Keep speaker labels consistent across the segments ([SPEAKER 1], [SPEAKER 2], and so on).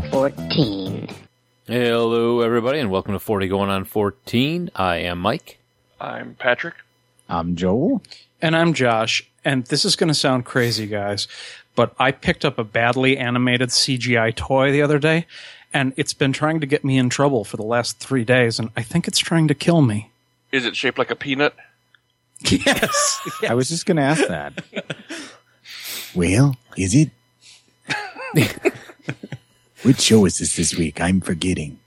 [SPEAKER 1] 14.
[SPEAKER 2] Hello, everybody, and welcome to 40 Going on 14. I am Mike.
[SPEAKER 3] I'm Patrick.
[SPEAKER 4] I'm Joel.
[SPEAKER 5] And I'm Josh, and this is going to sound crazy, guys, but I picked up a badly animated CGI toy the other day, and it's been trying to get me in trouble for the last three days, and I think it's trying to kill me.
[SPEAKER 3] Is it shaped like a peanut?
[SPEAKER 5] Yes.
[SPEAKER 4] I was just going to ask that. well, is it? Which show is this this week? I'm forgetting.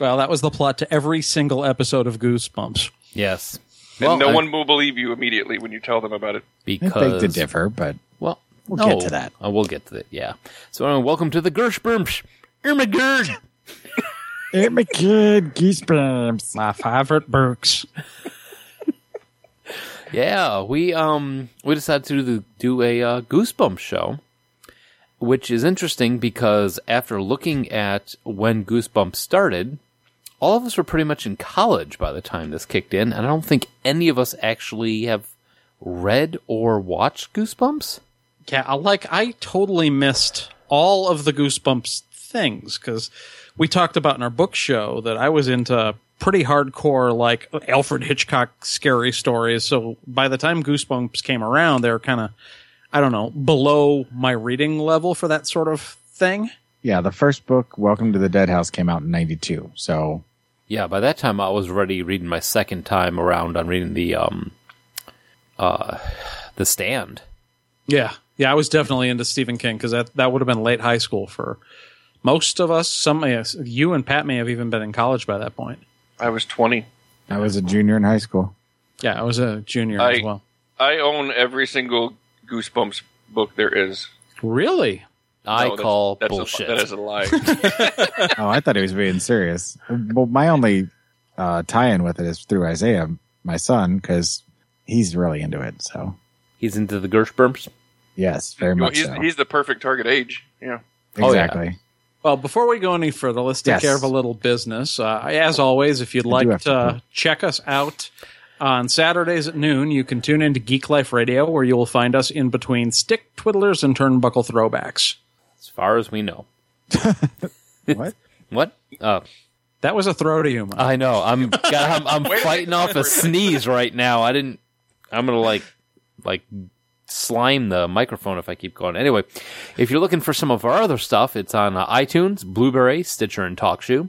[SPEAKER 5] well, that was the plot to every single episode of Goosebumps.
[SPEAKER 2] Yes.
[SPEAKER 3] and no
[SPEAKER 2] I-
[SPEAKER 3] one will believe you immediately when you tell them about it.
[SPEAKER 4] I
[SPEAKER 2] because
[SPEAKER 4] beg to differ, but
[SPEAKER 2] Well,
[SPEAKER 4] We'll
[SPEAKER 2] no.
[SPEAKER 4] get to that.
[SPEAKER 2] Uh, we'll get to that. Yeah. So, anyway, welcome to the Gershberms. Ermagerd.
[SPEAKER 4] hey, my kid, goosebumps.
[SPEAKER 5] My favorite Burks.
[SPEAKER 2] Yeah, we um we decided to do, do a uh, Goosebumps show, which is interesting because after looking at when Goosebumps started, all of us were pretty much in college by the time this kicked in, and I don't think any of us actually have read or watched Goosebumps.
[SPEAKER 5] Yeah, I like I totally missed all of the Goosebumps things because we talked about in our book show that I was into pretty hardcore like Alfred Hitchcock scary stories. So by the time Goosebumps came around, they were kind of I don't know below my reading level for that sort of thing.
[SPEAKER 4] Yeah, the first book, Welcome to the Dead House, came out in 92. So,
[SPEAKER 2] Yeah, by that time I was already reading my second time around on reading the um uh the stand.
[SPEAKER 5] Yeah, yeah, I was definitely into Stephen King because that that would have been late high school for most of us. Some you and Pat may have even been in college by that point.
[SPEAKER 3] I was 20.
[SPEAKER 4] I was a junior in high school.
[SPEAKER 5] Yeah, I was a junior
[SPEAKER 3] I-
[SPEAKER 5] as well.
[SPEAKER 3] I own every single Goosebumps book there is.
[SPEAKER 5] Really?
[SPEAKER 2] I
[SPEAKER 3] No, that's-
[SPEAKER 2] call
[SPEAKER 3] that's a-
[SPEAKER 2] bullshit.
[SPEAKER 3] that is a lie.
[SPEAKER 4] oh, I thought he was being serious. Well, my only uh, tie-in with it is through Isaiah, my son, because he's really into it. So,
[SPEAKER 2] He's into the Gershberms.
[SPEAKER 4] yes, very
[SPEAKER 3] Well,
[SPEAKER 4] much
[SPEAKER 3] he's,
[SPEAKER 4] so.
[SPEAKER 3] he's the perfect target age. Yeah.
[SPEAKER 2] Oh, yeah.
[SPEAKER 4] exactly.
[SPEAKER 5] Well, before we go any further, let's take
[SPEAKER 4] Yes.
[SPEAKER 5] care of a little business. Uh, as always, if you'd
[SPEAKER 4] I do
[SPEAKER 5] like
[SPEAKER 4] have
[SPEAKER 5] to
[SPEAKER 4] to
[SPEAKER 5] uh,
[SPEAKER 4] pee.
[SPEAKER 5] check us out on Saturdays at noon, you can tune into Geek Life Radio, where you will find us in between stick twiddlers and turnbuckle throwbacks.
[SPEAKER 2] As far as we know.
[SPEAKER 4] What?
[SPEAKER 2] What? Uh,
[SPEAKER 5] That was a throw to you, Mike.
[SPEAKER 2] I know. I'm God, I'm, I'm
[SPEAKER 3] Wait a
[SPEAKER 2] fighting off a sneeze right now. I didn't. I'm gonna like like slime the microphone if I keep going. Anyway, if you're looking for some of our other stuff, it's on uh, iTunes, Blueberry, Stitcher, and TalkShoe.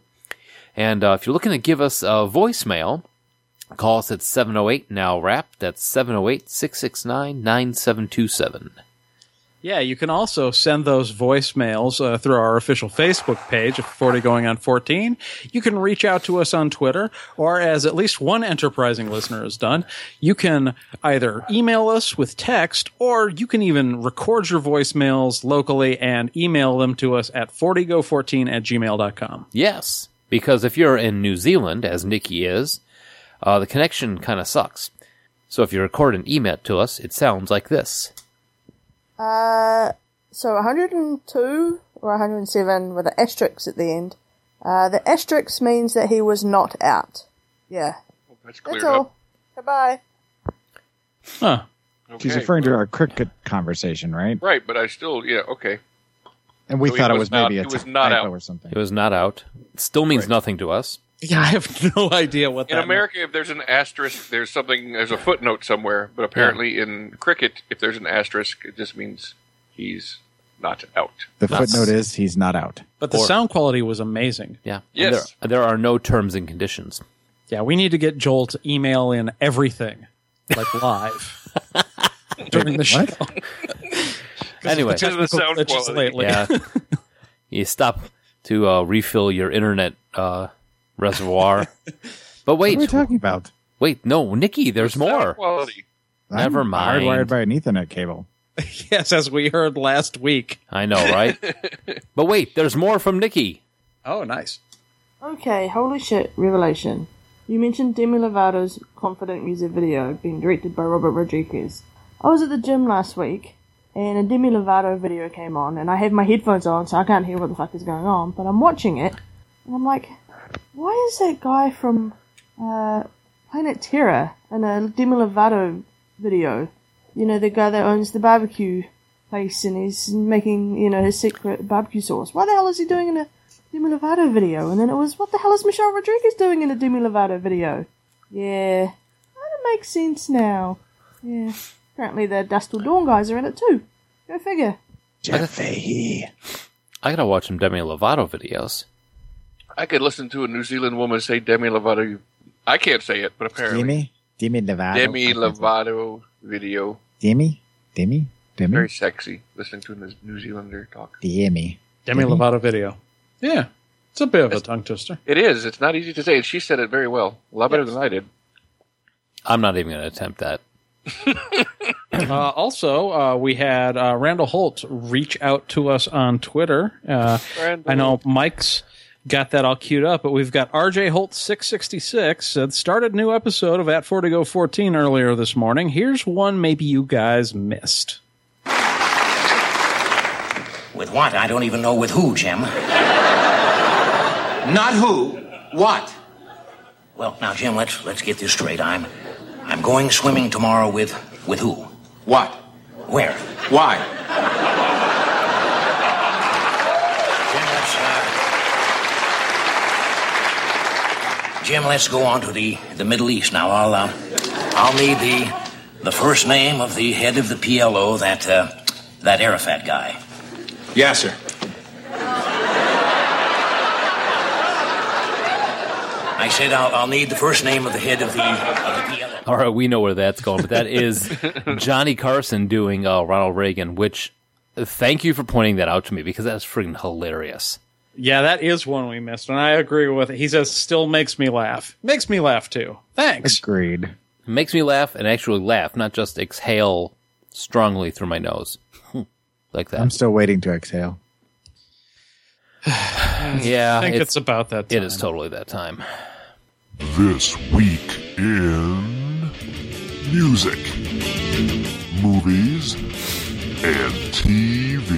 [SPEAKER 2] And uh, if you're looking to give us a voicemail, call us at 708 now rap. That's 708 669 9727.
[SPEAKER 5] Yeah, you can also send those voicemails uh, through our official Facebook page, 40 Going on 14. You can reach out to us on Twitter, or as at least one enterprising listener has done, you can either email us with text, or you can even record your voicemails locally and email them to us at 40go14 at gmail.com.
[SPEAKER 2] Yes, because if you're in New Zealand, as Nikki is, uh, the connection kind of sucks. So if you record an email to us, it sounds like this.
[SPEAKER 6] Uh, so 102 or 107 with an asterisk at the end. Uh, the asterisk means that he was not out. Yeah,
[SPEAKER 3] That's clear.
[SPEAKER 6] that's all. Goodbye.
[SPEAKER 5] Huh.
[SPEAKER 4] She's referring to our cricket conversation, right?
[SPEAKER 3] Right, but I still, yeah, okay.
[SPEAKER 4] And we
[SPEAKER 3] So he
[SPEAKER 4] thought it
[SPEAKER 3] was
[SPEAKER 4] was
[SPEAKER 3] not-
[SPEAKER 4] maybe a
[SPEAKER 3] he was
[SPEAKER 4] ty-
[SPEAKER 3] not
[SPEAKER 4] typo
[SPEAKER 3] out.
[SPEAKER 4] or something.
[SPEAKER 2] It was not out. It still means nothing to us.
[SPEAKER 5] Yeah, I have no idea what
[SPEAKER 3] In
[SPEAKER 5] that
[SPEAKER 3] America, if there's an asterisk, there's something, there's a footnote somewhere, but apparently in cricket, if there's an asterisk, it just means he's not out.
[SPEAKER 4] the
[SPEAKER 2] That's-
[SPEAKER 4] footnote is he's not out.
[SPEAKER 5] But the
[SPEAKER 2] Or-
[SPEAKER 5] sound quality was amazing.
[SPEAKER 2] Yeah. And
[SPEAKER 3] Yes.
[SPEAKER 2] There, there are no terms and conditions.
[SPEAKER 5] Yeah, we need to get Joel to email in everything, like live during the show.
[SPEAKER 2] Anyway,
[SPEAKER 3] Because of the sound
[SPEAKER 5] glitches
[SPEAKER 3] quality.
[SPEAKER 5] lately.
[SPEAKER 2] yeah. you stop to uh, refill your internet uh, reservoir. But
[SPEAKER 4] What are we
[SPEAKER 2] wait,
[SPEAKER 4] talking about?
[SPEAKER 2] wait, no, Nikki, there's more.
[SPEAKER 3] Quality.
[SPEAKER 2] Never
[SPEAKER 4] I'm
[SPEAKER 2] mind.
[SPEAKER 4] Hardwired by an Ethernet cable.
[SPEAKER 5] Yes, as we heard last week.
[SPEAKER 2] I know, right? but wait, there's more from Nikki.
[SPEAKER 5] Oh, nice.
[SPEAKER 6] Okay, holy shit, revelation. You mentioned Demi Lovato's Confident music video being directed by Robert Rodriguez. I was at the gym last week and a Demi Lovato video came on and I have my headphones on so I can't hear what the fuck is going on, but I'm watching it and I'm like, why is that guy from uh, Planet Terror in a Demi Lovato video? You know, the guy that owns the barbecue place and he's making, you know, his secret barbecue sauce. Why the hell is he doing in a Demi Lovato video, and then it was, what the hell is Michelle Rodriguez doing in a Demi Lovato video? Yeah, that makes sense now. Yeah, apparently the Dust Till Dawn guys are in it too. Go figure.
[SPEAKER 4] Jeff Fahey.
[SPEAKER 2] I gotta watch some Demi Lovato videos.
[SPEAKER 3] I could listen to a New Zealand woman say Demi Lovato. I can't say it, but apparently
[SPEAKER 4] Demi? Demi Lovato.
[SPEAKER 3] Demi Lovato video.
[SPEAKER 4] Demi? Demi?
[SPEAKER 3] Very
[SPEAKER 4] Demi?
[SPEAKER 3] sexy. Listening to a New Zealander talk.
[SPEAKER 4] Demi.
[SPEAKER 5] Demi Lovato video. Yeah, it's a bit of a tongue twister.
[SPEAKER 3] It is. It's not easy to say. and She said it very well. A lot better
[SPEAKER 5] Yes.
[SPEAKER 3] than I did.
[SPEAKER 2] I'm not even gonna attempt that.
[SPEAKER 5] Uh, also, uh, we had uh, Randall Holt reach out to us on Twitter. Uh,
[SPEAKER 3] Randall.
[SPEAKER 5] I know Mike's got that all queued up, but we've got RJ Holt six sixty six said started new episode of At Four to Go fourteen earlier this morning. Here's one maybe you guys missed.
[SPEAKER 1] With what? I don't even know with who, Jim. Not who, what? Well, now, Jim, let's let's get this straight. I'm I'm going swimming tomorrow with with who? What? Where? Why? Jim, let's, uh, Jim, let's go on to the, the Middle East now. I'll uh, I'll need the the first name of the head of the PLO, that uh, that Arafat guy.
[SPEAKER 7] Yes, sir.
[SPEAKER 1] I said I'll, I'll need the first name of the head of the, of the PLO.
[SPEAKER 2] All right, we know where that's going, but that is Johnny Carson doing uh, Ronald Reagan. Which, thank you for pointing that out to me because that's freaking hilarious.
[SPEAKER 5] Yeah, that is one we missed, and I agree with it. He says still makes me laugh. Makes me laugh too. Thanks.
[SPEAKER 4] Agreed.
[SPEAKER 2] It makes me laugh and actually laugh, not just exhale strongly through my nose like
[SPEAKER 4] I'm
[SPEAKER 2] that.
[SPEAKER 4] still waiting to exhale.
[SPEAKER 2] yeah,
[SPEAKER 5] I think uh, it's,
[SPEAKER 2] it's,
[SPEAKER 5] about that. Time.
[SPEAKER 2] it is totally that time.
[SPEAKER 8] This week in music, movies, and TV.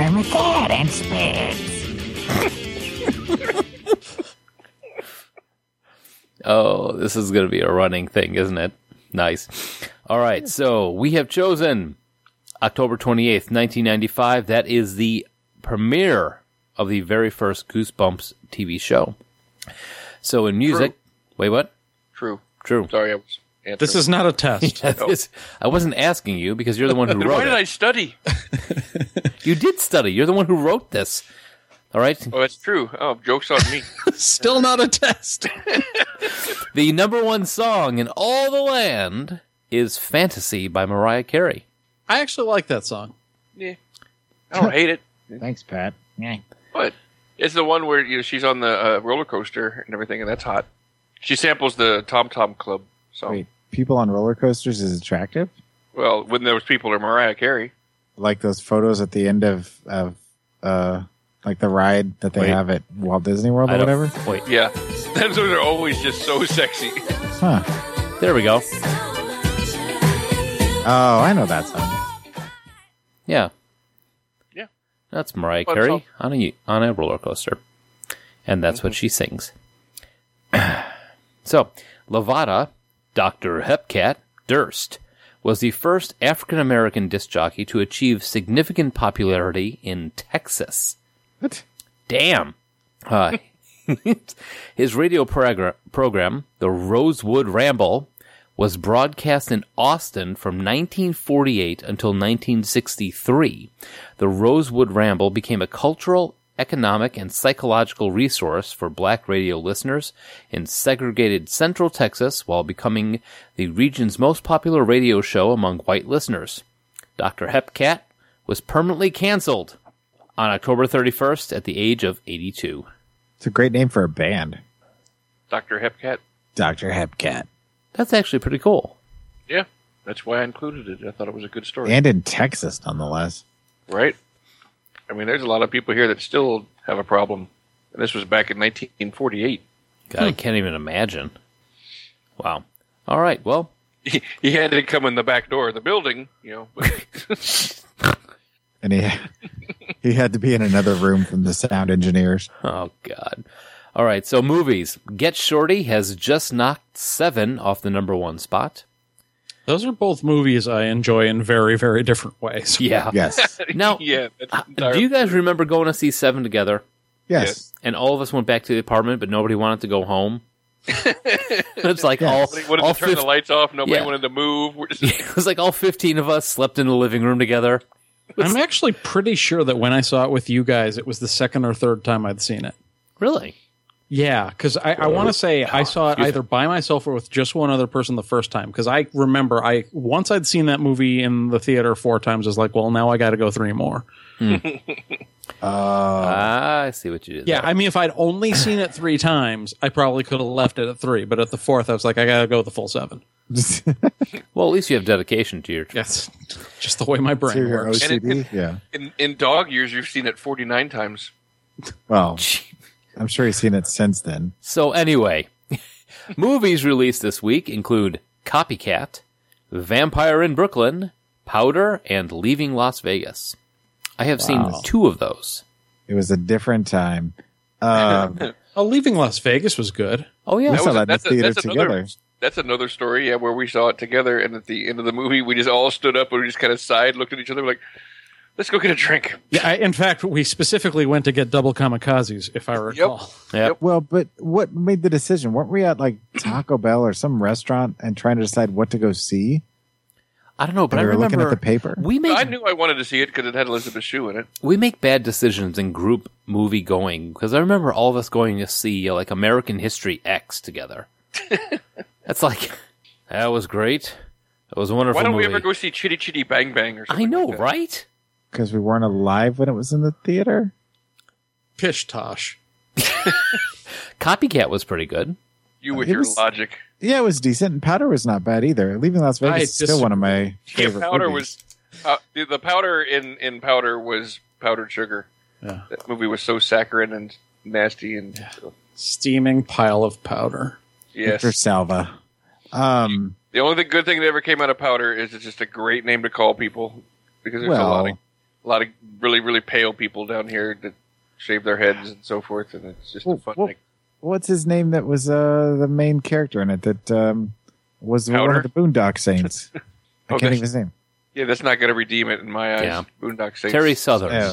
[SPEAKER 9] And with that, and Spitz.
[SPEAKER 2] Oh, this is going to be a running thing, isn't it? Nice. All right, so we have chosen October 28th, 1995. That is the premiere of the very first Goosebumps TV show. So in music, wait, what?
[SPEAKER 3] True.
[SPEAKER 2] True.
[SPEAKER 3] Sorry, I was. Answering.
[SPEAKER 5] This is not a test.
[SPEAKER 2] This- I wasn't asking you because you're the one who
[SPEAKER 3] Why
[SPEAKER 2] wrote
[SPEAKER 3] did I
[SPEAKER 2] it.
[SPEAKER 3] study?
[SPEAKER 2] You did study. You're the one who wrote this. All right.
[SPEAKER 3] Oh, that's true. Oh, jokes on me.
[SPEAKER 5] Still not a test.
[SPEAKER 2] The number one song in all the land is Fantasy by Mariah Carey.
[SPEAKER 5] I actually like that song.
[SPEAKER 3] yeah. I don't hate it.
[SPEAKER 4] Thanks, Pat.
[SPEAKER 3] But it's the one where you know, she's on the uh, roller coaster and everything, and that's hot. She samples the Tom Tom Club song.
[SPEAKER 4] Wait, people on roller coasters is attractive?
[SPEAKER 3] Well, when those people are Mariah Carey.
[SPEAKER 4] Like those photos at the end of, of uh, like the ride that they
[SPEAKER 2] Wait.
[SPEAKER 4] have at Walt Disney World
[SPEAKER 2] I
[SPEAKER 4] or
[SPEAKER 2] don't-
[SPEAKER 4] whatever?
[SPEAKER 2] Wait,
[SPEAKER 3] Yeah, those are always just so sexy.
[SPEAKER 4] Huh.
[SPEAKER 2] there we go.
[SPEAKER 4] Oh, I know that song.
[SPEAKER 2] Yeah.
[SPEAKER 3] Yeah.
[SPEAKER 2] That's Mariah
[SPEAKER 3] Fun
[SPEAKER 2] Carey
[SPEAKER 3] song.
[SPEAKER 2] on a on a roller coaster. And that's what she sings. so, Lavada, Dr. Hepcat Durst was the first African American disc jockey to achieve significant popularity in Texas.
[SPEAKER 4] What?
[SPEAKER 2] Damn. Uh, his radio progra- program, the Rosewood Ramble, was broadcast in Austin from 1948 until 1963. The Rosewood Ramble became a cultural, economic, and psychological resource for black radio listeners in segregated central Texas while becoming the region's most popular radio show among white listeners. Dr. Hepcat was permanently canceled on October 31st at the age of 82.
[SPEAKER 4] It's a great name for a band.
[SPEAKER 3] Dr. Hepcat.
[SPEAKER 4] Dr. Hepcat.
[SPEAKER 2] That's actually pretty cool.
[SPEAKER 3] Yeah, that's why I included it. I thought it was a good story.
[SPEAKER 4] And in Texas, nonetheless.
[SPEAKER 3] right? I mean, there's a lot of people here that still have a problem. And this was back in 1948.
[SPEAKER 2] God, I can't even imagine. Wow. All right. Well,
[SPEAKER 3] He, he had to come in the back door of the building, you know. But
[SPEAKER 4] And he, he had to be in another room from the sound engineers.
[SPEAKER 2] oh God. All right. So movies. Get Shorty has just knocked seven off the number one spot.
[SPEAKER 5] Those are both movies I enjoy in very, very different ways.
[SPEAKER 2] Yeah.
[SPEAKER 4] Yes.
[SPEAKER 2] Now,
[SPEAKER 3] yeah. That's
[SPEAKER 2] uh, do
[SPEAKER 3] entirely-
[SPEAKER 2] you guys remember going to see Seven together?
[SPEAKER 4] Yes.
[SPEAKER 2] And all of us went back to the apartment, but nobody wanted to go home. it's like
[SPEAKER 4] Yeah.
[SPEAKER 2] all,
[SPEAKER 3] Nobody wanted
[SPEAKER 2] all
[SPEAKER 3] to turn the
[SPEAKER 2] 15
[SPEAKER 3] lights off. Nobody
[SPEAKER 2] Yeah.
[SPEAKER 3] wanted to move. We're just,
[SPEAKER 2] it was like all fifteen of us slept in the living room together.
[SPEAKER 5] I'm actually pretty sure that when I saw it with you guys, it was the second or third time I'd seen it.
[SPEAKER 2] Really?
[SPEAKER 5] Yeah, because I, I want to say I saw it either by myself or with just one other person the first time. Because I remember I once I'd seen that movie in the theater four times. I was like, well, now I got to go three more.
[SPEAKER 3] Oh.
[SPEAKER 2] Ah, I see what you did.
[SPEAKER 5] Yeah,
[SPEAKER 2] there.
[SPEAKER 5] I mean, if I'd only seen it three times, I probably could have left it at three. But at the fourth, I was like, I got to go the full seven.
[SPEAKER 2] Well, at least you have dedication to your.
[SPEAKER 5] Yes, just the way my
[SPEAKER 4] To
[SPEAKER 5] brain
[SPEAKER 4] your
[SPEAKER 5] works.
[SPEAKER 3] And it-
[SPEAKER 4] OCD? yeah.
[SPEAKER 3] in, in dog years, you've seen it 49 times.
[SPEAKER 4] Well, I'm sure he's seen it since then.
[SPEAKER 2] So anyway, movies released this week include Copycat, Vampire in Brooklyn, Powder, and Leaving Las Vegas. I have seen two of those.
[SPEAKER 4] It was a different time. Um,
[SPEAKER 5] Oh, leaving Las Vegas was good.
[SPEAKER 2] Oh yeah,
[SPEAKER 4] we saw
[SPEAKER 3] was-
[SPEAKER 4] that in the
[SPEAKER 3] that's a-
[SPEAKER 4] theater
[SPEAKER 3] that's another-
[SPEAKER 4] together.
[SPEAKER 3] That's another story, yeah, where we saw it together, and at the end of the movie, we just all stood up and we just kind of sighed, looked at each other, like, "Let's go get a drink."
[SPEAKER 5] Yeah, I, in fact, we specifically went to get double kamikazes, if I recall.
[SPEAKER 4] Well, but what made the decision? Weren't we at like Taco Bell or some restaurant and trying to decide what to go see?
[SPEAKER 2] I don't know, but
[SPEAKER 4] And
[SPEAKER 2] I
[SPEAKER 4] we were
[SPEAKER 2] remember
[SPEAKER 4] looking at the paper.
[SPEAKER 2] We make
[SPEAKER 3] I knew I wanted to see it because it had Elizabeth Shue in it.
[SPEAKER 2] we make bad decisions in group movie going because I remember all of us going to see uh, like American History X together. That's like that was great. That was a wonderful.
[SPEAKER 3] Why don't we
[SPEAKER 2] movie.
[SPEAKER 3] ever go see Chitty Chitty Bang Bang or something?
[SPEAKER 2] I know,
[SPEAKER 3] like that?
[SPEAKER 2] right?
[SPEAKER 4] Because we weren't alive when it was in the theater.
[SPEAKER 5] Pish Tosh.
[SPEAKER 2] Copycat was pretty good.
[SPEAKER 3] You with
[SPEAKER 4] It
[SPEAKER 3] your
[SPEAKER 4] was-
[SPEAKER 3] logic.
[SPEAKER 4] Yeah, it was decent, and Powder was not bad either. Leaving Las
[SPEAKER 5] I
[SPEAKER 4] Vegas is still one of my
[SPEAKER 3] Yeah,
[SPEAKER 4] favorite.
[SPEAKER 3] powder
[SPEAKER 4] movies.
[SPEAKER 3] was uh, the, the powder in in powder was powdered sugar.
[SPEAKER 5] Yeah.
[SPEAKER 3] That movie was so saccharine and nasty and
[SPEAKER 5] Steaming pile of powder.
[SPEAKER 3] yes.
[SPEAKER 4] Victor Salva. Um,
[SPEAKER 3] The only thing, good thing that ever came out of powder is it's just a great name to call people because there's a lot of
[SPEAKER 4] well,
[SPEAKER 3] a lot of really really pale people down here that shave their heads and so forth, and it's just a
[SPEAKER 4] Well,
[SPEAKER 3] fun
[SPEAKER 4] well,
[SPEAKER 3] thing.
[SPEAKER 4] what's his name that was uh, the main character in it that um, was one
[SPEAKER 3] Powder?
[SPEAKER 4] of the Boondock Saints? I
[SPEAKER 3] Oh,
[SPEAKER 4] can't think
[SPEAKER 3] that's-
[SPEAKER 4] of his name.
[SPEAKER 3] Yeah, that's not going to redeem it in my eyes.
[SPEAKER 2] Yeah.
[SPEAKER 3] Boondock Saints.
[SPEAKER 2] Terry Southern.
[SPEAKER 4] Yeah.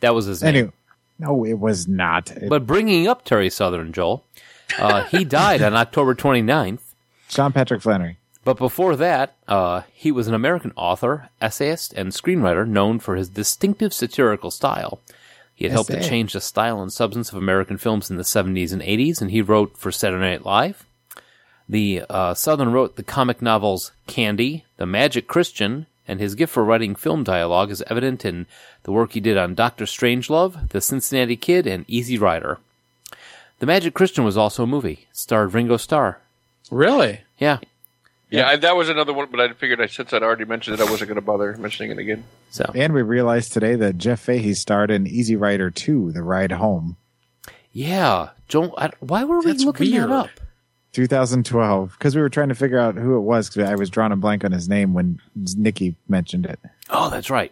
[SPEAKER 2] That was his name.
[SPEAKER 4] Anyway, no, it was not. It-
[SPEAKER 2] But bringing up Terry Southern, Joel, uh, he died on October 29th.
[SPEAKER 4] John Patrick Flannery.
[SPEAKER 2] But before that, uh, he was an American author, essayist, and screenwriter known for his distinctive satirical style. He had helped to
[SPEAKER 4] Essay.
[SPEAKER 2] change the style and substance of American films in the 70s and 80s, and he wrote for Saturday Night Live. The uh, Southern wrote the comic novels Candy, The Magic Christian, and his gift for writing film dialogue is evident in the work he did on Doctor Strangelove, The Cincinnati Kid, and Easy Rider. The Magic Christian was also a movie, It starred Ringo Starr.
[SPEAKER 5] Really?
[SPEAKER 2] Yeah,
[SPEAKER 3] Yeah, I, that was another one, but I figured I since I'd already mentioned it, I wasn't going to bother mentioning it again.
[SPEAKER 2] so
[SPEAKER 4] And we realized today that Jeff Fahey starred in Easy Rider 2, The Ride Home,
[SPEAKER 2] Yeah, Joel. I, why were we
[SPEAKER 5] That's
[SPEAKER 2] looking that
[SPEAKER 5] weird.
[SPEAKER 2] up?
[SPEAKER 4] 2012, because we were trying to figure out who it was because I was drawing a blank on his name when Nikki mentioned it.
[SPEAKER 2] Oh, that's right.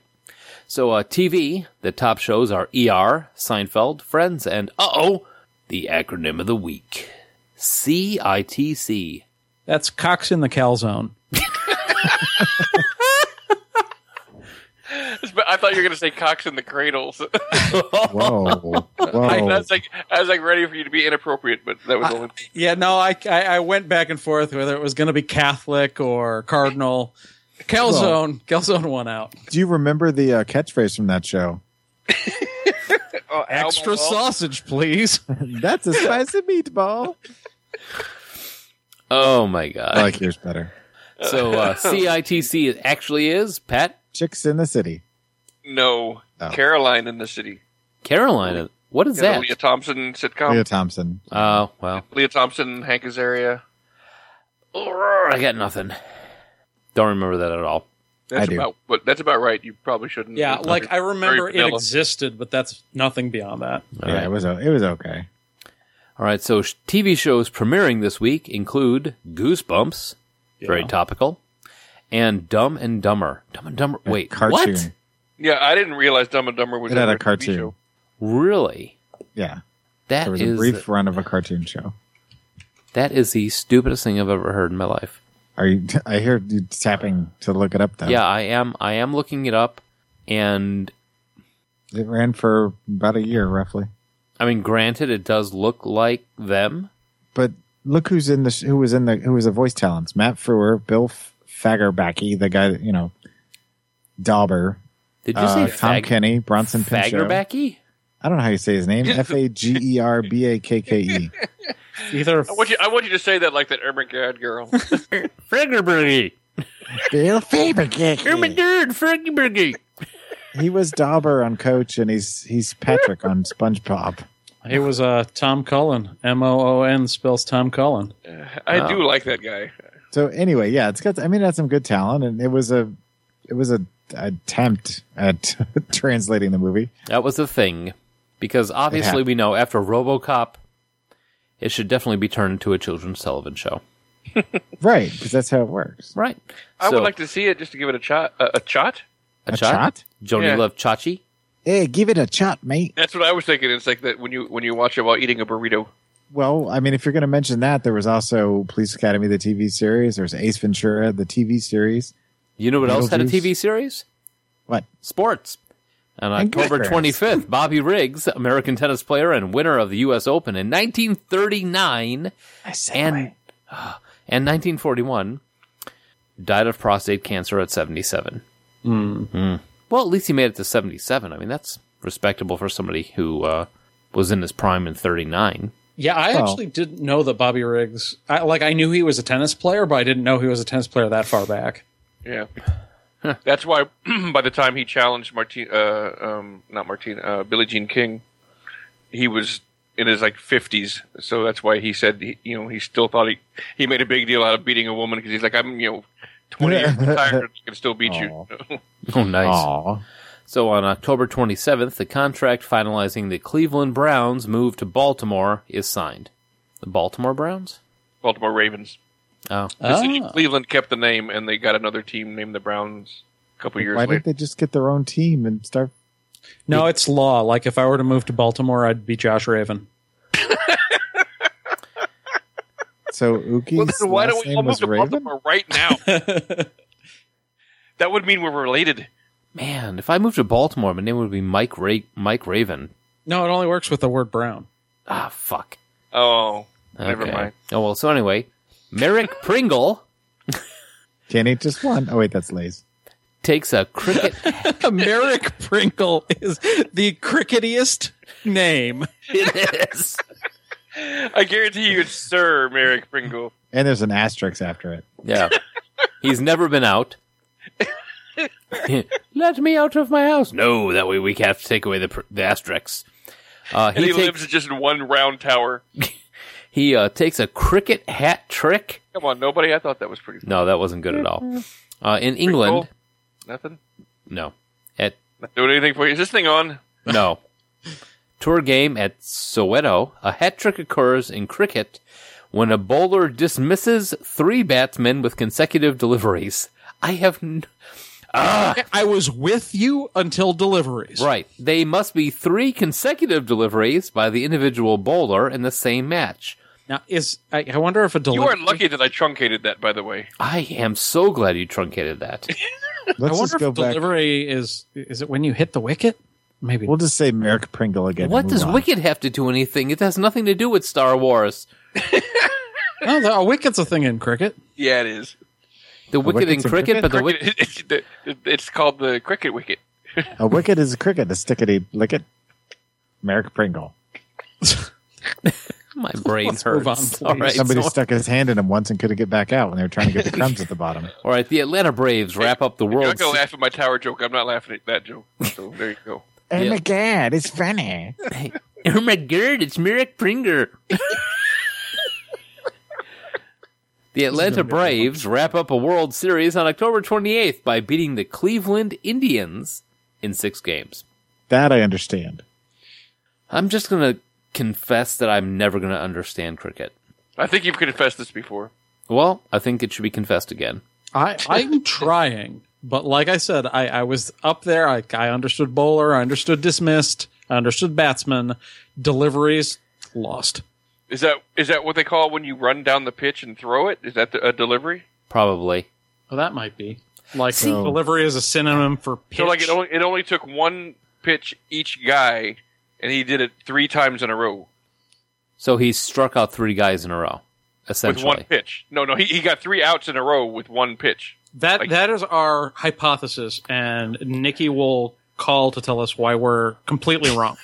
[SPEAKER 2] So, uh, TV. The top shows are ER, Seinfeld, Friends, and uh oh, the acronym of the week, CITC.
[SPEAKER 5] That's Cox in the Calzone.
[SPEAKER 3] But I thought you were going to say cocks in the cradles.
[SPEAKER 4] Whoa.
[SPEAKER 3] I,
[SPEAKER 4] Whoa.
[SPEAKER 3] was like, I was like ready for you to be inappropriate, but that was only.
[SPEAKER 5] Yeah, no, I, I, I went back and forth whether it was going to be Catholic or Cardinal. Calzone. Calzone won out.
[SPEAKER 4] Do you remember the uh, catchphrase from that show?
[SPEAKER 3] Oh,
[SPEAKER 5] Extra
[SPEAKER 3] Alma Wall.
[SPEAKER 5] sausage, please.
[SPEAKER 4] That's a spicy meatball.
[SPEAKER 2] Oh my god.
[SPEAKER 4] I like yours better.
[SPEAKER 2] so, uh, CITC it actually is Pat
[SPEAKER 4] Chicks in the City.
[SPEAKER 3] No,
[SPEAKER 4] Oh.
[SPEAKER 3] Caroline in the City.
[SPEAKER 2] Carolina. What is
[SPEAKER 3] Yeah, the
[SPEAKER 2] that?
[SPEAKER 3] Leah Thompson sitcom.
[SPEAKER 4] Leah
[SPEAKER 3] Leah,
[SPEAKER 4] Thompson.
[SPEAKER 2] Oh well,
[SPEAKER 3] Thompson, Hank Azaria.
[SPEAKER 2] I got nothing. Don't remember that at all.
[SPEAKER 3] That's
[SPEAKER 4] I do.
[SPEAKER 3] about but that's about right. You probably shouldn't.
[SPEAKER 5] Yeah, like I remember
[SPEAKER 3] Very
[SPEAKER 5] it
[SPEAKER 3] vanilla.
[SPEAKER 5] existed, but that's nothing beyond that.
[SPEAKER 2] All
[SPEAKER 4] yeah,
[SPEAKER 2] right.
[SPEAKER 4] it was o- it was okay.
[SPEAKER 2] All right, so sh- TV shows premiering this week include Goosebumps, very topical, and Dumb and Dumber. Dumb and Dumber. Wait,
[SPEAKER 4] cartoon.
[SPEAKER 2] what?
[SPEAKER 3] Yeah, I didn't realize Dumb and Dumber was
[SPEAKER 4] It had
[SPEAKER 3] ever
[SPEAKER 4] a
[SPEAKER 3] TV
[SPEAKER 4] cartoon.
[SPEAKER 3] show.
[SPEAKER 2] Really?
[SPEAKER 4] Yeah,
[SPEAKER 2] That
[SPEAKER 4] there was
[SPEAKER 2] is
[SPEAKER 4] a brief run of a cartoon show.
[SPEAKER 2] that is the stupidest thing I've ever heard in my life.
[SPEAKER 4] Are you? I hear you tapping to look it up though.
[SPEAKER 2] Yeah, I am. I am looking it up, and
[SPEAKER 4] It ran for about a year roughly.
[SPEAKER 2] I mean, granted, it does look like them.
[SPEAKER 4] But look who's in the sh- who was in the who was the voice talents: Matt Frewer, Bill F- Fagerbacky, the guy that you know, Dauber,
[SPEAKER 2] Did you
[SPEAKER 4] uh,
[SPEAKER 2] say
[SPEAKER 4] Tom
[SPEAKER 2] fag-
[SPEAKER 4] Kenny, Bronson Pinchot.
[SPEAKER 2] Fagerbacky?
[SPEAKER 4] I don't know how you say his name. F A G E R B A K K E.
[SPEAKER 5] Either
[SPEAKER 3] I want you. I want you to say that like that Ermengarde girl.
[SPEAKER 2] Fagerbacky.
[SPEAKER 4] Bill Fabergate.
[SPEAKER 2] Ermengarde Fagerbacky.
[SPEAKER 4] He was Dauber on Coach, and he's he's Patrick on SpongeBob.
[SPEAKER 5] he was uh, Tom Cullen. M O O N spells Tom Cullen.
[SPEAKER 3] I
[SPEAKER 2] Wow.
[SPEAKER 3] do like that guy.
[SPEAKER 4] So anyway, yeah, it's got. I mean, it had some good talent, and it was a it was a attempt at translating the movie.
[SPEAKER 2] That was the thing, because obviously
[SPEAKER 4] happened.
[SPEAKER 2] we know after RoboCop, it should definitely be turned into a children's television show,
[SPEAKER 4] Right, because that's how it works.
[SPEAKER 2] right?
[SPEAKER 3] I would like to see it just to give it a shot. A, a shot.
[SPEAKER 2] a shot. Joni
[SPEAKER 3] Yeah.
[SPEAKER 2] Love Chachi.
[SPEAKER 4] Hey, give it a shot, mate.
[SPEAKER 3] That's what I was thinking. It's like that when you when you watch it while eating a burrito.
[SPEAKER 4] Well, I mean, if you're going to mention that, there was also Police Academy, the TV series. There's Ace Ventura, the TV series.
[SPEAKER 2] You know what else had a
[SPEAKER 4] Beetlejuice.
[SPEAKER 2] TV series?
[SPEAKER 4] What?
[SPEAKER 2] Sports. On
[SPEAKER 4] And
[SPEAKER 2] October
[SPEAKER 4] Goodgrass.
[SPEAKER 2] 25th, Bobby Riggs, American tennis player and winner of the U.S. Open in 1939 and, and 1941, died of prostate cancer at 77.
[SPEAKER 4] Hmm.
[SPEAKER 2] Mm. Well, at least he made it to 77. I mean, that's respectable for somebody who uh, was in his prime in 39.
[SPEAKER 5] Yeah, I
[SPEAKER 4] Well-
[SPEAKER 5] actually didn't know that Bobby Riggs. I, like, I knew he was a tennis player, but I didn't know he was a tennis player that far back.
[SPEAKER 3] Yeah. That's why by the time he challenged Martin, uh, um, not Martin, uh, Billie Jean King, he was in his like 50s. So that's why he said, he, you know, he still thought he, he made a big deal out of beating a woman because he's like, I'm, you know, 20 years retired, I can still beat you.
[SPEAKER 2] Oh, nice.
[SPEAKER 4] Aw.
[SPEAKER 2] So on October 27th, the contract finalizing the Cleveland Browns move to Baltimore is signed. The Baltimore Browns?
[SPEAKER 3] Baltimore Ravens.
[SPEAKER 2] Oh,
[SPEAKER 3] The city of
[SPEAKER 5] Ah.
[SPEAKER 3] Cleveland kept the name and they got another team named the Browns a couple years
[SPEAKER 4] Why
[SPEAKER 3] later.
[SPEAKER 4] didn't they just get their own team and start?
[SPEAKER 5] No, it's law. Like, if I were to move to Baltimore, I'd be Josh Raven.
[SPEAKER 4] So Uki's
[SPEAKER 3] Well, then why
[SPEAKER 4] last
[SPEAKER 3] don't we
[SPEAKER 4] name
[SPEAKER 3] all move
[SPEAKER 4] was
[SPEAKER 3] to
[SPEAKER 4] Raven.
[SPEAKER 3] Baltimore right now? that would mean we're related.
[SPEAKER 2] man, if I moved to Baltimore, my name would be Mike Ra- Mike Raven.
[SPEAKER 5] No, it only works with the word Brown.
[SPEAKER 2] Ah, fuck.
[SPEAKER 3] Oh, never
[SPEAKER 2] Okay.
[SPEAKER 3] mind.
[SPEAKER 2] Oh, well, so anyway, Merrick Pringle
[SPEAKER 4] Can't eat just one. Oh wait, that's Lay's.
[SPEAKER 2] takes a cricket
[SPEAKER 5] Merrick Pringle is the cricketiest name.
[SPEAKER 2] It is.
[SPEAKER 3] I guarantee you it's Sir Merrick Pringle.
[SPEAKER 4] And there's an asterisk after it.
[SPEAKER 2] Yeah. He's never been out. Let me out of my house. No, that way we have to take away the, pr- the asterisks. Uh,
[SPEAKER 3] And he,
[SPEAKER 2] takes-
[SPEAKER 3] lives just in one round tower.
[SPEAKER 2] He uh, takes a cricket hat trick.
[SPEAKER 3] Come on, nobody. I thought that was pretty.
[SPEAKER 2] No, that wasn't good at all.
[SPEAKER 4] Mm-hmm.
[SPEAKER 2] Uh, in England,
[SPEAKER 3] cool. Nothing.
[SPEAKER 2] no. At
[SPEAKER 3] Not doing anything for you. Is this thing on?
[SPEAKER 2] no. Tour game at Soweto, a hat trick occurs in cricket when a bowler dismisses three batsmen with consecutive deliveries. I have n-
[SPEAKER 5] I was with you until deliveries.
[SPEAKER 2] right. They must be three consecutive deliveries by the individual bowler in the same match.
[SPEAKER 5] Now, is I, I wonder if a
[SPEAKER 3] You
[SPEAKER 5] delivery.
[SPEAKER 3] are lucky that I truncated that, by the way.
[SPEAKER 2] I am so glad you truncated that.
[SPEAKER 5] I
[SPEAKER 4] Let's
[SPEAKER 5] wonder
[SPEAKER 4] just go
[SPEAKER 5] if
[SPEAKER 4] back.
[SPEAKER 5] delivery is is it when you hit the wicket? Maybe.
[SPEAKER 4] We'll just say Merrick Pringle again. and
[SPEAKER 2] what
[SPEAKER 4] move
[SPEAKER 2] does
[SPEAKER 4] on.
[SPEAKER 2] Wicked have to do anything? It has nothing to do with Star Wars.
[SPEAKER 5] no, the, a wicket's a thing in cricket.
[SPEAKER 3] Yeah, it is.
[SPEAKER 2] The wicked in
[SPEAKER 4] wicket's in
[SPEAKER 2] cricket,
[SPEAKER 4] cricket?
[SPEAKER 2] but the wicked.
[SPEAKER 3] Cricket, it's, the- it's called the cricket wicket.
[SPEAKER 4] A wicket is a cricket, a stickety licket. Merrick Pringle.
[SPEAKER 2] My brain
[SPEAKER 5] Let's
[SPEAKER 2] hurts.
[SPEAKER 5] move on, please.
[SPEAKER 2] All right,
[SPEAKER 4] Somebody
[SPEAKER 2] so-
[SPEAKER 4] stuck his hand in him once and couldn't get back out when they were trying to get the crumbs at the bottom.
[SPEAKER 2] all right. The Atlanta Braves wrap up the
[SPEAKER 3] You're
[SPEAKER 2] World.
[SPEAKER 3] not gonna
[SPEAKER 2] Se-
[SPEAKER 3] laugh at my tower joke. I'm not laughing at that joke. So there you go.
[SPEAKER 4] Oh
[SPEAKER 2] Yeah.
[SPEAKER 4] my god, it's funny.
[SPEAKER 2] oh my god! It's Merrick Pringer. the Atlanta Braves wrap up a World Series on October 28th by beating the Cleveland Indians in six games.
[SPEAKER 4] That I understand.
[SPEAKER 2] I'm just gonna confess that I'm never gonna understand cricket.
[SPEAKER 3] I think you've confessed this before.
[SPEAKER 2] Well, I think it should be confessed again.
[SPEAKER 5] I I'm trying, but like I said, I I was up there. I I understood bowler. I understood dismissed. I understood batsman. Deliveries lost.
[SPEAKER 3] Is that is that what they call when you run down the pitch and throw it? Is that the, a delivery?
[SPEAKER 2] probably.
[SPEAKER 5] Well, that might be like
[SPEAKER 2] See-
[SPEAKER 5] delivery is a synonym for pitch.
[SPEAKER 3] So like it only it only took one pitch each guy, and he did it three times in a row
[SPEAKER 2] So he struck out three guys in a row,
[SPEAKER 3] with
[SPEAKER 2] essentially.
[SPEAKER 3] one pitch. No, no, he, he got three outs in a row with one pitch.
[SPEAKER 5] that
[SPEAKER 3] like-
[SPEAKER 5] that is our hypothesis, and Nikki will call to tell us why we're completely wrong.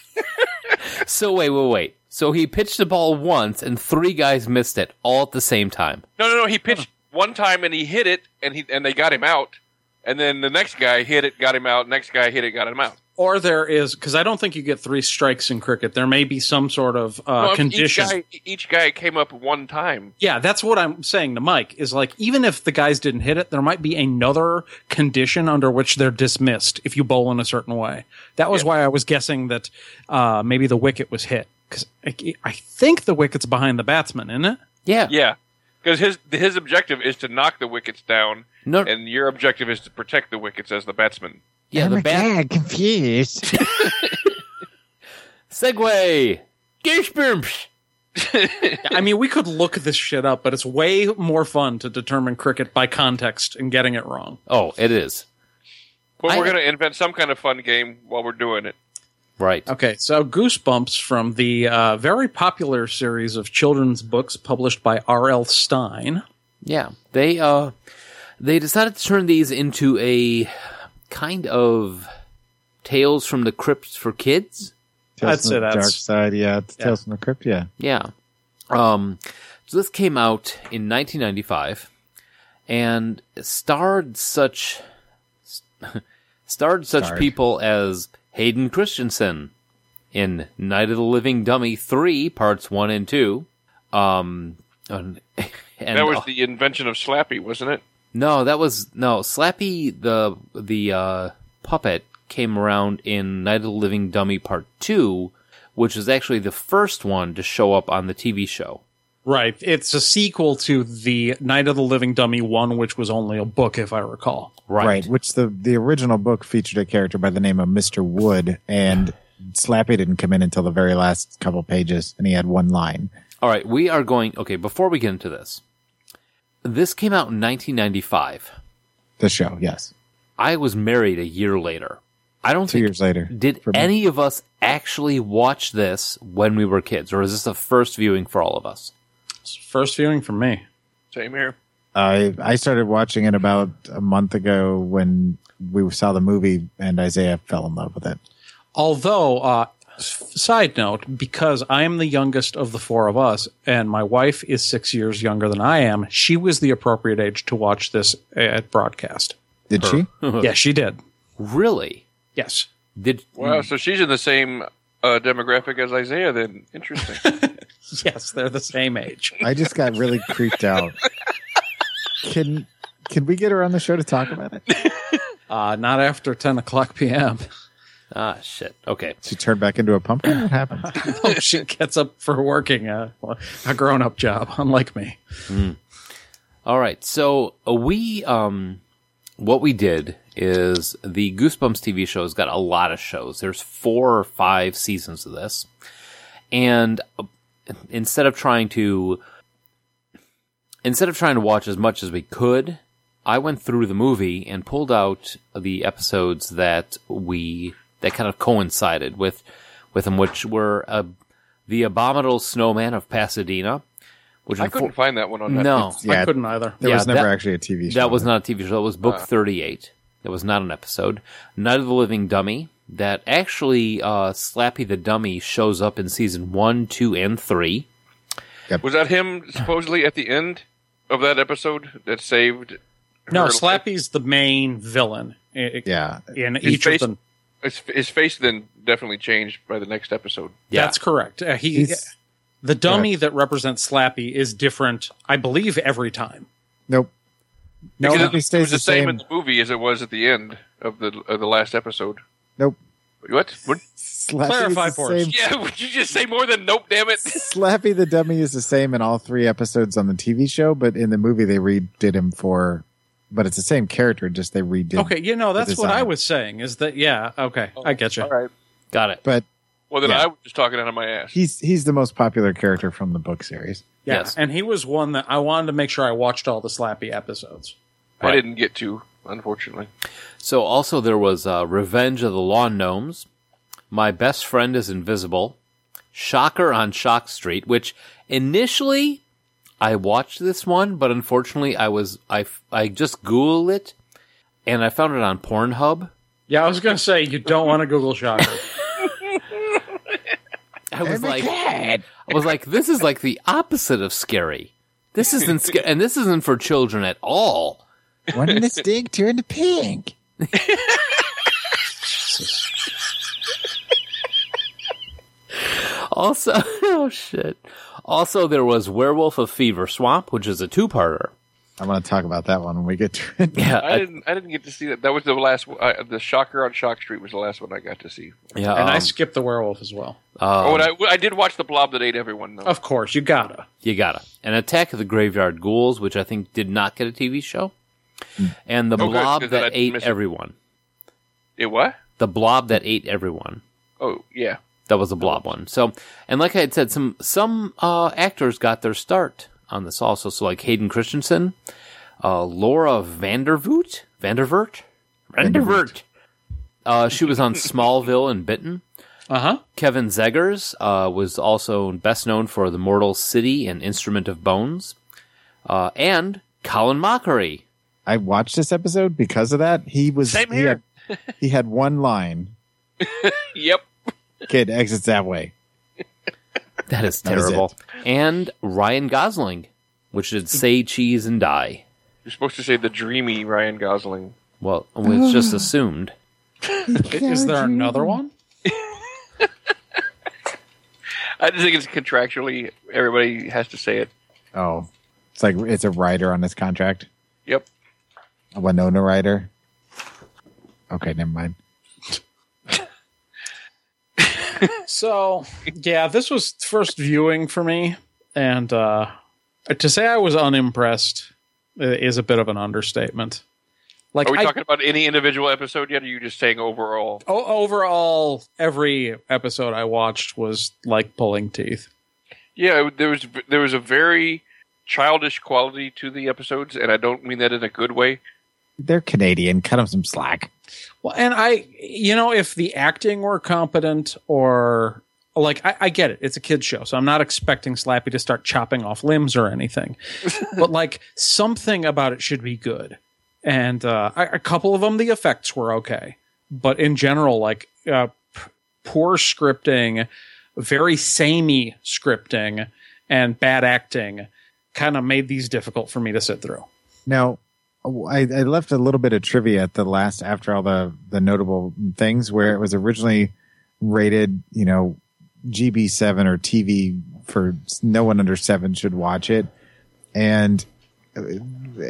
[SPEAKER 2] So wait, wait, wait. So he pitched the ball once, and three guys missed it all at the same time.
[SPEAKER 3] No, no, no, he pitched one time and he hit it, and he and they got him out. And then the next guy hit it, got him out. Next guy hit it, got him out.
[SPEAKER 5] or there is because I don't think you get three strikes in cricket. There may be some sort of uh,
[SPEAKER 3] Well, if
[SPEAKER 5] condition.
[SPEAKER 3] Each guy, each guy came up one time.
[SPEAKER 5] Yeah, that's what I'm saying to Mike is like even if the guys didn't hit it, there might be another condition under which they're dismissed if you bowl in a certain way. That was why I was guessing that uh, maybe the wicket was hit because I, I think the wicket's behind the batsman, isn't it?
[SPEAKER 2] Yeah.
[SPEAKER 3] Yeah, because his his objective is to knock the wickets down,
[SPEAKER 2] No.
[SPEAKER 3] and your objective is to protect the wickets as the batsman.
[SPEAKER 2] Yeah.
[SPEAKER 9] I'm
[SPEAKER 2] The
[SPEAKER 9] a
[SPEAKER 2] bat.
[SPEAKER 9] guy confused.
[SPEAKER 2] Segway. Gishbimps.
[SPEAKER 5] I mean, we could look this shit up, but it's way more fun to determine cricket by context and getting it wrong.
[SPEAKER 2] Oh, it is
[SPEAKER 3] But
[SPEAKER 2] I-
[SPEAKER 3] we're going to invent some kind of fun game while we're doing it.
[SPEAKER 2] right.
[SPEAKER 5] Okay, so Goosebumps from the uh, very popular series of children's books published by R.L. Stein.
[SPEAKER 2] Yeah, they uh, they decided to turn these into a kind of tales from the crypts for kids.
[SPEAKER 4] Tales
[SPEAKER 5] I'd
[SPEAKER 4] from
[SPEAKER 5] say
[SPEAKER 4] the Dark
[SPEAKER 5] that's-
[SPEAKER 4] side, yeah. it's Tales from the crypt, yeah.
[SPEAKER 2] Yeah. Um, so this came out in 1995 and starred such starred such
[SPEAKER 4] Starred.
[SPEAKER 2] people as Hayden Christensen in Night of the Living Dummy 3 parts 1 and 2. Um and, and-
[SPEAKER 3] that was the invention of Slappy, wasn't it?
[SPEAKER 2] No, that was no, Slappy the the uh puppet came around in Night of the Living Dummy part 2, which was actually the first one to show up on the TV show.
[SPEAKER 5] Right. It's a sequel to the Night of the Living Dummy one, which was only a book, if I recall.
[SPEAKER 2] Right.
[SPEAKER 4] Which the, the original book featured a character by the name of Mr. Wood, and Slappy didn't come in until the very last couple pages, and he had one line.
[SPEAKER 2] All right, we are going. Okay, before we get into this, this came out in 1995.
[SPEAKER 4] The show, yes.
[SPEAKER 2] I was married a year later. I don't
[SPEAKER 4] Two
[SPEAKER 2] think
[SPEAKER 4] years later.
[SPEAKER 2] did
[SPEAKER 4] for me.
[SPEAKER 2] any of us actually watch this when we were kids, or is this the first viewing for all of us?
[SPEAKER 5] It's the first viewing for me.
[SPEAKER 3] Same here.
[SPEAKER 4] I I started watching it about a month ago when we saw the movie, and Isaiah fell in love with it.
[SPEAKER 5] Although, uh, s- side note, because I am the youngest of the four of us, and my wife is six years younger than I am, she was the appropriate age to watch this at broadcast.
[SPEAKER 4] Did she?
[SPEAKER 5] yeah, she did.
[SPEAKER 2] Really?
[SPEAKER 5] Yes.
[SPEAKER 2] Did
[SPEAKER 4] Hmm.
[SPEAKER 3] Wow, so she's in the same uh, demographic as Isaiah. Then interesting.
[SPEAKER 5] Yes, they're the same age.
[SPEAKER 4] I just got really creeped out. Can can we get her on the show to talk about it?
[SPEAKER 5] Uh, not after 10 o'clock p.m.
[SPEAKER 2] ah shit? Okay,
[SPEAKER 4] She turned back into a pumpkin. What happened?
[SPEAKER 5] Oh, she gets up for working a, a grown up job, unlike me.
[SPEAKER 2] all right. So uh, we um, what we did is the Goosebumps TV show has got a lot of shows. There's four or five seasons of this, and uh, instead of trying to instead of trying to watch as much as we could, I went through the movie and pulled out the episodes that we that kind of coincided with with them, which were uh, the Abominable Snowman of Pasadena, which
[SPEAKER 3] I
[SPEAKER 2] unfor-
[SPEAKER 3] couldn't find that one on
[SPEAKER 2] no
[SPEAKER 3] Netflix.
[SPEAKER 5] I
[SPEAKER 4] Yeah,
[SPEAKER 5] couldn't either.
[SPEAKER 4] there
[SPEAKER 2] yeah,
[SPEAKER 4] was never
[SPEAKER 2] that-
[SPEAKER 4] actually a TV show.
[SPEAKER 2] that was not a TV show. That was book 38. That was not an episode. Night of the Living Dummy. That actually, uh, Slappy the Dummy shows up in season one, two, and three.
[SPEAKER 3] Was that him supposedly at the end of that episode that saved?
[SPEAKER 5] No,
[SPEAKER 3] her life?
[SPEAKER 5] Slappy's the main villain. i-
[SPEAKER 4] Yeah,
[SPEAKER 5] In
[SPEAKER 3] His
[SPEAKER 5] each
[SPEAKER 3] face-
[SPEAKER 5] of them.
[SPEAKER 3] His, his face then definitely changed by the next episode.
[SPEAKER 5] That's correct. Uh, he,
[SPEAKER 4] He's-
[SPEAKER 5] the dummy that represents Slappy is different, I believe, every time.
[SPEAKER 4] nope. No,
[SPEAKER 3] Because
[SPEAKER 4] he
[SPEAKER 3] it, it
[SPEAKER 4] stays
[SPEAKER 3] was
[SPEAKER 4] the
[SPEAKER 3] the same,
[SPEAKER 4] same.
[SPEAKER 3] in the movie as it was at the end of the of the last episode.
[SPEAKER 4] Nope.
[SPEAKER 3] What? what?
[SPEAKER 4] Slappy is
[SPEAKER 5] Clarify
[SPEAKER 4] the
[SPEAKER 5] for us.
[SPEAKER 4] same-
[SPEAKER 3] Yeah, would you just say more than nope? Damn it!
[SPEAKER 4] Slappy the Dummy is the same in all three episodes on the TV show, but in the movie they redid him for. But it's the same character, just they redid.
[SPEAKER 5] Okay, you know, that's what
[SPEAKER 4] design.
[SPEAKER 5] I was saying is that, yeah, okay, I get you.
[SPEAKER 3] All right.
[SPEAKER 2] Got it.
[SPEAKER 4] But
[SPEAKER 3] Well, then
[SPEAKER 4] Yeah.
[SPEAKER 3] I was just talking out of my ass.
[SPEAKER 4] He's he's the most popular character from the book series.
[SPEAKER 5] Yeah,
[SPEAKER 2] Yes.
[SPEAKER 5] and he was one that I wanted to make sure I watched all the Slappy episodes.
[SPEAKER 3] I
[SPEAKER 2] Right.
[SPEAKER 3] didn't get to, unfortunately.
[SPEAKER 2] So also there was uh, Revenge of the Lawn Gnomes, My Best Friend is Invisible, Shocker on Shock Street, which initially I watched this one, but unfortunately I was I f- I just Googled it and I found it on Pornhub.
[SPEAKER 5] Yeah, I was going to say you don't want to Google Shocker.
[SPEAKER 2] I was like
[SPEAKER 9] Cat.
[SPEAKER 2] I was like this is like the opposite of scary. This isn't sc- and this isn't for children at all.
[SPEAKER 4] One mistake turned pink.
[SPEAKER 2] Also, oh shit. Also there was Werewolf of Fever Swamp, which is a two-parter.
[SPEAKER 4] I want to talk about that one when we get to it.
[SPEAKER 2] Yeah,
[SPEAKER 3] I didn't. I didn't get to see that. That was the last. one- I, the Shocker on Shock Street was the last one I got to see.
[SPEAKER 2] yeah,
[SPEAKER 5] and I
[SPEAKER 2] um,
[SPEAKER 5] skipped the werewolf as well.
[SPEAKER 3] oh, and I, I did watch the Blob that ate everyone. Though.
[SPEAKER 5] Of course, you gotta.
[SPEAKER 2] You gotta. An Attack of the Graveyard Ghouls, which I think did not get a TV show. And The
[SPEAKER 3] Oh, good,
[SPEAKER 2] Blob
[SPEAKER 3] 'cause then
[SPEAKER 2] That
[SPEAKER 3] I'd
[SPEAKER 2] Ate
[SPEAKER 3] miss it.
[SPEAKER 2] Everyone.
[SPEAKER 3] It what?
[SPEAKER 2] The Blob That Ate Everyone.
[SPEAKER 3] Oh yeah.
[SPEAKER 2] That was the Blob one. So, and like I had said, some, some, uh, actors got their start on this also. So like Hayden Christensen, uh, Laura Vandervoot, Vandervert, Vandervert. Uh, she was on Smallville and Bitten.
[SPEAKER 5] Uh huh.
[SPEAKER 2] Kevin Zegers uh, was also best known for The Mortal City and Instrument of Bones, uh, and Colin Mockery.
[SPEAKER 4] I watched this episode because of that. He was
[SPEAKER 3] Same
[SPEAKER 4] He had, he had one line.
[SPEAKER 3] Yep.
[SPEAKER 4] Kid exits that way.
[SPEAKER 2] That is
[SPEAKER 4] That is
[SPEAKER 2] terrible. and Ryan Gosling, which did Say Cheese and Die.
[SPEAKER 3] You're supposed to say the dreamy Ryan Gosling.
[SPEAKER 2] Well, it's just assumed.
[SPEAKER 5] Is there another one?
[SPEAKER 3] I just think it's contractually everybody has to say it.
[SPEAKER 4] Oh, it's like it's a writer on this contract.
[SPEAKER 3] Yep.
[SPEAKER 4] A Winona writer. Okay, never mind.
[SPEAKER 5] So, yeah, this was first viewing for me, and uh, to say I was unimpressed i- is a bit of an understatement. Like,
[SPEAKER 3] Are we
[SPEAKER 5] I,
[SPEAKER 3] talking about any individual episode yet? Or are you just saying overall?
[SPEAKER 5] o- overall, every episode I watched was like pulling teeth.
[SPEAKER 3] Yeah, it- there was there was a very childish quality to the episodes, and I don't mean that in a good way.
[SPEAKER 4] They're Canadian. Cut them some slack.
[SPEAKER 5] Well, and I, you know, if the acting were competent or like, I, I get it, it's a kid's show, so I'm not expecting Slappy to start chopping off limbs or anything, but like something about it should be good. And uh, I, a couple of them, the effects were okay, but in general, like uh, p- poor scripting, very samey scripting, and bad acting kind of made these difficult for me to sit through.
[SPEAKER 4] Now, I, I left a little bit of trivia at the last after all the the notable things where it was originally rated, you know, GB7 or TV for no one under 7 should watch it. And uh,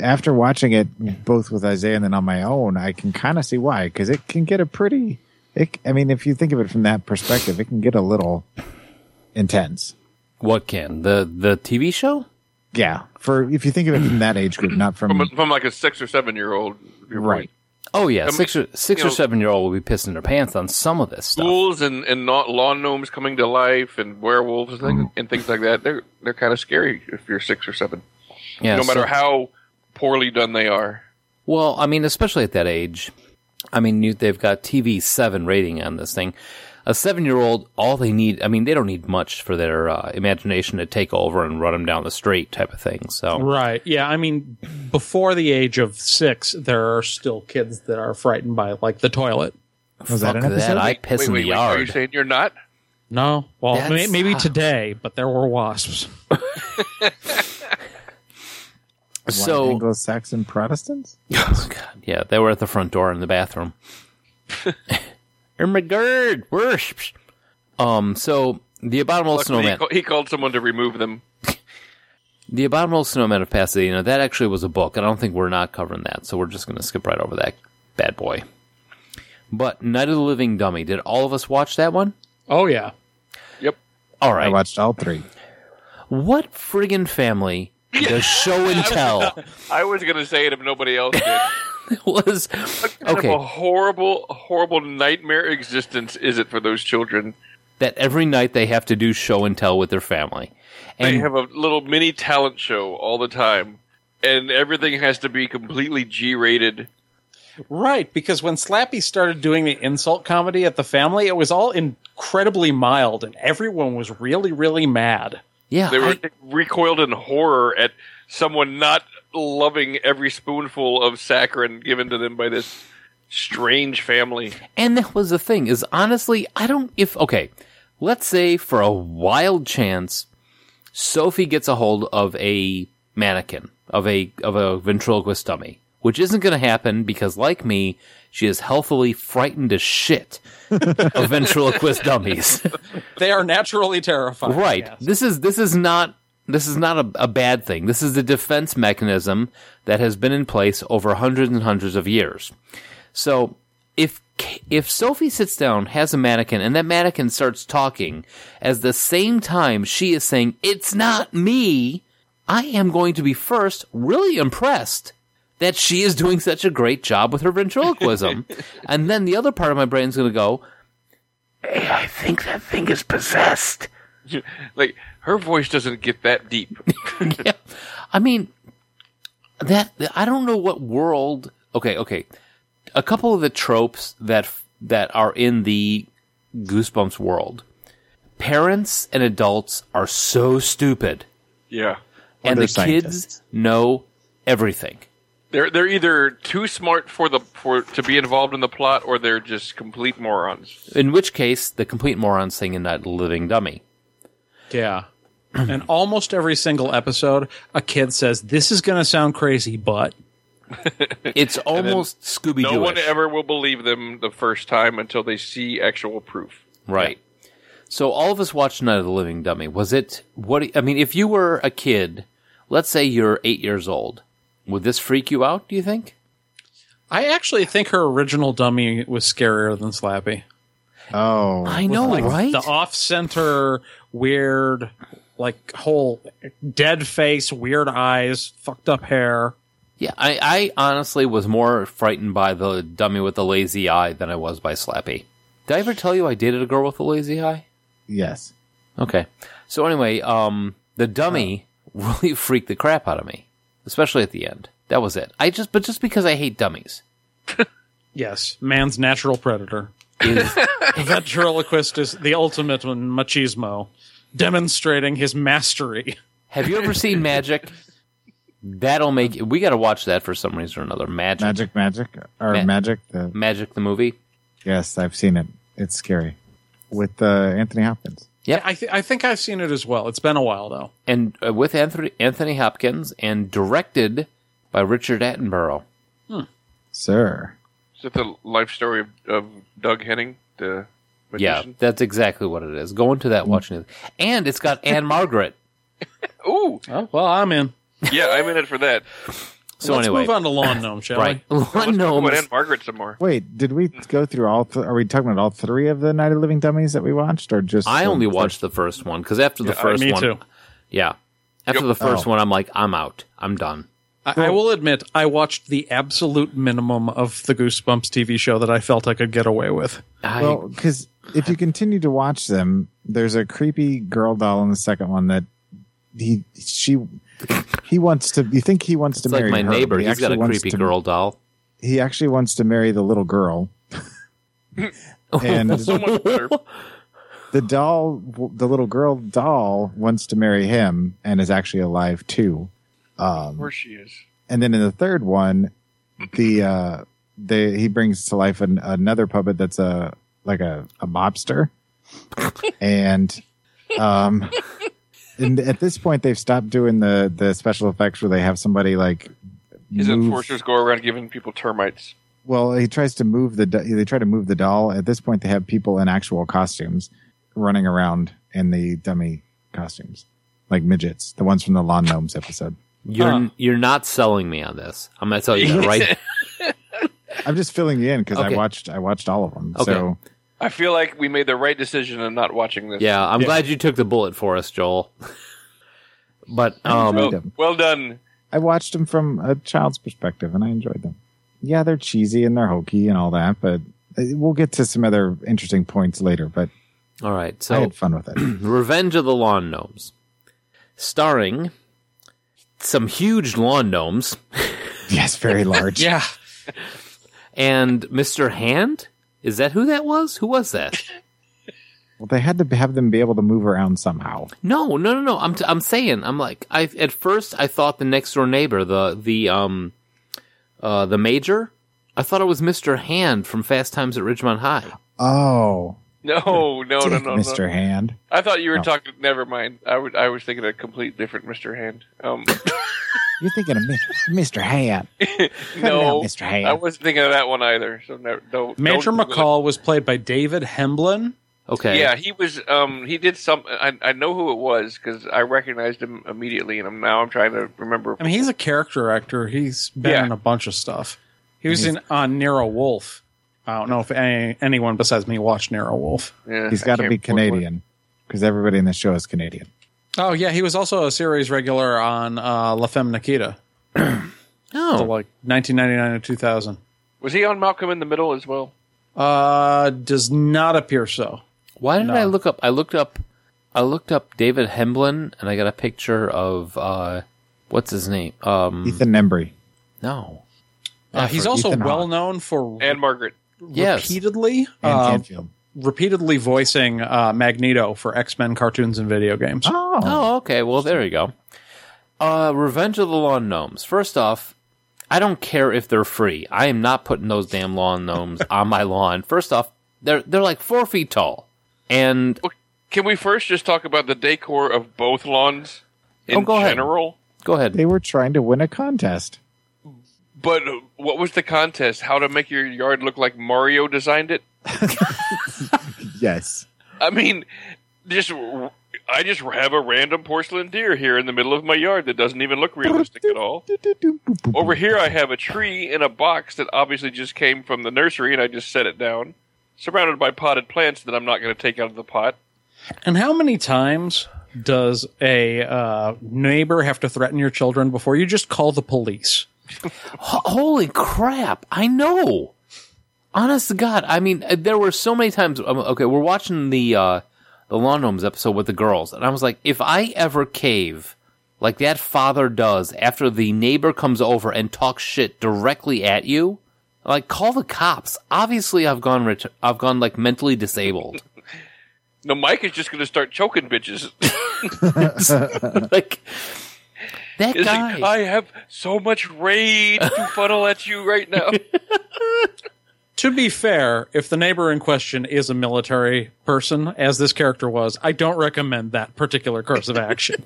[SPEAKER 4] after watching it both with Isaiah and then on my own, I can kind of see why cuz it can get a pretty it, I mean if you think of it from that perspective, it can get a little intense.
[SPEAKER 2] What can the the TV show?
[SPEAKER 4] Yeah, for if you think of it from that age group, not
[SPEAKER 3] From,
[SPEAKER 2] Mm.
[SPEAKER 4] from
[SPEAKER 3] from like a six or seven year old,
[SPEAKER 4] right.
[SPEAKER 2] Oh yeah,
[SPEAKER 3] mean,
[SPEAKER 2] six or six
[SPEAKER 3] Um, you
[SPEAKER 2] or
[SPEAKER 3] know-
[SPEAKER 2] seven year old will be pissing their pants on some of this stuff.
[SPEAKER 3] ghouls and and not lawn gnomes coming to life and werewolves and
[SPEAKER 2] Mm.
[SPEAKER 3] things, and things like that. They're they're kind of scary if you're six or seven,
[SPEAKER 2] yeah,
[SPEAKER 3] no matter
[SPEAKER 2] so-
[SPEAKER 3] how poorly done they are.
[SPEAKER 2] Well, I mean, especially at that age. I mean, you, they've got TV seven rating on this thing. A seven year old, all they need, I mean, they don't need much for their uh, imagination to take over and run them down the street type of thing. So,
[SPEAKER 5] Right. Yeah. I mean, before the age of six, there are still kids that are frightened by like the toilet.
[SPEAKER 4] Was that
[SPEAKER 2] fuck
[SPEAKER 4] an episode?
[SPEAKER 2] I piss in the
[SPEAKER 3] are you
[SPEAKER 2] yard.
[SPEAKER 3] saying you're not?
[SPEAKER 5] No. Well, may-
[SPEAKER 2] That's-
[SPEAKER 5] maybe today, but there were wasps.
[SPEAKER 4] White
[SPEAKER 2] so,
[SPEAKER 4] Anglo-Saxon Protestants?
[SPEAKER 2] God, yeah, they were at the front door in the bathroom. oh my god, worships. Um, so the abominable
[SPEAKER 3] Luckily, he,
[SPEAKER 2] snowman.
[SPEAKER 3] ca- he called someone to remove them.
[SPEAKER 2] The Abominable Snowman of Pasadena, that actually was a book. and I don't think we're not covering that, so we're just going to skip right over that bad boy. But Night of the Living Dummy, did all of us watch that one?
[SPEAKER 5] Oh yeah.
[SPEAKER 3] Yep.
[SPEAKER 2] All
[SPEAKER 4] I
[SPEAKER 2] right.
[SPEAKER 4] watched all three.
[SPEAKER 2] what friggin' family does show and tell
[SPEAKER 3] I was gonna say it if nobody else did.
[SPEAKER 2] was.
[SPEAKER 3] Kind of a
[SPEAKER 2] Okay.
[SPEAKER 3] horrible, horrible nightmare existence is it for those children?
[SPEAKER 2] that every night they have to do show and tell with their family. And
[SPEAKER 3] They have a little mini talent show all the time, and everything has to be completely G rated.
[SPEAKER 5] Right, because when Slappy started doing the insult comedy at the family, it was all incredibly mild and everyone was really, really mad.
[SPEAKER 2] yeah,
[SPEAKER 3] They were
[SPEAKER 2] I-
[SPEAKER 3] recoiled in horror at someone not loving every spoonful of saccharin given to them by this strange family.
[SPEAKER 2] And that was the thing is honestly, I don't if okay, let's say for a wild chance, Sophie gets a hold of a mannequin of a of a ventriloquist dummy, which isn't going to happen because, like me, she is healthily frightened as shit of ventriloquist dummies.
[SPEAKER 5] They are naturally terrified.
[SPEAKER 2] right?
[SPEAKER 5] yes.
[SPEAKER 2] This is this is not. This is not a, a bad thing. This is the defense mechanism that has been in place over hundreds and hundreds of years. So if if Sophie sits down, has a mannequin, and that mannequin starts talking, as the same time she is saying, "It's not me," I am going to be first really impressed that she is doing such a great job with her ventriloquism, and then the other part of my brain is going to go, "Hey, I think that thing is possessed."
[SPEAKER 3] Like her voice doesn't get that deep.
[SPEAKER 2] yeah. I mean, that I don't know what world. Okay, okay. A couple of the tropes that that are in the Goosebumps world. Parents and adults are so stupid,
[SPEAKER 3] yeah.
[SPEAKER 2] and
[SPEAKER 4] they're
[SPEAKER 2] the
[SPEAKER 4] scientists.
[SPEAKER 2] kids know everything.
[SPEAKER 3] They're they're either too smart for the for to be involved in the plot or they're just complete morons.
[SPEAKER 2] In which case, the complete morons thing in that living dummy.
[SPEAKER 5] Yeah. and almost every single episode, a kid says, This is going to sound crazy, but.
[SPEAKER 2] It's almost Scooby Doo.
[SPEAKER 3] No one ever will believe them the first time until they see actual proof.
[SPEAKER 2] Right. So all of us watched Night of the Living Dummy. Was it what? I mean, if you were a kid, let's say you're eight years old, would this freak you out? Do you think?
[SPEAKER 5] I actually think her original dummy was scarier than Slappy.
[SPEAKER 4] Oh,
[SPEAKER 2] I know, right?
[SPEAKER 5] The off center, weird, like whole dead face, weird eyes, fucked up hair.
[SPEAKER 2] yeah, I, I honestly was more frightened by the dummy with the lazy eye than I was by Slappy. Did I ever tell you I dated a girl with a lazy eye?
[SPEAKER 4] yes.
[SPEAKER 2] Okay. So anyway, um, the dummy really freaked the crap out of me, especially at the end. That was it. I just, but just because I hate dummies.
[SPEAKER 5] Yes, man's natural predator.
[SPEAKER 2] Is,
[SPEAKER 5] The ventriloquist is the ultimate in machismo, demonstrating his mastery.
[SPEAKER 2] Have you ever seen Magic? That'll make we got to watch that for some reason or another. Magic, Magic,
[SPEAKER 4] Magic, magic, or
[SPEAKER 2] Ma-
[SPEAKER 4] magic. The,
[SPEAKER 2] the movie.
[SPEAKER 4] yes, I've seen it. It's scary with uh, Anthony Hopkins.
[SPEAKER 5] I, th- I think I've seen it as well. It's been a while though.
[SPEAKER 2] and uh, with Anthony Anthony Hopkins and directed by Richard Attenborough.
[SPEAKER 4] Sir,
[SPEAKER 3] Is it the life story of, of Doug Henning, the magician?
[SPEAKER 2] Yeah, that's exactly what it is. Go into that watching it, and it's got Anne Margaret.
[SPEAKER 3] Ooh,
[SPEAKER 5] Oh well, I'm in.
[SPEAKER 3] yeah, I'm in it for that.
[SPEAKER 2] So
[SPEAKER 5] Let's
[SPEAKER 2] anyway,
[SPEAKER 5] move on to Lawn Gnome, shall
[SPEAKER 2] right? Lawn
[SPEAKER 3] Oh,
[SPEAKER 2] Gnomes.
[SPEAKER 3] and Margaret some more.
[SPEAKER 4] wait, did we go through all? Th- are we talking about all three of the Night of the Living Dummies that we watched, or just?
[SPEAKER 2] I
[SPEAKER 4] the
[SPEAKER 2] only
[SPEAKER 4] first-
[SPEAKER 2] watched the first one because after the first
[SPEAKER 5] me
[SPEAKER 2] one,
[SPEAKER 5] too.
[SPEAKER 2] yeah, after the first one, I'm like, I'm out. I'm done.
[SPEAKER 5] we? I, I will admit, I watched the absolute minimum of the Goosebumps TV show that I felt I could get away with.
[SPEAKER 2] I,
[SPEAKER 4] Well, because if you continue to watch them, there's a creepy girl doll in the second one that he she he wants to. You think he wants to
[SPEAKER 2] it's like
[SPEAKER 4] marry
[SPEAKER 2] my
[SPEAKER 4] her,
[SPEAKER 2] neighbor.
[SPEAKER 4] but he
[SPEAKER 2] He's got
[SPEAKER 4] actually
[SPEAKER 2] a
[SPEAKER 4] wants
[SPEAKER 2] creepy
[SPEAKER 4] to-
[SPEAKER 2] girl doll.
[SPEAKER 4] He actually wants to marry the little girl.
[SPEAKER 2] Oh.
[SPEAKER 4] and
[SPEAKER 3] So much better.
[SPEAKER 4] the doll, the little girl doll, wants to marry him and is actually alive too. Um,
[SPEAKER 3] Of course she is.
[SPEAKER 4] and then in the third one, the uh, the he brings to life an, another puppet that's a like a, a mobster, and um, and at this point they've stopped doing the the special effects where they have somebody like
[SPEAKER 3] His
[SPEAKER 4] move-
[SPEAKER 3] enforcers go around giving people termites.
[SPEAKER 4] Well, he tries to move the do- they try to move the doll. At this point, they have people in actual costumes running around in the dummy costumes, like midgets, the ones from the lawn gnomes episode.
[SPEAKER 2] You're you're not selling me on this. I'm gonna tell you that right
[SPEAKER 4] I'm just filling you in because
[SPEAKER 2] Okay.
[SPEAKER 4] I watched I watched all of them.
[SPEAKER 2] Okay.
[SPEAKER 4] So.
[SPEAKER 3] I feel like we made the right decision in not watching this.
[SPEAKER 2] Yeah, I'm glad you took the bullet for us, Joel. but um,
[SPEAKER 3] Well, well done.
[SPEAKER 4] I watched them from a child's perspective and I enjoyed them. Yeah, they're cheesy and they're hokey and all that, but uh, we'll get to some other interesting points later. But
[SPEAKER 2] All right.
[SPEAKER 4] I
[SPEAKER 2] So
[SPEAKER 4] had fun with it.
[SPEAKER 2] Revenge of the Lawn Gnomes, starring some huge lawn gnomes
[SPEAKER 4] yes, very large.
[SPEAKER 5] Yeah.
[SPEAKER 2] and Mr. Hand. Is that who that was? Who was that?
[SPEAKER 4] Well, they had to have them be able to move around somehow.
[SPEAKER 2] No, no, no, no. I'm t- I'm saying I'm like I at first I thought the next door neighbor, the the um uh the major, I thought it was Mr. Hand from Fast Times at Ridgemont High.
[SPEAKER 4] Oh,
[SPEAKER 3] No, no, no,
[SPEAKER 4] Dick,
[SPEAKER 3] no,
[SPEAKER 4] Mr.
[SPEAKER 3] no.
[SPEAKER 4] Hand.
[SPEAKER 3] I thought you were
[SPEAKER 4] No.
[SPEAKER 3] talking. Never mind. I would. I was thinking a complete different Mr. Hand. Um,
[SPEAKER 4] You're thinking of Mi- Mr. Hand. Cut it out,
[SPEAKER 3] no,
[SPEAKER 4] Mr. Hand.
[SPEAKER 3] I wasn't thinking of that one either. So no, don't.
[SPEAKER 5] Major
[SPEAKER 3] don't Google it.
[SPEAKER 5] McCall was played by David Hemblin.
[SPEAKER 2] Okay.
[SPEAKER 3] Yeah, he was. Um, he did some. I, I know who it was because I recognized him immediately, and I'm, now I'm trying to remember.
[SPEAKER 5] I mean, he's a character actor. He's been
[SPEAKER 3] Yeah.
[SPEAKER 5] in a bunch of stuff. He was in on Nero Wolf. I don't know if any, anyone besides me watched Nero Wolf.
[SPEAKER 3] Yeah,
[SPEAKER 4] He's
[SPEAKER 3] I
[SPEAKER 4] got to
[SPEAKER 3] can't
[SPEAKER 4] be
[SPEAKER 3] remember what-
[SPEAKER 4] Canadian because everybody in the show is Canadian.
[SPEAKER 5] Oh yeah, he was also a series regular on uh, La Femme Nikita,
[SPEAKER 2] Oh.
[SPEAKER 5] so, like 1999 to 2000.
[SPEAKER 3] Was he on Malcolm in the Middle as well?
[SPEAKER 5] Uh, does not appear so.
[SPEAKER 2] Why did
[SPEAKER 5] No.
[SPEAKER 2] I look up? I looked up, I looked up David Hemblin, and I got a picture of uh, what's his name? Um,
[SPEAKER 4] Ethan Embry.
[SPEAKER 2] no,
[SPEAKER 5] Uh, he's
[SPEAKER 4] for
[SPEAKER 5] also
[SPEAKER 4] Ethan
[SPEAKER 5] well
[SPEAKER 4] Hawke.
[SPEAKER 5] known for
[SPEAKER 3] And Margaret.
[SPEAKER 2] yes,
[SPEAKER 5] repeatedly
[SPEAKER 4] And
[SPEAKER 2] Um,
[SPEAKER 5] uh,
[SPEAKER 4] Canfield.
[SPEAKER 5] repeatedly voicing uh, Magneto for X Men cartoons and video games.
[SPEAKER 4] Oh,
[SPEAKER 2] Oh, okay. Well, there you go. Uh, Revenge of the Lawn Gnomes. First off, I don't care if they're free. I am not putting those damn lawn gnomes on my lawn. First off, they're they're like four feet tall, and
[SPEAKER 3] Can we first just talk about the decor of both lawns in
[SPEAKER 2] Oh, go ahead.
[SPEAKER 3] general?
[SPEAKER 2] go ahead.
[SPEAKER 4] they were trying to win a contest.
[SPEAKER 3] But uh, what was the contest? How to make your yard look like Mario designed it?
[SPEAKER 4] Yes.
[SPEAKER 3] I mean, just r- I just have a random porcelain deer here in the middle of my yard that doesn't even look realistic at all. Over here, I have a tree in a box that obviously just came from the nursery, and I just set it down, surrounded by potted plants that I'm not going to take out of the pot.
[SPEAKER 5] And how many times does a uh, neighbor have to threaten your children before you just call the police?
[SPEAKER 2] Ho- holy crap! I know. Honest to God, I mean, uh, there were so many times. um, Okay, we're watching the uh, the Lawn Gnomes episode with the girls, and I was like, if I ever cave like that father does after the neighbor comes over and talks shit directly at you, like call the cops. Obviously, I've gone ret- I've gone like mentally disabled.
[SPEAKER 3] No, Mike is just going to start choking bitches.
[SPEAKER 2] like that
[SPEAKER 3] It's
[SPEAKER 2] guy.
[SPEAKER 3] like, I have so much rage to funnel at you right now.
[SPEAKER 5] To be fair, if the neighbor in question is a military person, as this character was, I don't recommend that particular course of action.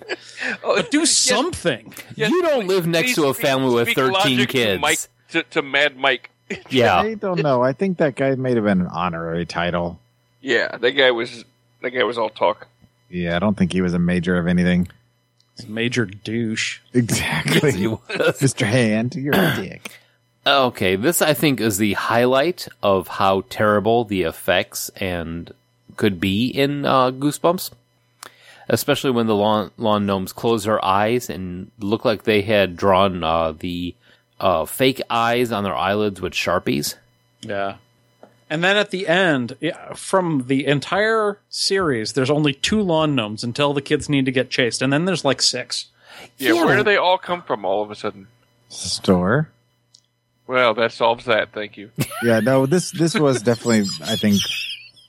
[SPEAKER 3] Oh,
[SPEAKER 5] Do something.
[SPEAKER 2] you don't live next to a family with
[SPEAKER 3] speak
[SPEAKER 2] thirteen
[SPEAKER 3] logic
[SPEAKER 2] kids.
[SPEAKER 3] To, Mike, to, to Mad Mike.
[SPEAKER 2] Yeah,
[SPEAKER 4] I don't know. I think that guy might have been an honorary title.
[SPEAKER 3] Yeah, that guy was that guy was all talk.
[SPEAKER 4] Yeah, I don't think he was a major of anything.
[SPEAKER 5] Major douche.
[SPEAKER 4] Exactly.
[SPEAKER 2] he was.
[SPEAKER 4] Mr. Hand, you're a dick.
[SPEAKER 2] Okay, this I think is the highlight of how terrible the effects and could be in uh, Goosebumps, especially when the lawn, lawn gnomes close their eyes and look like they had drawn uh, the uh, fake eyes on their eyelids with sharpies.
[SPEAKER 5] Yeah. And then at the end, yeah, from the entire series, there's only two lawn gnomes until the kids need to get chased. And then there's like six.
[SPEAKER 3] Yeah,
[SPEAKER 2] Yeah.
[SPEAKER 3] where do they all come from all of a sudden?
[SPEAKER 4] Store.
[SPEAKER 3] Well, that solves that. Thank you.
[SPEAKER 4] Yeah, no, this this was definitely I think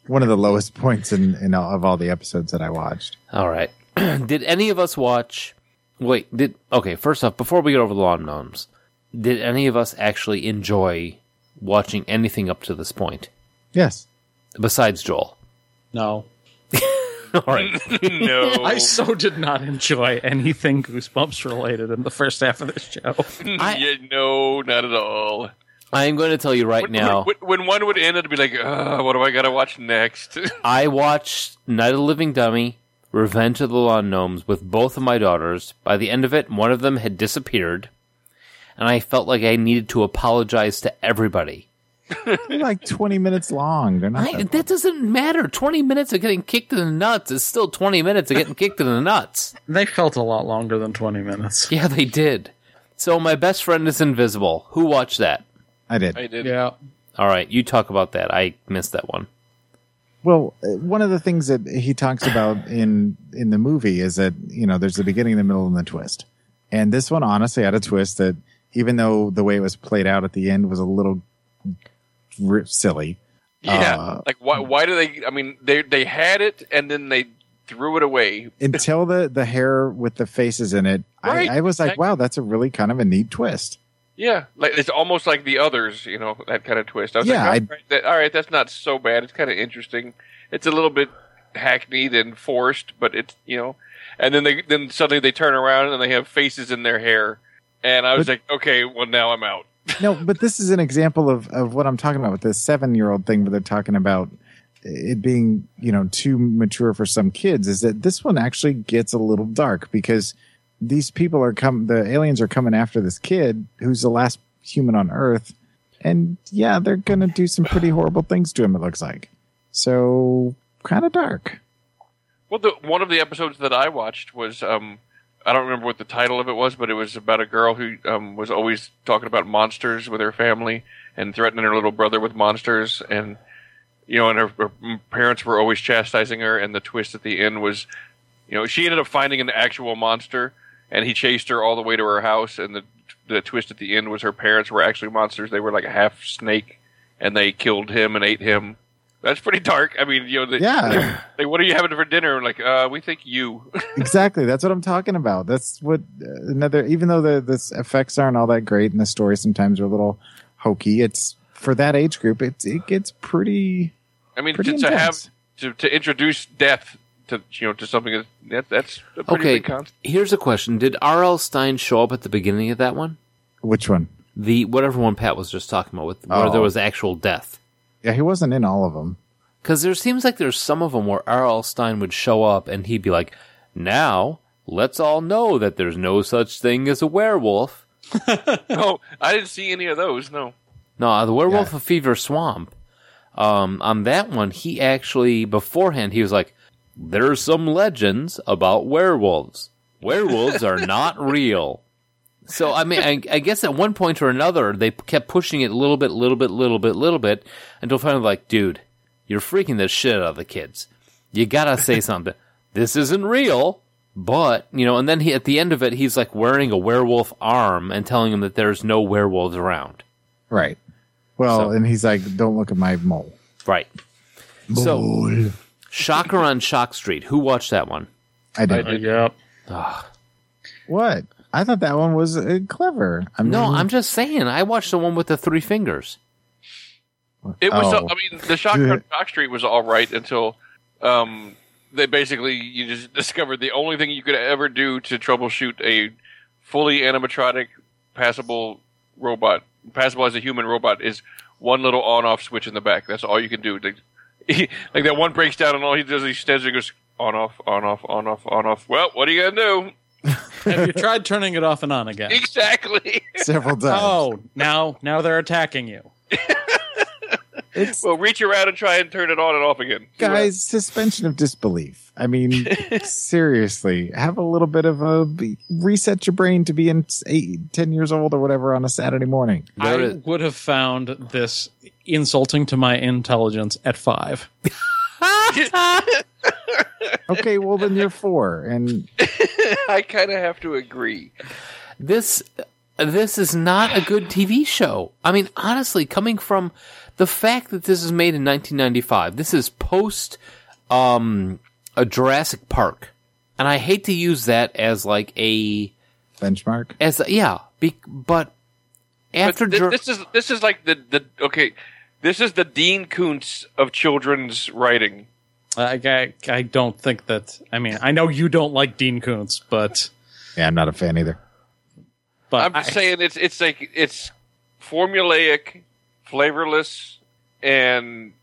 [SPEAKER 4] one of the lowest points in, in all, of all the episodes that I watched.
[SPEAKER 2] All right, did any of us watch? Wait, did okay? First off, before we get over the lawn gnomes, did any of us actually enjoy watching anything up to this point
[SPEAKER 4] Yes.
[SPEAKER 2] besides Joel?
[SPEAKER 5] No.
[SPEAKER 2] All right.
[SPEAKER 3] no,
[SPEAKER 5] I so did not enjoy anything Goosebumps related in the first half of this show.
[SPEAKER 2] I-
[SPEAKER 3] Yeah, no, not at all.
[SPEAKER 2] I am going to tell you right
[SPEAKER 3] When,
[SPEAKER 2] now.
[SPEAKER 3] when, when one would end, it'd be like, "Ugh, what do I gotta watch next?
[SPEAKER 2] I watched Night of the Living Dummy, Revenge of the Lawn Gnomes with both of my daughters. By the end of it, one of them had disappeared, and I felt like I needed to apologize to everybody.
[SPEAKER 4] They're like twenty minutes long. They're not
[SPEAKER 2] I,
[SPEAKER 4] that-
[SPEAKER 2] that doesn't matter. Twenty minutes of getting kicked in the nuts is still twenty minutes of getting kicked in the nuts.
[SPEAKER 5] They felt a lot longer than 20 minutes.
[SPEAKER 2] Yeah, they did. So my best friend is invisible. Who watched that?
[SPEAKER 4] I did.
[SPEAKER 3] I did.
[SPEAKER 5] Yeah.
[SPEAKER 2] All right, you talk about that. I missed that one.
[SPEAKER 4] Well, uh, one of the things that he talks about in in the movie is that you know there's the beginning, the middle, and the twist. And this one honestly had a twist that, even though the way it was played out at the end was a little r- silly,
[SPEAKER 3] Yeah.
[SPEAKER 4] Uh,
[SPEAKER 3] like why? Why do they? I mean, they they had it and then they threw it away.
[SPEAKER 4] until the the hair with the faces in it,
[SPEAKER 3] Right.
[SPEAKER 4] I, I was like,
[SPEAKER 3] Like-
[SPEAKER 4] wow, that's a really kind of a neat twist.
[SPEAKER 3] Yeah, like it's almost like the others. You know that kind of twist. I was like,
[SPEAKER 4] Yeah,
[SPEAKER 3] all
[SPEAKER 4] I-
[SPEAKER 3] right, that, all right, that's not so bad. It's kind of interesting. It's a little bit hackneyed and forced, but it's you know. And then they then suddenly they turn around and they have faces in their hair, and I was like, okay, well now I'm out.
[SPEAKER 4] no, but this is an example of, of what I'm talking about with the seven year old thing where they're talking about it being, you know, too mature for some kids is that this one actually gets a little dark because these people are come the aliens are coming after this kid who's the last human on Earth. And yeah, they're gonna do some pretty horrible things to him, it looks like. So kinda dark.
[SPEAKER 3] Well, the, one of the episodes that I watched was um, I don't remember what the title of it was, but it was about a girl who um, was always talking about monsters with her family and threatening her little brother with monsters, and you know, and her, her parents were always chastising her. And the twist at the end was, you know, she ended up finding an actual monster, and he chased her all the way to her house. And the the twist at the end was her parents were actually monsters; they were like a half snake, and they killed him and ate him. That's pretty dark. I mean, you know, the,
[SPEAKER 4] Yeah.
[SPEAKER 3] like, what are you having for dinner? I'm like, uh, we think you.
[SPEAKER 4] exactly that's what i'm talking about that's what uh, another even though the this effects aren't all that great and the stories sometimes are a little hokey it's for that age group it, it gets pretty
[SPEAKER 3] I mean,
[SPEAKER 4] pretty
[SPEAKER 3] to, to have
[SPEAKER 4] intense.
[SPEAKER 3] to, to introduce death to you know to something that, that that's a pretty
[SPEAKER 2] Okay,
[SPEAKER 3] big concept.
[SPEAKER 2] here's a question: Did R.L. Stein show up at the beginning of that one?
[SPEAKER 4] which one
[SPEAKER 2] The whatever one Pat was just talking about, with where
[SPEAKER 4] Oh.
[SPEAKER 2] there was actual death.
[SPEAKER 4] yeah he wasn't in all of them
[SPEAKER 2] Because there seems like there's some of them where R.L. Stein would show up and he'd be like, "Now let's all know that there's no such thing as a werewolf."
[SPEAKER 3] No, I didn't see any of those. No,
[SPEAKER 2] No, uh, the werewolf of Fever Swamp. Um, on that one, he actually beforehand he was like, "There's some legends about werewolves. Werewolves are not real." So I mean, I, I guess at one point or another, they kept pushing it a little bit, little bit, little bit, little bit, until finally, like, dude, you're freaking the shit out of the kids. You gotta say something. This isn't real, but you know. And then he, at the end of it, he's like wearing a werewolf arm and telling them that there's no werewolves around.
[SPEAKER 4] right
[SPEAKER 2] So-
[SPEAKER 4] well and he's like don't look at my mole
[SPEAKER 2] Right. So, Shocker on Shock Street. Who watched that one?
[SPEAKER 4] i did
[SPEAKER 3] I did.
[SPEAKER 5] Yep.
[SPEAKER 4] what i thought that one was uh, clever i mean
[SPEAKER 2] No, I'm just saying. I watched the one with the three fingers.
[SPEAKER 3] It was. uh,
[SPEAKER 4] Oh.
[SPEAKER 3] I mean, the shock on Shock Street was all right until um, they basically you just discovered the only thing you could ever do to troubleshoot a fully animatronic passable robot, passable as a human robot, is one little on-off switch in the back. That's all you can do. Like, he, like that one breaks down, and all he does is he stands there and goes on off, on off, on off, on off. Well, what are you gonna do?
[SPEAKER 5] Have you tried turning it off and on again?
[SPEAKER 3] Exactly.
[SPEAKER 4] several times
[SPEAKER 5] Oh, now now they're attacking you.
[SPEAKER 4] it's
[SPEAKER 3] well, reach around and try and turn it on and off again, See what
[SPEAKER 4] guys suspension of disbelief i mean seriously have a little bit of a be- reset your brain to being eight, 10 years old or whatever on a saturday morning
[SPEAKER 2] There
[SPEAKER 5] I
[SPEAKER 2] it-
[SPEAKER 5] would have found this insulting to my intelligence at five.
[SPEAKER 4] okay well then you're four and
[SPEAKER 3] I kind of have to agree.
[SPEAKER 2] This this is not a good TV show. I mean, honestly, coming from the fact that this is made in 1995, this is post um, a Jurassic Park, and I hate to use that as like a
[SPEAKER 4] benchmark
[SPEAKER 2] as a, yeah, be, but after
[SPEAKER 3] But thi-
[SPEAKER 2] Jur-
[SPEAKER 3] this is this is like the the okay, this is the Dean Koontz of children's writing.
[SPEAKER 5] I, I, I don't think that. I mean, I know you don't like Dean Koontz, but
[SPEAKER 4] yeah i'm not a fan either
[SPEAKER 5] but
[SPEAKER 3] I'm just
[SPEAKER 5] I-
[SPEAKER 3] saying it's it's like it's formulaic, flavorless, and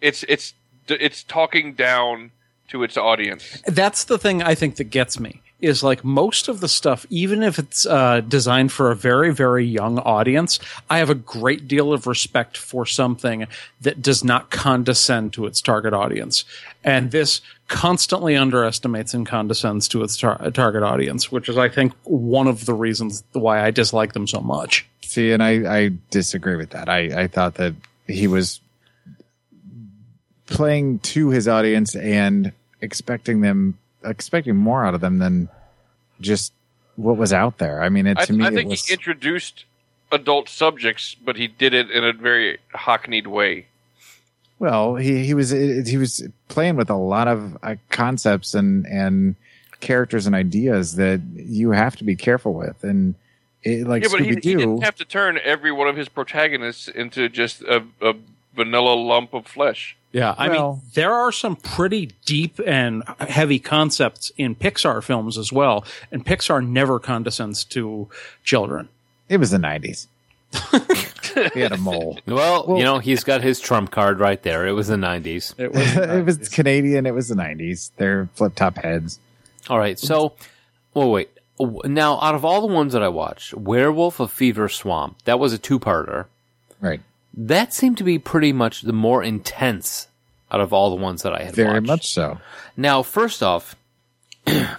[SPEAKER 3] it's it's it's talking down to its audience.
[SPEAKER 5] that's the thing I think that gets me is like most of the stuff, even if it's uh, designed for a very, very young audience, I have a great deal of respect for something that does not condescend to its target audience. And this constantly underestimates and condescends to its tar- target audience, which is, I think, one of the reasons why I dislike them so much.
[SPEAKER 4] see and i i disagree with that i i thought that he was playing to his audience and expecting them expecting more out of them than just what was out there. I mean, it,
[SPEAKER 3] I,
[SPEAKER 4] to me,
[SPEAKER 3] I
[SPEAKER 4] it
[SPEAKER 3] think
[SPEAKER 4] was-
[SPEAKER 3] he introduced adult subjects, but he did it in a very hackneyed way.
[SPEAKER 4] Well, he he was eh, he was playing with a lot of uh, concepts and and characters and ideas that you have to be careful with, and it, like
[SPEAKER 3] yeah, but he,
[SPEAKER 4] Scooby
[SPEAKER 3] he
[SPEAKER 4] Doo.
[SPEAKER 3] didn't have to turn every one of his protagonists into just a, a vanilla lump of flesh.
[SPEAKER 5] Yeah, I mean,
[SPEAKER 4] Well-
[SPEAKER 5] there are some pretty deep and heavy concepts in Pixar films as well, and Pixar never condescends to children.
[SPEAKER 4] It was the nineties. he had a mole.
[SPEAKER 2] Well, you know, he's got his trump card right there. It was the 90s.
[SPEAKER 5] It was,
[SPEAKER 4] it was Canadian. It was the nineties. They're flip top heads.
[SPEAKER 2] All right. So, well, wait. Now, out of all the ones that I watched, Werewolf of Fever Swamp, that was a two parter.
[SPEAKER 4] Right.
[SPEAKER 2] That seemed to be pretty much the more intense out of all the ones that I had
[SPEAKER 4] Very
[SPEAKER 2] watched.
[SPEAKER 4] much so.
[SPEAKER 2] Now, first off,
[SPEAKER 3] I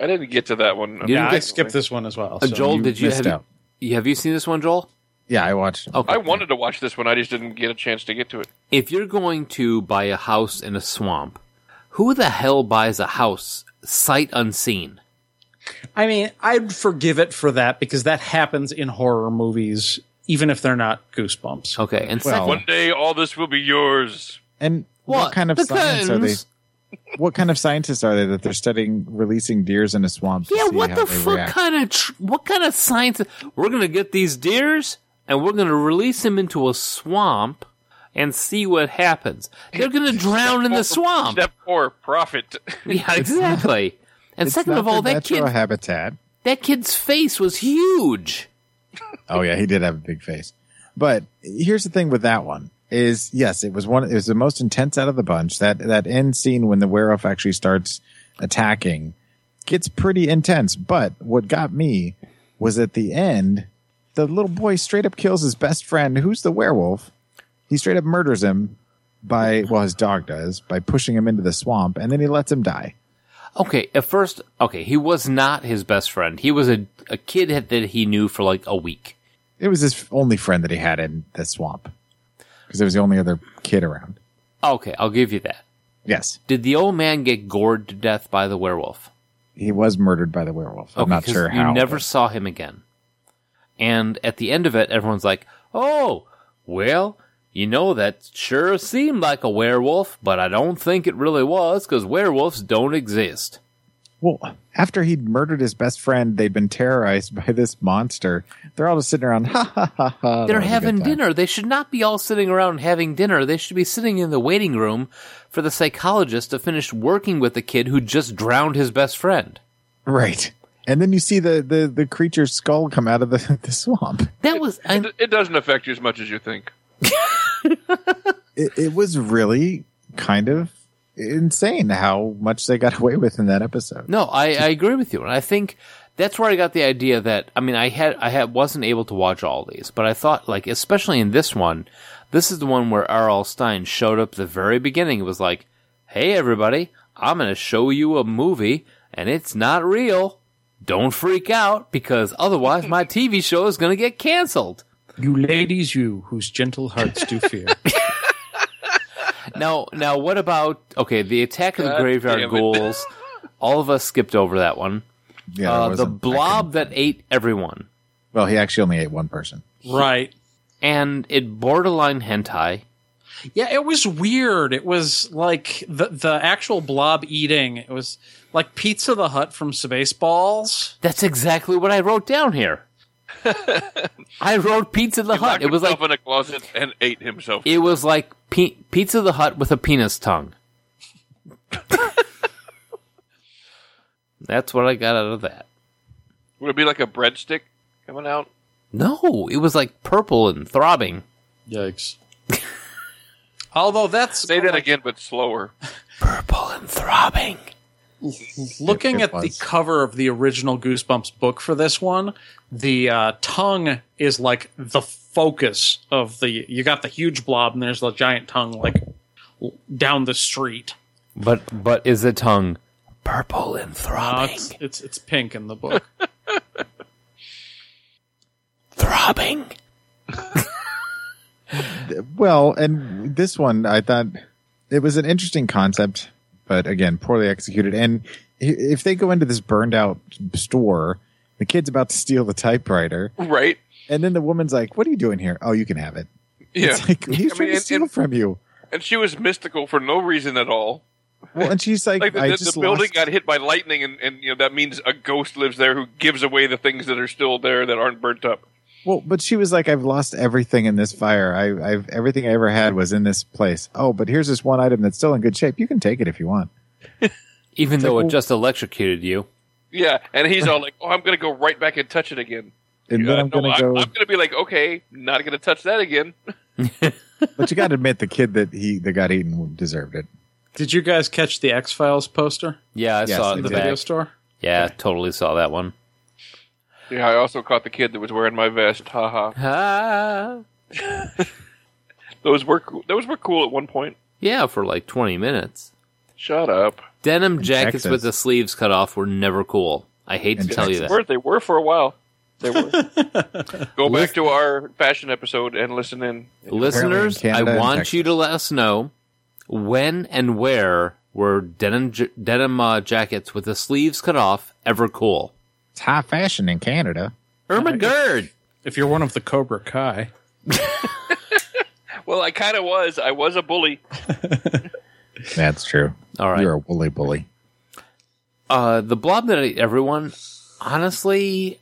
[SPEAKER 3] didn't get to that one.
[SPEAKER 2] You didn't
[SPEAKER 5] yeah, I
[SPEAKER 2] get-
[SPEAKER 5] skipped this one as well.
[SPEAKER 2] uh,
[SPEAKER 5] so-
[SPEAKER 2] Joel,
[SPEAKER 4] you
[SPEAKER 2] did you Oh,
[SPEAKER 4] missed
[SPEAKER 2] have,
[SPEAKER 4] out.
[SPEAKER 2] you have you seen this one, Joel?
[SPEAKER 4] Yeah, I watched. him.
[SPEAKER 2] Okay.
[SPEAKER 3] I wanted to watch this one. I just didn't get a chance to get to it.
[SPEAKER 2] if you're going to buy a house in a swamp, who the hell buys a house sight unseen?
[SPEAKER 5] I mean, I'd forgive it for that because that happens in horror movies, even if they're not goosebumps.
[SPEAKER 2] Okay, and
[SPEAKER 4] Well,
[SPEAKER 2] second,
[SPEAKER 3] One day, all this will be yours.
[SPEAKER 4] And what, kind of science are they?
[SPEAKER 2] depends.
[SPEAKER 4] What kind of scientists are they that they're studying releasing deers in a swamp? to
[SPEAKER 2] Yeah,
[SPEAKER 4] see
[SPEAKER 2] what
[SPEAKER 4] how
[SPEAKER 2] the
[SPEAKER 4] they
[SPEAKER 2] fuck
[SPEAKER 4] react?
[SPEAKER 2] kind of tr- what kind of science? We're gonna get these deers and we're gonna release them into a swamp and see what happens. They're gonna drown in the swamp.
[SPEAKER 3] Step four, profit.
[SPEAKER 2] Yeah, exactly. And
[SPEAKER 4] It's
[SPEAKER 2] second
[SPEAKER 4] not
[SPEAKER 2] of all,
[SPEAKER 4] their
[SPEAKER 2] that
[SPEAKER 4] natural
[SPEAKER 2] kid
[SPEAKER 4] habitat.
[SPEAKER 2] that kid's face was huge.
[SPEAKER 4] Oh yeah, he did have a big face. But here's the thing with that one is yes, it was one it was the most intense out of the bunch. That that end scene when the werewolf actually starts attacking gets pretty intense. But what got me was at the end, the little boy straight up kills his best friend, who's the werewolf. He straight up murders him by well, his dog does, by pushing him into the swamp, and then he lets him die.
[SPEAKER 2] Okay, at first, okay, he was not his best friend. He was a a kid that that he knew for like a week.
[SPEAKER 4] It was his only friend that he had in the swamp. Because it was the only other kid around.
[SPEAKER 2] Okay, I'll give you that.
[SPEAKER 4] Yes.
[SPEAKER 2] Did the old man get gored to death by the werewolf?
[SPEAKER 4] he was murdered by the werewolf. I'm
[SPEAKER 2] Okay,
[SPEAKER 4] not
[SPEAKER 2] 'cause
[SPEAKER 4] sure
[SPEAKER 2] Oh, you
[SPEAKER 4] how.
[SPEAKER 2] never
[SPEAKER 4] but-
[SPEAKER 2] saw him again. And at the end of it, everyone's like, "Oh, well, you know that sure seemed like a werewolf, but I don't think it really was because werewolves don't exist."
[SPEAKER 4] well, after he'd murdered his best friend, they'd been terrorized by this monster. They're all just sitting around. Ha ha ha ha.
[SPEAKER 2] They're
[SPEAKER 4] Oh, That was a good
[SPEAKER 2] having
[SPEAKER 4] time.
[SPEAKER 2] dinner. They should not be all sitting around having dinner. They should be sitting in the waiting room for the psychologist to finish working with the kid who just drowned his best friend.
[SPEAKER 4] right? And then you see the the the creature's skull come out of the, the swamp.
[SPEAKER 2] That was I,
[SPEAKER 3] It, it doesn't affect you as much as you think.
[SPEAKER 4] It, it was really kind of insane how much they got away with in that episode.
[SPEAKER 2] No, I, I agree with you, and I think that's where I got the idea that I mean, I had I had wasn't able to watch all these, but I thought like especially in this one, this is the one where R.L. Stein showed up at the very beginning. It was like, "Hey, everybody, I'm going to show you a movie, and it's not real. Don't freak out because otherwise my TV show is going to get canceled."
[SPEAKER 5] You ladies, you whose gentle hearts do fear.
[SPEAKER 2] Now, now, what about okay? The Attack of the
[SPEAKER 3] God
[SPEAKER 2] Graveyard
[SPEAKER 3] damn it.
[SPEAKER 2] Ghouls. All of us skipped over that one.
[SPEAKER 4] Yeah, there
[SPEAKER 2] Uh,
[SPEAKER 4] was
[SPEAKER 2] the
[SPEAKER 4] a-
[SPEAKER 2] blob that ate everyone.
[SPEAKER 4] Well, he actually only ate one person.
[SPEAKER 5] right.
[SPEAKER 2] and it borderline hentai.
[SPEAKER 5] Yeah, it was weird. It was like the the actual blob eating. It was like Pizza the Hut from Spaceballs.
[SPEAKER 2] That's exactly what I wrote down here. I wrote Pizza the Hut.
[SPEAKER 3] Locked
[SPEAKER 2] It was like
[SPEAKER 3] himself in a closet and ate himself.
[SPEAKER 2] it was like pe- Pizza the Hut with a penis tongue. That's what I got out of that.
[SPEAKER 3] Would it be like a breadstick coming out?
[SPEAKER 2] No, it was like purple and throbbing.
[SPEAKER 5] Yikes. Although that's
[SPEAKER 3] Say that again, but slower.
[SPEAKER 2] Purple and throbbing.
[SPEAKER 5] looking
[SPEAKER 4] It
[SPEAKER 5] at
[SPEAKER 4] was.
[SPEAKER 5] the cover of the original Goosebumps book for this one, the uh, tongue is like the focus of the. You got the huge blob, and there's the giant tongue like l- down the street.
[SPEAKER 2] But but is the tongue purple and
[SPEAKER 5] Uh,
[SPEAKER 2] throbbing?
[SPEAKER 5] it's, it's it's pink in the book.
[SPEAKER 2] throbbing.
[SPEAKER 4] Well, and this one, I thought it was an interesting concept, but again, poorly executed. And i- if they go into this burned out store, the kid's about to steal the typewriter,
[SPEAKER 3] right?
[SPEAKER 4] and then the woman's like, "What are you doing here? Oh, you can have it."
[SPEAKER 3] Yeah.
[SPEAKER 4] It's like he's
[SPEAKER 3] I
[SPEAKER 4] trying
[SPEAKER 3] mean,
[SPEAKER 4] to
[SPEAKER 3] and-
[SPEAKER 4] steal
[SPEAKER 3] and-
[SPEAKER 4] from you.
[SPEAKER 3] and she was mystical for no reason at all.
[SPEAKER 4] Well, and she's like,
[SPEAKER 3] Like the,
[SPEAKER 4] "I
[SPEAKER 3] the,
[SPEAKER 4] just
[SPEAKER 3] the building
[SPEAKER 4] lost-
[SPEAKER 3] got hit by lightning, and, and you know that means a ghost lives there who gives away the things that are still there that aren't burnt up.
[SPEAKER 4] Well, but she was like, "I've lost everything in this fire. I, I've everything I ever had was in this place. Oh, but here's this one item that's still in good shape. You can take it if you want."
[SPEAKER 2] Even though it just electrocuted you.
[SPEAKER 3] Yeah, and he's all like, "Oh, I'm gonna go right back and touch it again."
[SPEAKER 4] And then
[SPEAKER 3] Uh,
[SPEAKER 4] I'm
[SPEAKER 3] no,
[SPEAKER 4] gonna go.
[SPEAKER 3] I'm gonna be like, "Okay, not gonna touch that again."
[SPEAKER 4] but you got to admit, the kid that he that got eaten deserved it.
[SPEAKER 5] Did you guys catch the X Files poster
[SPEAKER 2] Yeah, I
[SPEAKER 4] Yes,
[SPEAKER 2] saw it
[SPEAKER 4] it
[SPEAKER 2] in
[SPEAKER 5] in
[SPEAKER 2] the
[SPEAKER 5] the
[SPEAKER 4] did.
[SPEAKER 2] back.
[SPEAKER 5] video store?
[SPEAKER 2] Yeah, totally saw that one.
[SPEAKER 3] Yeah, I also caught the kid that was wearing my vest. Haha.
[SPEAKER 2] Ah.
[SPEAKER 3] Those were cool. those were cool at one point.
[SPEAKER 2] Yeah, for like 20 minutes.
[SPEAKER 3] Shut up.
[SPEAKER 2] Denim jackets
[SPEAKER 4] Texas.
[SPEAKER 2] with the sleeves cut off were never cool. I hate to
[SPEAKER 4] In
[SPEAKER 2] tell you
[SPEAKER 4] Texas.
[SPEAKER 2] that.
[SPEAKER 3] Were they were for a while? They were. Go back to our fashion episode and listen in.
[SPEAKER 2] Listeners,
[SPEAKER 4] Apparently in
[SPEAKER 2] I
[SPEAKER 4] Canada and
[SPEAKER 2] want
[SPEAKER 4] Texas.
[SPEAKER 2] you to let us know when and where were denim j- denim uh, jackets with the sleeves cut off ever cool?
[SPEAKER 4] It's high fashion in Canada.
[SPEAKER 2] Irma Gerd.
[SPEAKER 5] If you're one of the Cobra Kai,
[SPEAKER 3] Well, I kind of was. I was a bully.
[SPEAKER 4] That's true.
[SPEAKER 2] All right.
[SPEAKER 4] You're a woolly bully.
[SPEAKER 2] Uh, the blob that ate everyone. Honestly,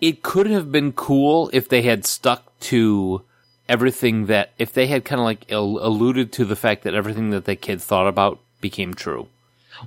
[SPEAKER 2] it could have been cool if they had stuck to everything that if they had kind of like el- alluded to the fact that everything that the kids thought about became true.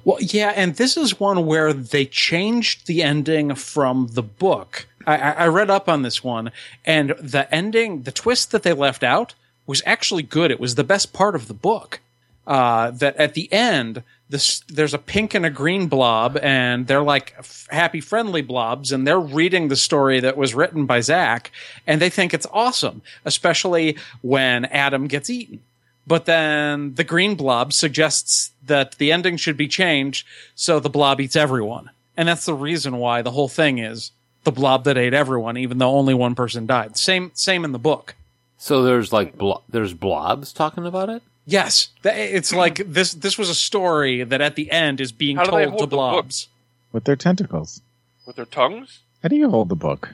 [SPEAKER 5] Well, yeah, and this is one where they changed the ending from the book. I, I, I read up on this one, and the ending, the twist that they left out was actually good. It was the best part of the book. Uh, that at the end, this there's a pink and a green blob, and they're like f- happy, friendly blobs, and they're reading the story that was written by Zach, and they think it's awesome, especially when Adam gets eaten. But then the green blob suggests that the ending should be changed so the blob eats everyone. And that's the reason why the whole thing is the blob that ate everyone, even though only one person died. Same same in the book.
[SPEAKER 2] So there's like blo- there's blobs talking about it.
[SPEAKER 5] Yes. Th- It's like this this was a story that at the end is being
[SPEAKER 3] How do they
[SPEAKER 5] told to
[SPEAKER 3] hold the book?
[SPEAKER 5] blobs.
[SPEAKER 4] With their tentacles.
[SPEAKER 3] With their tongues?
[SPEAKER 4] How do you hold the book?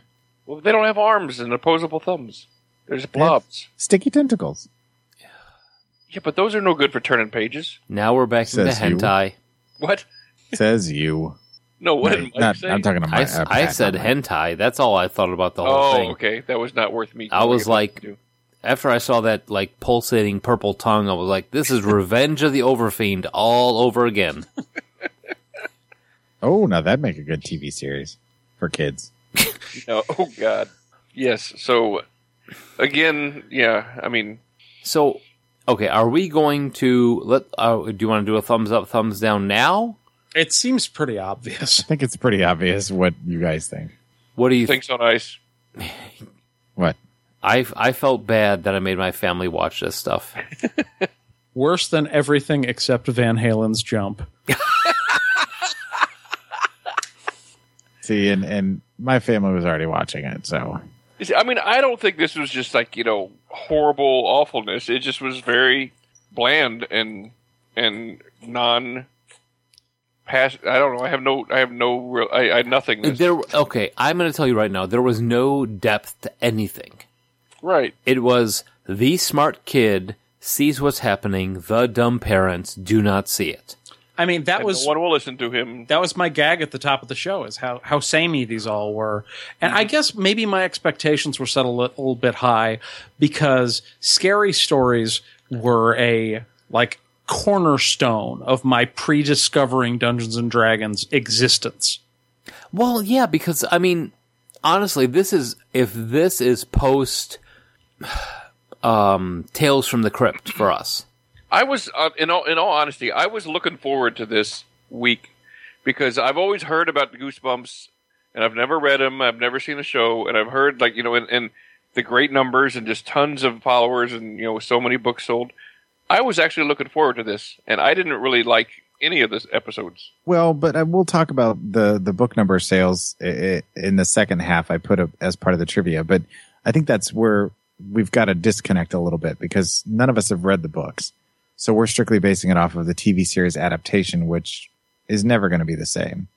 [SPEAKER 3] Well, they don't have arms and opposable thumbs. They're just blobs.
[SPEAKER 4] Sticky tentacles.
[SPEAKER 3] Yeah, but those are no good for turning pages.
[SPEAKER 2] Now we're back into
[SPEAKER 4] Says you.
[SPEAKER 2] hentai.
[SPEAKER 3] What?
[SPEAKER 4] Says you.
[SPEAKER 3] No, what
[SPEAKER 4] No,
[SPEAKER 3] did Mike
[SPEAKER 4] not-
[SPEAKER 3] say?
[SPEAKER 4] I'm talking about.
[SPEAKER 2] I, s-
[SPEAKER 4] uh,
[SPEAKER 2] I
[SPEAKER 4] Pat,
[SPEAKER 2] said
[SPEAKER 4] not Mike.
[SPEAKER 2] hentai. That's all I thought about the whole
[SPEAKER 3] oh,
[SPEAKER 2] thing.
[SPEAKER 3] okay. That was not worth me.
[SPEAKER 2] I was
[SPEAKER 3] going
[SPEAKER 2] like-
[SPEAKER 3] into.
[SPEAKER 2] After I saw that like pulsating purple tongue, I was like, "This is Revenge of the Overfiend all over again."
[SPEAKER 4] Oh, now that'd make a good TV series for kids.
[SPEAKER 3] No, oh, God. Yes, so, again, yeah, I mean,
[SPEAKER 2] So, okay, are we going to let? Uh, do you want to do a thumbs up, thumbs down now?
[SPEAKER 5] It seems pretty obvious.
[SPEAKER 4] I think it's pretty obvious what you guys think.
[SPEAKER 2] What do you? think?
[SPEAKER 3] things on ice.
[SPEAKER 4] What?
[SPEAKER 2] I I felt bad that I made my family watch this stuff.
[SPEAKER 5] Worse than everything except Van Halen's jump.
[SPEAKER 4] See, and and my family was already watching it, so
[SPEAKER 3] You see, I mean, I don't think this was just like, you know, horrible awfulness. It just was very bland and, and non. Pass, I don't know. I have no. I have no real. I, I nothing. This.
[SPEAKER 2] There. Okay, I'm going to tell you right now. There was no depth to anything.
[SPEAKER 3] Right.
[SPEAKER 2] It was the smart kid sees what's happening. The dumb parents do not see it.
[SPEAKER 5] I mean, that
[SPEAKER 3] And
[SPEAKER 5] was
[SPEAKER 3] no one will listen to him.
[SPEAKER 5] that was my gag at the top of the show is how how samey these all were and i guess maybe my expectations were set a little bit high because scary stories were a like cornerstone of my pre-discovering dungeons and dragons existence
[SPEAKER 2] Well, yeah, because I mean, honestly, this is if this is post um Tales from the Crypt for us.
[SPEAKER 3] I was uh, in all in all honesty, I was looking forward to this week because I've always heard about the Goosebumps, and I've never read them. I've never seen the show, and I've heard like you know, and, and the great numbers and just tons of followers, and you know, so many books sold. I was actually looking forward to this, and I didn't really like any of this episodes.
[SPEAKER 4] Well, but I will talk about the the book number sales i- i- in the second half. I put up as part of the trivia, but I think that's where we've got to disconnect a little bit because none of us have read the books. So we're strictly basing it off of the TV series adaptation, which is never going to be the same.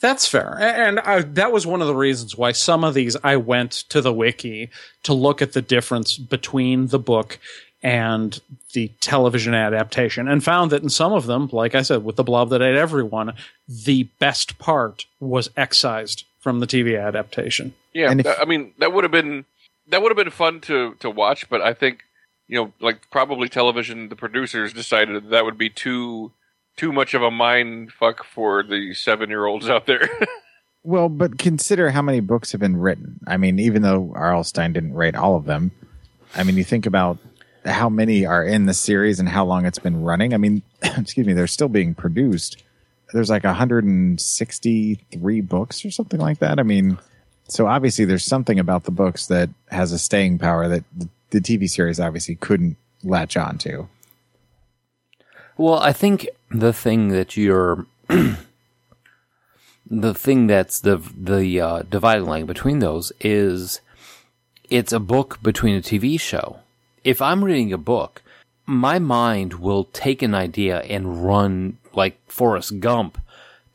[SPEAKER 5] That's fair. A- And I, that was one of the reasons why some of these I went to the wiki to look at the difference between the book and the television adaptation and found that in some of them, like I said, with The Blob That Ate Everyone, the best part was excised from the TV adaptation.
[SPEAKER 3] Yeah,
[SPEAKER 4] And if-
[SPEAKER 3] that- I mean that would have been that would have been fun to to watch, but I think you know, like probably television, the producers decided that, that would be too too much of a mind fuck for the seven year olds out there.
[SPEAKER 4] Well, but consider how many books have been written. I mean, even though R.L. Stein didn't write all of them, I mean, you think about how many are in the series and how long it's been running. I mean, excuse me, they're still being produced. There's like 163 books or something like that. I mean, so obviously there's something about the books that has a staying power that the- the TV series obviously couldn't latch on to.
[SPEAKER 2] Well, I think the thing that you're the thing that's the the uh, dividing line between those is it's a book between a TV show. If I'm reading a book, my mind will take an idea and run like Forrest Gump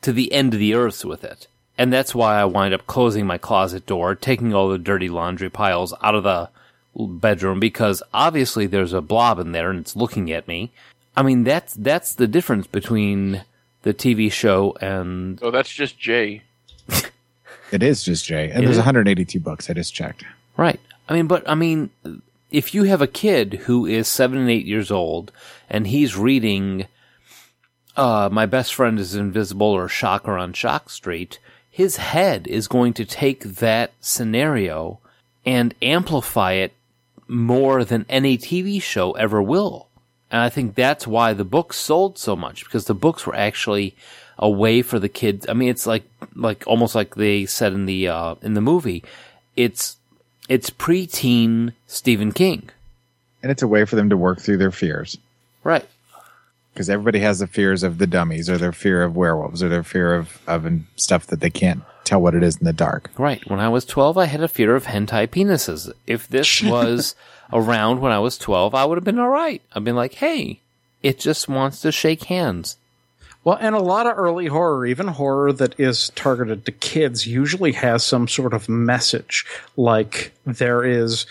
[SPEAKER 2] to the end of the earth with it. And that's why I wind up closing my closet door, taking all the dirty laundry piles out of the bedroom because obviously there's a blob in there and it's looking at me. I mean, that's that's the difference between the TV show and
[SPEAKER 3] so that's just Jay.
[SPEAKER 4] It is just Jay. And there's 182 books. I just checked.
[SPEAKER 2] Right. I mean, but I mean, if you have a kid who is seven and eight years old and he's reading, uh, My Best Friend is Invisible or Shocker on Shock Street, his head is going to take that scenario and amplify it more than any TV show ever will. And I think that's why the books sold so much because the books were actually a way for the kids. I mean, it's like, like almost like they said in the, uh, in the movie, it's, it's preteen Stephen King.
[SPEAKER 4] And it's a way for them to work through their fears.
[SPEAKER 2] Right.
[SPEAKER 4] because everybody has the fears of the dummies or their fear of werewolves or their fear of of and stuff that they can't tell what it is in the dark.
[SPEAKER 2] Right. When I was 12, I had a fear of hentai penises. If this was around when I was 12, I would have been all right. I'd been like, hey, it just wants to shake hands.
[SPEAKER 5] Well, and a lot of early horror, even horror that is targeted to kids, usually has some sort of message. Like there is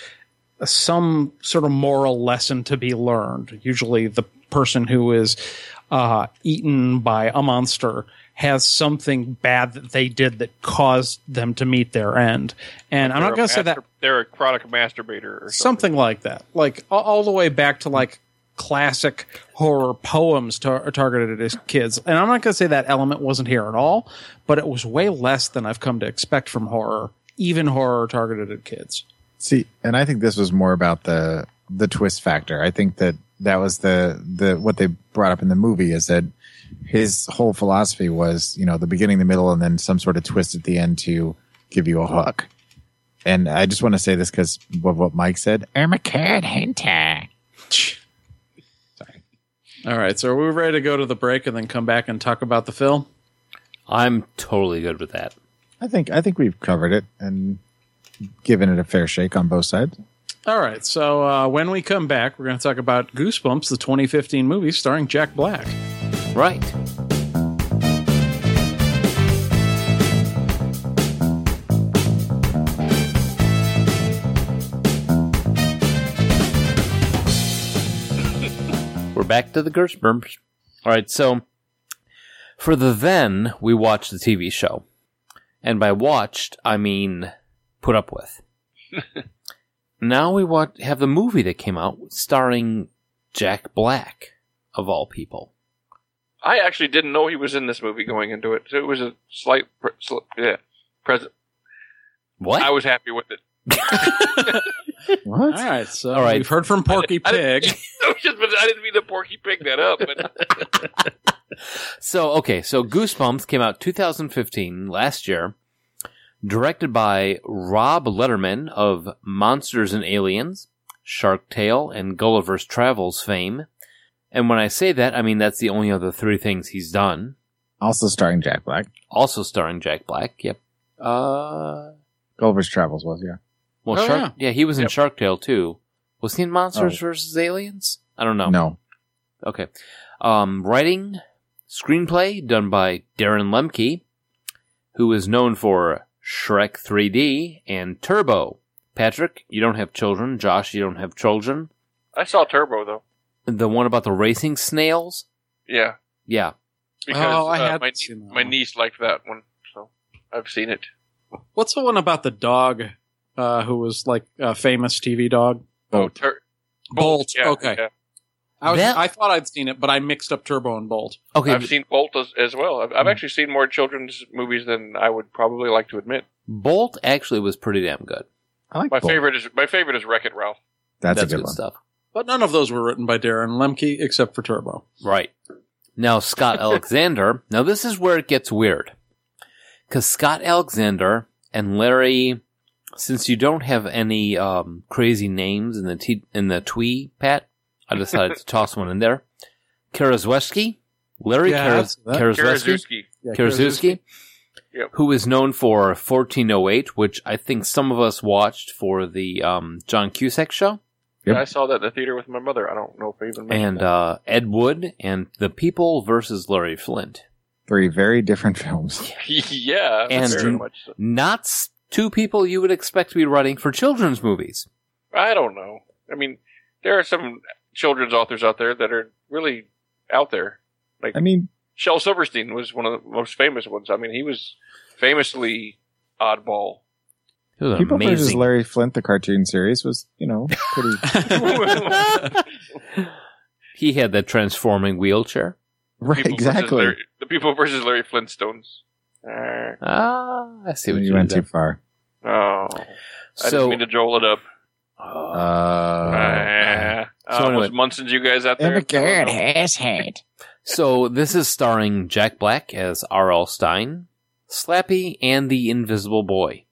[SPEAKER 5] some sort of moral lesson to be learned. Usually, the person who is uh, eaten by a monster has something bad that they did that caused them to meet their end. And I'm not
[SPEAKER 3] They're a
[SPEAKER 5] going to say
[SPEAKER 3] master-
[SPEAKER 5] that
[SPEAKER 3] they're a chronic masturbator or something.
[SPEAKER 5] something like that like all, all the way back to like classic horror poems tar- targeted at kids and i'm not going to say that element wasn't here at all but it was way less than i've come to expect from horror even horror targeted at kids
[SPEAKER 4] See, and I think this was more about the the twist factor. I think that that was the the what they brought up in the movie is that his whole philosophy was you know the beginning, the middle, and then some sort of twist at the end to give you a hook. And I just want to say this because of what Mike said.
[SPEAKER 9] I'm a cat hunter.
[SPEAKER 5] all right so are we ready to go to the break and then come back and talk about the film
[SPEAKER 2] I'm totally good with that.
[SPEAKER 4] I think I think we've covered it and given it a fair shake on both sides.
[SPEAKER 5] all right so uh, when we come back we're going to talk about goosebumps the 2015 movie starring jack black
[SPEAKER 2] Right. We're back to the Gershberms. All right, so for the then, we watched the TV show. And by watched, I mean put up with. now we watch, have the movie that came out starring Jack Black, of all people.
[SPEAKER 3] I actually didn't know he was in this movie going into it. So it was a slight, pre- sl- yeah, present.
[SPEAKER 2] What?
[SPEAKER 3] I was happy with it.
[SPEAKER 5] all
[SPEAKER 4] What?
[SPEAKER 5] right so
[SPEAKER 2] All right.
[SPEAKER 5] we've heard from porky
[SPEAKER 3] I didn't-
[SPEAKER 5] pig
[SPEAKER 3] I was just- I didn't mean to porky pig that up, but
[SPEAKER 2] so okay, so Goosebumps came out 2015 last year, directed by Rob Letterman of Monsters and Aliens, Shark Tale, and Gulliver's Travels fame. And when I say that, I mean that's the only other three things he's done.
[SPEAKER 4] Also starring Jack Black.
[SPEAKER 2] Also starring Jack Black. Yep. Uh,
[SPEAKER 4] Gulliver's Travels was, yeah.
[SPEAKER 2] well,
[SPEAKER 5] Oh,
[SPEAKER 2] Shark. Yeah. he was in
[SPEAKER 3] Yep.
[SPEAKER 2] Shark Tale too. Was he in Monsters versus Aliens? I don't know.
[SPEAKER 4] No.
[SPEAKER 2] Okay. Um, writing, screenplay done by Darren Lemke, who is known for Shrek 3D and Turbo. Patrick, you don't have children. Josh, you don't have children.
[SPEAKER 3] I saw Turbo though.
[SPEAKER 2] The one about the racing snails.
[SPEAKER 3] Yeah,
[SPEAKER 2] Yeah.
[SPEAKER 3] because
[SPEAKER 5] Oh, I
[SPEAKER 3] uh,
[SPEAKER 5] had
[SPEAKER 3] my nie-
[SPEAKER 5] seen that
[SPEAKER 3] my
[SPEAKER 5] one.
[SPEAKER 3] niece liked that one, so I've seen it.
[SPEAKER 5] What's the one about the dog uh, who was like a famous TV dog? Bolt.
[SPEAKER 3] Tur-
[SPEAKER 5] Bolt.
[SPEAKER 3] yeah,
[SPEAKER 5] okay.
[SPEAKER 3] yeah.
[SPEAKER 5] I, was,
[SPEAKER 2] That-
[SPEAKER 5] I thought I'd seen it, but I mixed up Turbo and Bolt.
[SPEAKER 2] Okay. Hmm.
[SPEAKER 3] I've seen Bolt as, as well. I've, I've actually seen more children's movies than I would probably like to admit.
[SPEAKER 2] Bolt actually was pretty damn good.
[SPEAKER 4] I like
[SPEAKER 3] My
[SPEAKER 4] Bolt.
[SPEAKER 3] favorite is my favorite is Wreck It Ralph.
[SPEAKER 4] That's, a good,
[SPEAKER 2] good
[SPEAKER 4] one.
[SPEAKER 2] stuff.
[SPEAKER 5] But none of those were written by Darren Lemke except for Turbo.
[SPEAKER 2] Right. Now, Scott Alexander. Now, this is where it gets weird. Because Scott Alexander and Larry, since you don't have any um, crazy names in the t- in the twee, Pat, I decided to toss one in there. Karaszewski, Larry
[SPEAKER 5] Yeah,
[SPEAKER 2] Karaz-
[SPEAKER 5] that's- that-
[SPEAKER 2] Karaszewski,
[SPEAKER 3] Karaszewski.
[SPEAKER 5] Yeah,
[SPEAKER 2] Karaszewski,
[SPEAKER 3] Yep.
[SPEAKER 2] who is known for 1408, which I think some of us watched for the um, John Cusack show.
[SPEAKER 4] Yep.
[SPEAKER 3] Yeah, I saw that in the theater with my mother. I don't know if I even mentioned
[SPEAKER 2] and
[SPEAKER 3] that.
[SPEAKER 2] uh, Ed Wood and The People versus Larry Flint.
[SPEAKER 4] Three very different films.
[SPEAKER 3] yeah,
[SPEAKER 2] and-
[SPEAKER 3] very much. So.
[SPEAKER 2] Not s- two people you would expect to be writing for children's movies.
[SPEAKER 3] I don't know. I mean, there are some children's authors out there that are really out there.
[SPEAKER 4] I mean,
[SPEAKER 3] Shel Silverstein was one of the most famous ones. I mean, he was famously oddball.
[SPEAKER 2] It was
[SPEAKER 4] People versus
[SPEAKER 2] amazing.
[SPEAKER 4] Larry Flint, the cartoon series was, you know, pretty.
[SPEAKER 2] he had that transforming wheelchair.
[SPEAKER 4] right,
[SPEAKER 3] People versus
[SPEAKER 4] exactly.
[SPEAKER 3] Larry- the people versus Larry Flintstones. Uh,
[SPEAKER 2] Ah, I see what you,
[SPEAKER 4] you went
[SPEAKER 2] did
[SPEAKER 4] too
[SPEAKER 2] there.
[SPEAKER 4] far.
[SPEAKER 3] oh, I didn't
[SPEAKER 2] So, Oh,
[SPEAKER 3] mean to joel it up.
[SPEAKER 4] Uh,
[SPEAKER 3] Uh,
[SPEAKER 2] So
[SPEAKER 3] uh,
[SPEAKER 2] anyway.
[SPEAKER 3] was Munson's you guys out there?
[SPEAKER 4] Emma
[SPEAKER 9] Good as head.
[SPEAKER 2] so this is starring Jack Black as R.L. Stein, Slappy, and the Invisible Boy.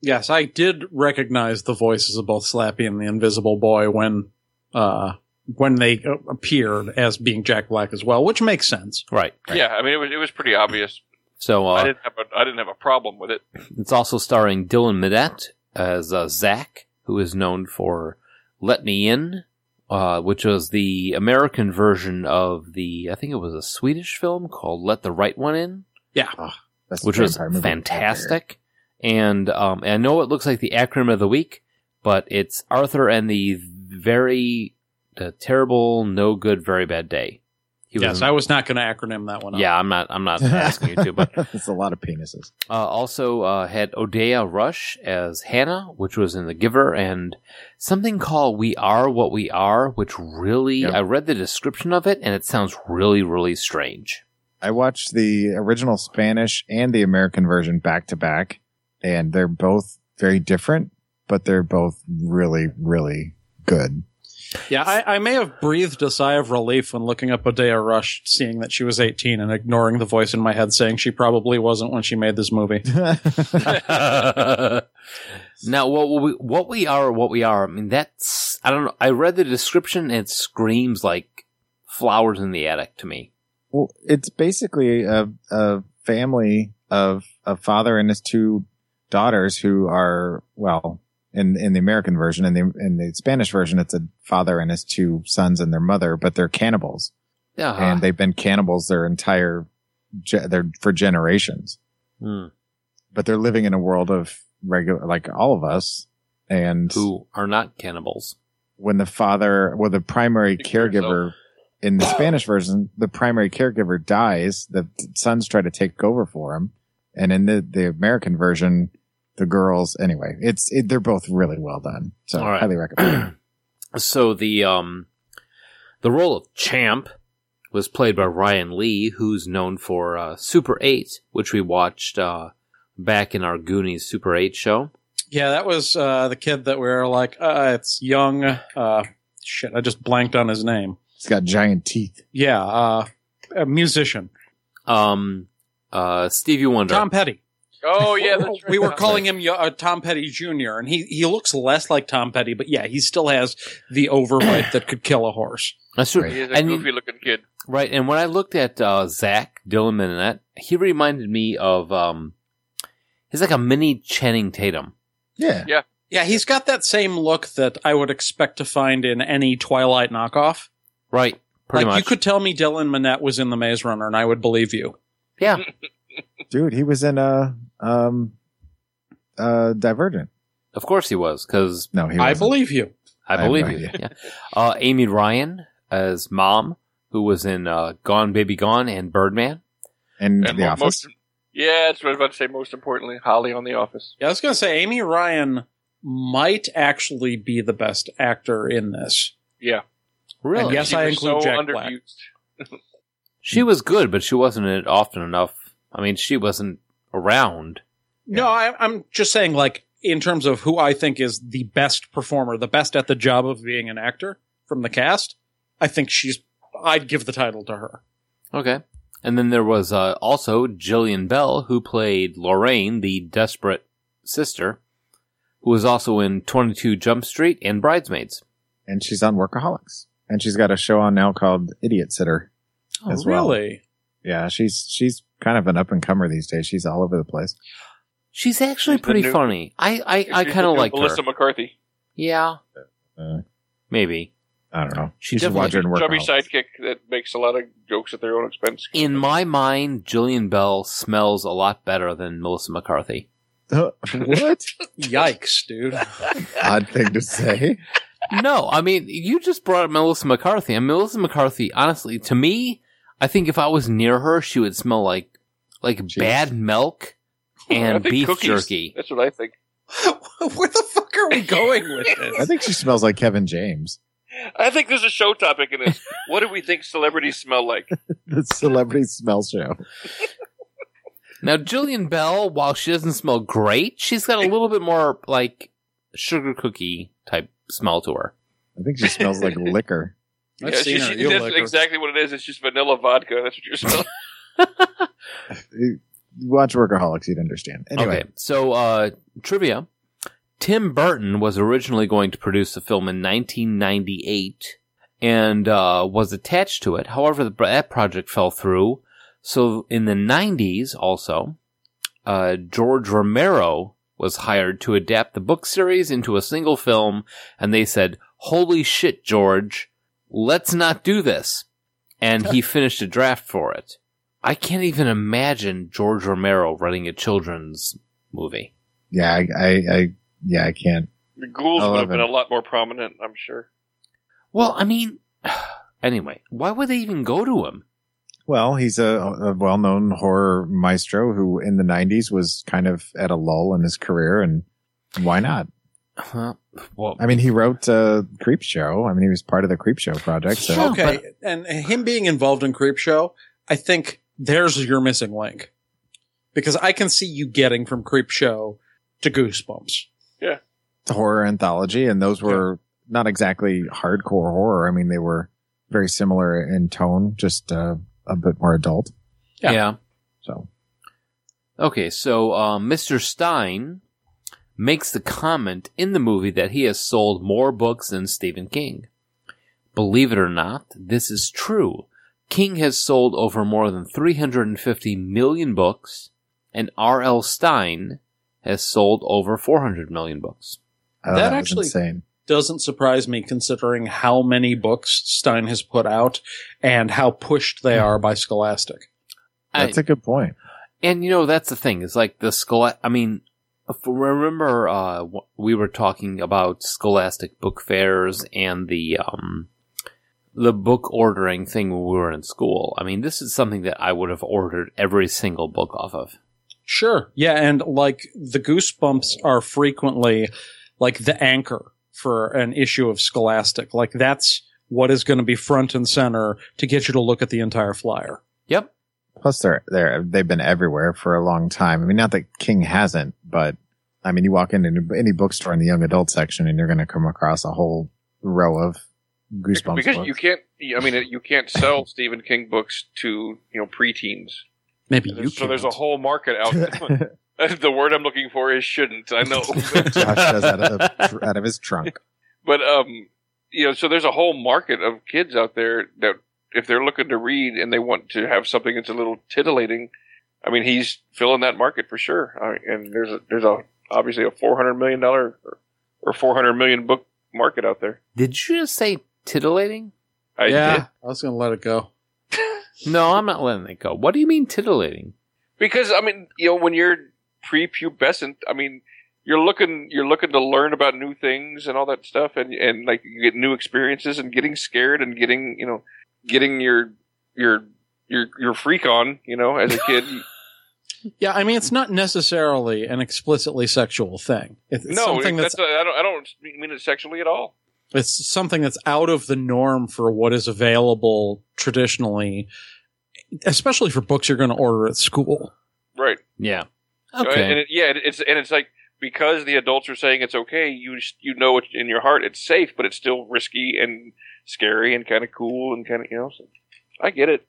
[SPEAKER 5] Yes, I did recognize the voices of both Slappy and the Invisible Boy when uh, when they uh, appeared as being Jack Black as well, which makes sense.
[SPEAKER 2] Right.
[SPEAKER 3] Yeah, I mean it was it was pretty obvious.
[SPEAKER 2] So uh,
[SPEAKER 3] I didn't have a I didn't have a problem with it.
[SPEAKER 2] It's also starring Dylan Midet as uh, Zach, who is known for Let Me In, uh, which was the American version of the, I think it was a Swedish film called Let the Right One In,
[SPEAKER 5] Yeah,
[SPEAKER 2] Oh,
[SPEAKER 4] that's a
[SPEAKER 2] which was
[SPEAKER 4] vampire movie.
[SPEAKER 2] fantastic. And, um, and I know it looks like the acronym of the week, but it's Arthur and the very the terrible, no good, very bad day. He
[SPEAKER 5] yes,
[SPEAKER 2] in-
[SPEAKER 5] I was not going to acronym that one.
[SPEAKER 2] yeah, I'm not. I'm not asking you to, but
[SPEAKER 4] it's a lot of penises.
[SPEAKER 2] uh, also uh, had Odea Rush as Hannah, which was in The Giver, and something called We Are What We Are, which really,
[SPEAKER 4] Yep.
[SPEAKER 2] I read the description of it and it sounds really, really strange.
[SPEAKER 4] I watched the original Spanish and the American version back to back, and they're both very different, but they're both really, really good.
[SPEAKER 5] up. yeah. I, I may have breathed a sigh of relief when looking up Odea Rush, seeing that she was 18, and ignoring the voice in my head saying she probably wasn't when she made this movie.
[SPEAKER 2] now, what we, what we are, what we are, I mean, that's, I don't know, I read the description and it screams like flowers in the attic to me.
[SPEAKER 4] well, it's basically a, a family of a father and his two daughters who are well in in the American version and the in the Spanish version it's a father and his two sons and their mother, but they're cannibals
[SPEAKER 2] Yeah.
[SPEAKER 4] and they've been cannibals their entire ge- their for generations.
[SPEAKER 2] Hmm.
[SPEAKER 4] but they're living in a world of regular, like all of us. And
[SPEAKER 2] Who are not cannibals.
[SPEAKER 4] when the father, well, the primary
[SPEAKER 3] Speak for
[SPEAKER 4] caregiver in the Spanish version, the primary caregiver dies. The sons try to take over for him. And in the, the American version, the girls, anyway, it's, it, they're both really well done. So
[SPEAKER 2] All right.
[SPEAKER 4] highly recommend.
[SPEAKER 2] so the um the role of champ was played by Ryan Lee, who's known for uh, Super 8, which we watched uh, back in our Goonies Super 8 show.
[SPEAKER 5] Yeah, that was uh, the kid that we were like, uh, it's young. Uh, shit, I just blanked on his name.
[SPEAKER 4] It's got giant teeth.
[SPEAKER 5] Yeah, uh, a musician,
[SPEAKER 2] Um, uh, Stevie Wonder.
[SPEAKER 5] Tom Petty.
[SPEAKER 3] Oh yeah, that's right.
[SPEAKER 5] we were calling him uh, Tom Petty Jr., and he he looks less like Tom Petty, but yeah, he still has the overbite that could kill a horse.
[SPEAKER 2] That's true.
[SPEAKER 4] Right.
[SPEAKER 3] He is a
[SPEAKER 2] Uh, And-
[SPEAKER 3] goofy looking kid.
[SPEAKER 2] Right, and when I looked at uh, Zach Dylan Minnette, he reminded me of um, he's like a mini Channing Tatum.
[SPEAKER 4] Yeah.
[SPEAKER 5] Yeah, he's got that same look that I would expect to find in any Twilight knockoff.
[SPEAKER 2] Right, Pretty
[SPEAKER 5] like
[SPEAKER 2] much.
[SPEAKER 5] you could tell me Dylan Minnette was in the Maze Runner, and I would believe you.
[SPEAKER 2] yeah.
[SPEAKER 4] dude. He was in uh um uh Divergent.
[SPEAKER 2] Of course he was because
[SPEAKER 4] No, he.
[SPEAKER 5] I
[SPEAKER 4] wasn't.
[SPEAKER 5] believe you.
[SPEAKER 2] I
[SPEAKER 4] I have
[SPEAKER 2] believe
[SPEAKER 4] no
[SPEAKER 2] you.
[SPEAKER 4] idea.
[SPEAKER 2] Yeah. Uh, Amy Ryan as mom, who was in uh, Gone Baby Gone and Birdman.
[SPEAKER 4] in
[SPEAKER 3] And
[SPEAKER 4] the
[SPEAKER 3] mo-
[SPEAKER 4] office.
[SPEAKER 3] Most, yeah, that's what I was about to say. Most importantly, Holly on The Office.
[SPEAKER 5] Yeah, I was gonna say Amy Ryan might actually be the best actor in this.
[SPEAKER 3] Yeah.
[SPEAKER 5] And yes,
[SPEAKER 3] She
[SPEAKER 5] I
[SPEAKER 3] was
[SPEAKER 5] include
[SPEAKER 3] so
[SPEAKER 5] Jack Black.
[SPEAKER 3] underused.
[SPEAKER 2] She was good, but she wasn't in it often enough. I mean, she wasn't around.
[SPEAKER 5] No, I, I'm just saying, like in terms of who I think is the best performer, the best at the job of being an actor from the cast. I think she's. I'd give the title to her.
[SPEAKER 2] Okay. And then there was uh, also Jillian Bell, who played Lorraine, the desperate sister, who was also in 22 Jump Street and Bridesmaids.
[SPEAKER 4] and she's on Workaholics, and she's got a show on now called Idiot Sitter.
[SPEAKER 5] Oh,
[SPEAKER 4] As well.
[SPEAKER 5] really?
[SPEAKER 4] Yeah, she's she's kind of an up and comer these days. She's all over the place.
[SPEAKER 2] She's actually
[SPEAKER 3] She's the
[SPEAKER 2] pretty
[SPEAKER 3] new-
[SPEAKER 2] funny. I, I, I
[SPEAKER 3] She's
[SPEAKER 2] kind
[SPEAKER 3] the
[SPEAKER 2] of
[SPEAKER 3] new
[SPEAKER 2] like her.
[SPEAKER 3] Melissa McCarthy,
[SPEAKER 2] Yeah.
[SPEAKER 4] Uh,
[SPEAKER 2] Maybe.
[SPEAKER 4] I don't know.
[SPEAKER 2] She
[SPEAKER 4] You should watch her in
[SPEAKER 3] chubby
[SPEAKER 4] Workaholics.
[SPEAKER 3] sidekick that makes a lot of jokes at their own expense.
[SPEAKER 2] In my mind, Jillian Bell smells a lot better than Melissa McCarthy.
[SPEAKER 4] what
[SPEAKER 5] Yikes, dude.
[SPEAKER 4] odd thing to say?
[SPEAKER 2] No, I mean, you just brought up Melissa McCarthy. And Melissa McCarthy, honestly, to me, I think if I was near her, she would smell like like
[SPEAKER 4] Jeez.
[SPEAKER 2] bad milk and
[SPEAKER 3] I think
[SPEAKER 2] beef
[SPEAKER 3] cookies.
[SPEAKER 2] jerky.
[SPEAKER 3] That's what I think.
[SPEAKER 5] Where the fuck are we going with
[SPEAKER 4] I
[SPEAKER 5] this?
[SPEAKER 4] think she smells like Kevin James.
[SPEAKER 3] I think there's a show topic in this. what do we think celebrities smell like?
[SPEAKER 4] The celebrity smell show.
[SPEAKER 2] Now, Jillian Bell, while she doesn't smell great, she's got a little bit more like sugar cookie type smell to her.
[SPEAKER 4] I think she smells like liquor.
[SPEAKER 5] I've
[SPEAKER 3] Yeah,
[SPEAKER 5] seen
[SPEAKER 3] she-
[SPEAKER 5] her.
[SPEAKER 3] she-
[SPEAKER 5] You'll
[SPEAKER 3] that's
[SPEAKER 5] like her.
[SPEAKER 3] exactly what it is. It's just vanilla vodka. That's what you're smelling.
[SPEAKER 4] You Watch Workaholics, you'd understand. Anyway,
[SPEAKER 2] Okay, so uh, trivia. Tim Burton was originally going to produce the film in 1998 and uh, was attached to it. However, the, that project fell through. So in the 90s, also, uh, George Romero was hired to adapt the book series into a single film, and they said, Holy shit, George, let's not do this. And he finished a draft for it. I can't even imagine George Romero running a children's movie.
[SPEAKER 4] yeah, I, I, I, yeah, I can't.
[SPEAKER 3] the ghouls would have
[SPEAKER 4] Eleven.
[SPEAKER 3] been a lot more prominent, I'm sure.
[SPEAKER 2] Well, I mean, anyway, why would they even go to him?
[SPEAKER 4] Well, he's a, a well-known horror maestro who, in the '90s, was kind of at a lull in his career, and why not?
[SPEAKER 2] Huh? Well,
[SPEAKER 4] I mean, he wrote uh, Creep Show. I mean, he was part of the Creep Show project. So
[SPEAKER 2] Yeah.
[SPEAKER 5] okay, and him being involved in Creepshow, I think there's your missing link, because I can see you getting from Creepshow to Goosebumps.
[SPEAKER 4] it's a horror anthology, and those were not exactly hardcore horror. I mean, they were very similar in tone, just uh, a bit more adult.
[SPEAKER 5] yeah.
[SPEAKER 2] yeah.
[SPEAKER 4] So
[SPEAKER 2] Okay, so uh, Mr. Stein makes the comment in the movie that he has sold more books than Stephen King. Believe it or not, this is true. King has sold over more than 350 million books, and R.L. Stein has sold over 400 million books.
[SPEAKER 4] I don't know,
[SPEAKER 5] That
[SPEAKER 4] uh, that was
[SPEAKER 5] actually-
[SPEAKER 4] insane.
[SPEAKER 5] Doesn't surprise me considering how many books Stein has put out and how pushed they are by Scholastic.
[SPEAKER 4] That's a good point.
[SPEAKER 2] And you know that's the thing is like the school. I mean, if, remember uh, wh- we were talking about Scholastic book fairs and the um, the book ordering thing when we were in school. I mean, this is something that I would have ordered every single book off of.
[SPEAKER 5] Sure, yeah, and like the Goosebumps are frequently like the anchor for an issue of Scholastic. Like that's what is going to be front and center to get you to look at the entire flyer.
[SPEAKER 2] Yep.
[SPEAKER 4] Plus, they're they're they've been everywhere for a long time. I mean, not that King hasn't, but I mean, you walk into any bookstore in the young adult section, and you're going to come across a whole row of Goosebumps
[SPEAKER 3] because
[SPEAKER 4] books.
[SPEAKER 3] you can't. I mean, you can't sell Stephen King books to you know preteens.
[SPEAKER 5] Maybe you
[SPEAKER 3] so there's a
[SPEAKER 5] can't.
[SPEAKER 3] whole market out. the word I'm looking for is shouldn't. I know,
[SPEAKER 4] Josh does out of, the, tr- out of his trunk.
[SPEAKER 3] but um, you know, so there's a whole market of kids out there that if they're looking to read and they want to have something that's a little titillating, I mean, he's filling that market for sure. I, and there's a, there's a obviously a 400 million dollar or 400 million book market out there.
[SPEAKER 2] Did you just say titillating?
[SPEAKER 3] I
[SPEAKER 5] yeah,
[SPEAKER 3] did.
[SPEAKER 5] I was going to let it go.
[SPEAKER 2] No, I'm not letting it go. What do you mean titillating?
[SPEAKER 3] Because I mean, you know, when you're prepubescent, I mean, you're looking you're looking to learn about new things and all that stuff, and and like you get new experiences and getting scared and getting you know getting your your your your freak on, you know, as a kid.
[SPEAKER 5] Yeah, I mean, it's not necessarily an explicitly sexual thing. It's it's
[SPEAKER 3] no,
[SPEAKER 5] something that's,
[SPEAKER 3] that's, I I don't I don't mean it sexually at all.
[SPEAKER 5] it's something that's out of the norm for what is available traditionally, especially for books you're going to order at school.
[SPEAKER 3] Right.
[SPEAKER 2] Yeah.
[SPEAKER 3] So, and- And
[SPEAKER 2] Okay.
[SPEAKER 3] it, yeah, it, it's and it's like because the adults are saying it's okay, you s- you know it in your heart it's safe, but it's still risky and scary and kind of cool and kind of you know. So I get it.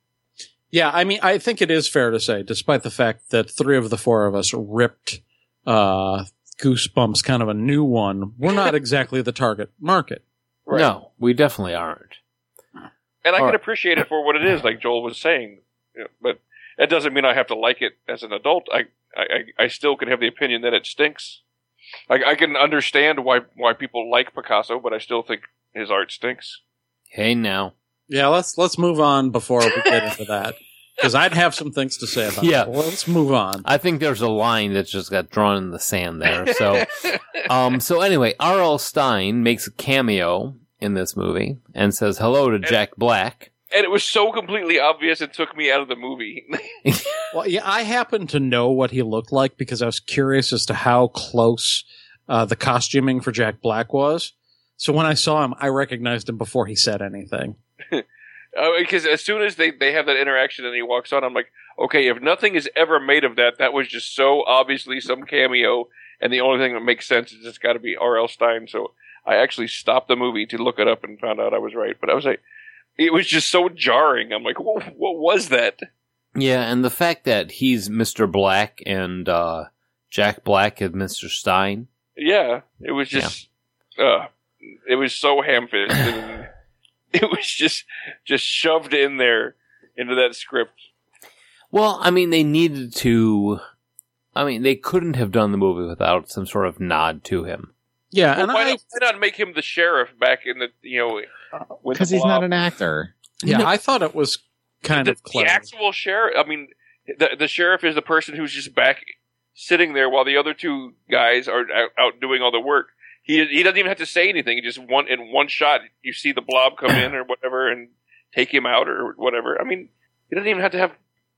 [SPEAKER 5] Yeah, I mean, I think it is fair to say, despite the fact that three of the four of us ripped uh, Goosebumps, kind of a new one, we're not exactly the target market.
[SPEAKER 3] Right.
[SPEAKER 2] No, we definitely aren't.
[SPEAKER 3] and I
[SPEAKER 2] all
[SPEAKER 3] can
[SPEAKER 2] right.
[SPEAKER 3] appreciate it for what it is, like Joel was saying. you know, but that doesn't mean I have to like it as an adult. I I, I I still can have the opinion that it stinks. Like I can understand why why people like Picasso, but I still think his art stinks.
[SPEAKER 2] Hey, now.
[SPEAKER 5] Yeah, let's let's move on before we get into that because I'd have some things to say about.
[SPEAKER 2] Yeah.
[SPEAKER 5] it. Well, let's move on.
[SPEAKER 2] I think there's a line that's just got drawn in the sand there. So, um, so anyway, R.L. Stein makes a cameo in this movie and says hello to Jack Black.
[SPEAKER 3] And it was so completely obvious it took me out of the movie.
[SPEAKER 5] Well, yeah, I happen to know what he looked like because I was curious as to how close uh, the costuming for Jack Black was. So when I saw him, I recognized him before he said anything.
[SPEAKER 3] Uh, because as soon as they, they have that interaction and he walks on, I'm like, okay, if nothing is ever made of that, that was just so obviously some cameo, and the only thing that makes sense is it's got to be R.L. Stein. So I actually stopped the movie to look it up and found out I was right. But I was like, it was just so jarring. I'm like, what, what was that?
[SPEAKER 2] Yeah, and the fact that he's Mr. Black and uh, Jack Black is Mr. Stein.
[SPEAKER 3] Yeah, it was just, uh, it was so ham-fisted. and it was just just shoved in there into that script.
[SPEAKER 2] Well, I mean, they needed to. I mean, they couldn't have done the movie without some sort of nod to him.
[SPEAKER 5] Yeah,
[SPEAKER 3] Well,
[SPEAKER 5] and
[SPEAKER 3] why,
[SPEAKER 5] I,
[SPEAKER 3] not, why not make him the sheriff back in the you know when
[SPEAKER 4] because
[SPEAKER 3] the
[SPEAKER 4] he's not
[SPEAKER 3] Blob?
[SPEAKER 4] an actor.
[SPEAKER 5] yeah, I thought it was kind
[SPEAKER 3] the,
[SPEAKER 5] of clever.
[SPEAKER 3] the actual sheriff. I mean, the the sheriff is the person who's just back sitting there while the other two guys are out, out doing all the work. He he doesn't even have to say anything. He just one in one shot, you see the blob come in or whatever and take him out or whatever. I mean, he doesn't even have to have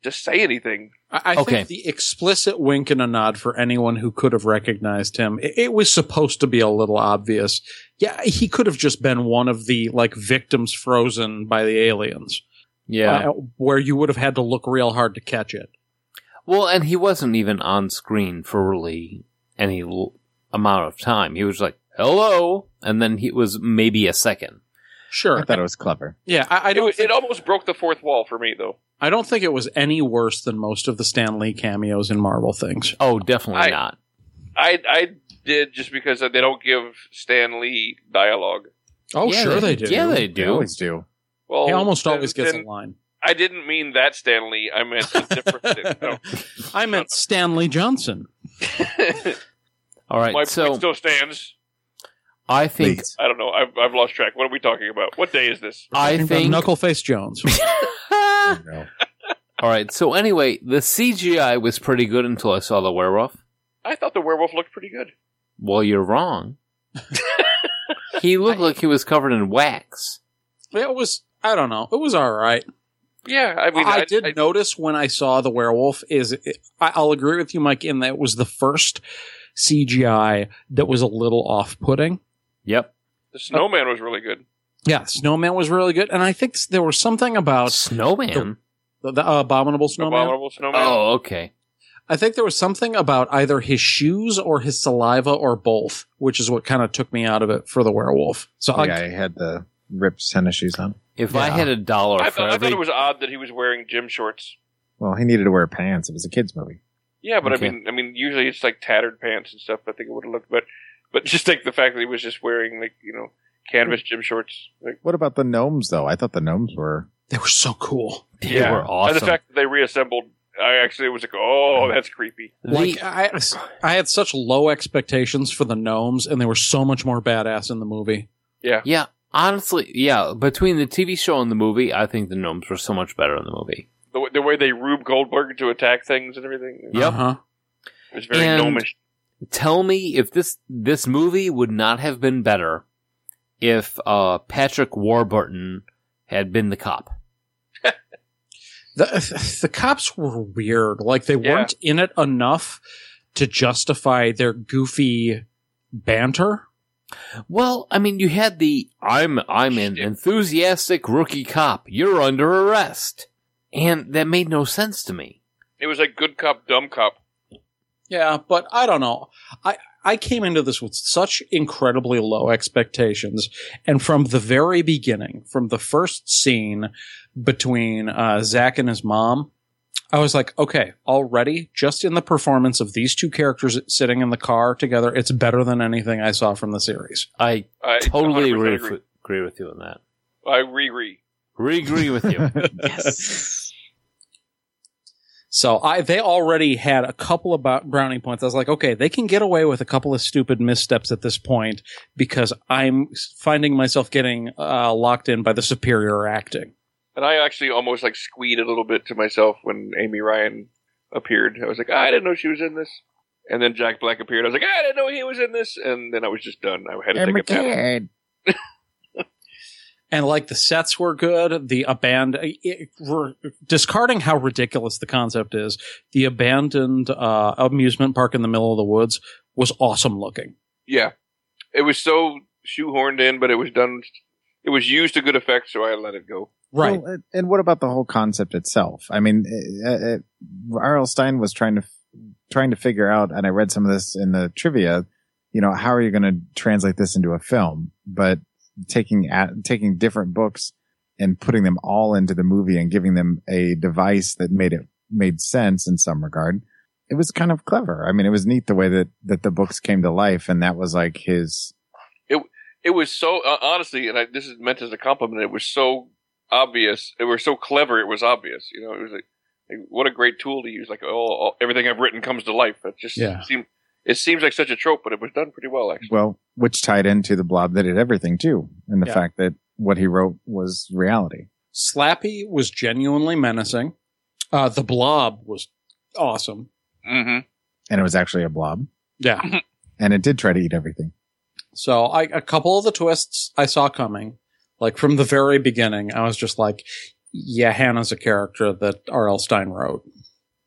[SPEAKER 3] to say anything.
[SPEAKER 5] I, I
[SPEAKER 2] Okay.
[SPEAKER 5] think the explicit wink and a nod for anyone who could have recognized him, it, it was supposed to be a little obvious. Yeah, he could have just been one of the like victims frozen by the aliens,
[SPEAKER 2] Yeah.
[SPEAKER 5] uh, where you would have had to look real hard to catch it.
[SPEAKER 2] Well, and he wasn't even on screen for really any l- amount of time. He was like, hello. And then he was maybe a second.
[SPEAKER 5] Sure.
[SPEAKER 4] I thought it was clever.
[SPEAKER 5] Yeah, I, I
[SPEAKER 3] It,
[SPEAKER 5] don't.
[SPEAKER 3] was-
[SPEAKER 5] think,
[SPEAKER 3] it almost broke the fourth wall for me though.
[SPEAKER 5] I don't think it was any worse than most of the Stan Lee cameos in Marvel things.
[SPEAKER 2] Oh, definitely
[SPEAKER 3] I-
[SPEAKER 2] not.
[SPEAKER 3] I I did just because they don't give Stan Lee dialogue.
[SPEAKER 5] Oh,
[SPEAKER 2] Yeah,
[SPEAKER 5] sure they, do.
[SPEAKER 2] Yeah, they
[SPEAKER 4] They
[SPEAKER 2] do.
[SPEAKER 4] always do.
[SPEAKER 3] Well,
[SPEAKER 5] he almost
[SPEAKER 3] Oh, then-
[SPEAKER 5] always gets
[SPEAKER 3] then
[SPEAKER 5] a line.
[SPEAKER 3] I didn't mean that Stan Lee. I meant a different. no.
[SPEAKER 5] I meant Stanley Johnson.
[SPEAKER 2] All right.
[SPEAKER 3] My
[SPEAKER 2] so
[SPEAKER 3] point still stands.
[SPEAKER 2] I think.
[SPEAKER 4] Please.
[SPEAKER 3] I don't know. I've, I've lost track. What are we talking about? What day is this?
[SPEAKER 2] I think.
[SPEAKER 5] Knuckleface Jones.
[SPEAKER 4] Oh, no.
[SPEAKER 2] All right. So anyway, the CGI was pretty good until I saw the werewolf.
[SPEAKER 3] I thought the werewolf looked pretty good.
[SPEAKER 2] Well, you're wrong. he looked like he was covered in wax.
[SPEAKER 5] it was. I don't know. It was all right.
[SPEAKER 3] Yeah, I mean,
[SPEAKER 5] I, did notice when I saw the werewolf is it, I, I'll agree with you, Mike, in that it was the first CGI that was a little off-putting.
[SPEAKER 2] Yep.
[SPEAKER 3] the snowman was really good.
[SPEAKER 5] Yeah, Snowman was really good, and I think s- there was something about
[SPEAKER 2] Snowman.
[SPEAKER 5] the- the, the abominable Snowman.
[SPEAKER 3] Abominable snowman.
[SPEAKER 2] Oh, okay.
[SPEAKER 5] I think there was something about either his shoes or his saliva or both, which is what kind of took me out of it for the werewolf. So
[SPEAKER 4] The
[SPEAKER 5] I,
[SPEAKER 4] guy had the ripped tennis shoes on.
[SPEAKER 2] If I
[SPEAKER 5] Yeah.
[SPEAKER 2] had a dollar
[SPEAKER 3] I,
[SPEAKER 2] for
[SPEAKER 3] thought, I thought
[SPEAKER 2] every
[SPEAKER 3] it was odd that he was wearing gym shorts.
[SPEAKER 4] Well, he needed to wear pants. It was a kids' movie.
[SPEAKER 3] Yeah, but
[SPEAKER 2] Okay.
[SPEAKER 3] I mean, I mean, usually it's like tattered pants and stuff. I think it would have looked, but but just like the fact that he was just wearing like you know canvas gym shorts. Like,
[SPEAKER 4] What about the gnomes though? I thought the gnomes were.
[SPEAKER 5] they were so cool.
[SPEAKER 2] they
[SPEAKER 3] yeah.
[SPEAKER 2] were awesome.
[SPEAKER 3] And the fact that they reassembled, I actually was like, oh, that's creepy.
[SPEAKER 2] The-
[SPEAKER 5] Like I, I had such low expectations for the gnomes, and they were so much more badass in the movie.
[SPEAKER 3] Yeah,
[SPEAKER 2] yeah, Honestly, yeah, between the TV show and the movie, I think the gnomes were so much better in the movie.
[SPEAKER 3] The, w- the way they rube Goldberg to attack things and everything.
[SPEAKER 2] Yep.
[SPEAKER 5] Uh-huh.
[SPEAKER 3] It's very
[SPEAKER 2] And-
[SPEAKER 3] gnomish.
[SPEAKER 2] Tell me if this this movie would not have been better if uh, Patrick Warburton had been the cop.
[SPEAKER 5] The, the cops were weird. Like they
[SPEAKER 3] Yeah.
[SPEAKER 5] weren't in it enough to justify their goofy banter.
[SPEAKER 2] Well, I mean, you had the I'm I'm an enthusiastic rookie cop. You're under arrest, and that made no sense to me.
[SPEAKER 3] It was like good cop, dumb cop.
[SPEAKER 5] Yeah, but I don't know. I I came into this with such incredibly low expectations, and from the very beginning, from the first scene between uh, Zach and his mom, I was like, okay, already just in the performance of these two characters sitting in the car together, it's better than anything I saw from the series.
[SPEAKER 2] I
[SPEAKER 3] I
[SPEAKER 2] totally
[SPEAKER 3] 100%
[SPEAKER 2] agree,
[SPEAKER 3] agree.
[SPEAKER 2] with- agree with you on that.
[SPEAKER 3] I re-re.
[SPEAKER 2] Re agree with you.
[SPEAKER 5] So I they already had a couple of bo- brownie points. I was like, okay, they can get away with a couple of stupid missteps at this point because I'm s- finding myself getting uh, locked in by the superior acting.
[SPEAKER 3] And I actually almost like squeed a little bit to myself when Amy Ryan appeared. I was like, I didn't know she was in this. And then Jack Black appeared. I was like, I didn't know he was in this. And then I was just done. I had to
[SPEAKER 9] I'm
[SPEAKER 3] take a nap.
[SPEAKER 9] scared.
[SPEAKER 5] And like the sets were good, the abandoned, discarding how ridiculous the concept is, the abandoned uh, amusement park in the middle of the woods was awesome looking.
[SPEAKER 3] Yeah, it was so shoehorned in, but it was done. It was used to good effect, so I let it go.
[SPEAKER 5] Right.
[SPEAKER 4] Well, and- and what about the whole concept itself? I mean, uh, uh, R.L. Stein was trying to trying to figure out, and I read some of this in the trivia. You know, how are you going to translate this into a film? But taking at, taking different books and putting them all into the movie and giving them a device that made it made sense in some regard. It was kind of clever. I mean, it was neat the way that that the books came to life, and that was like his.
[SPEAKER 3] It was so uh, honestly, and I, this is meant as a compliment. It was so obvious. It was so clever. It was obvious. You know, it was like, like, what a great tool to use. Like, oh, all, everything I've written comes to life. That just
[SPEAKER 5] Yeah.
[SPEAKER 3] seemed. It seems like such a trope, but it was done pretty well, actually.
[SPEAKER 4] Well, which tied into the blob that did everything too, and the
[SPEAKER 5] Yeah.
[SPEAKER 4] fact that what he wrote was reality.
[SPEAKER 5] Slappy was genuinely menacing. Uh, the blob was awesome.
[SPEAKER 3] Mm-hmm.
[SPEAKER 4] and it was actually a blob,
[SPEAKER 5] Yeah.
[SPEAKER 4] and it did try to eat everything.
[SPEAKER 5] So I, a couple of the twists I saw coming, like from the very beginning, I was just like, yeah, Hannah's a character that R.L. Stein wrote.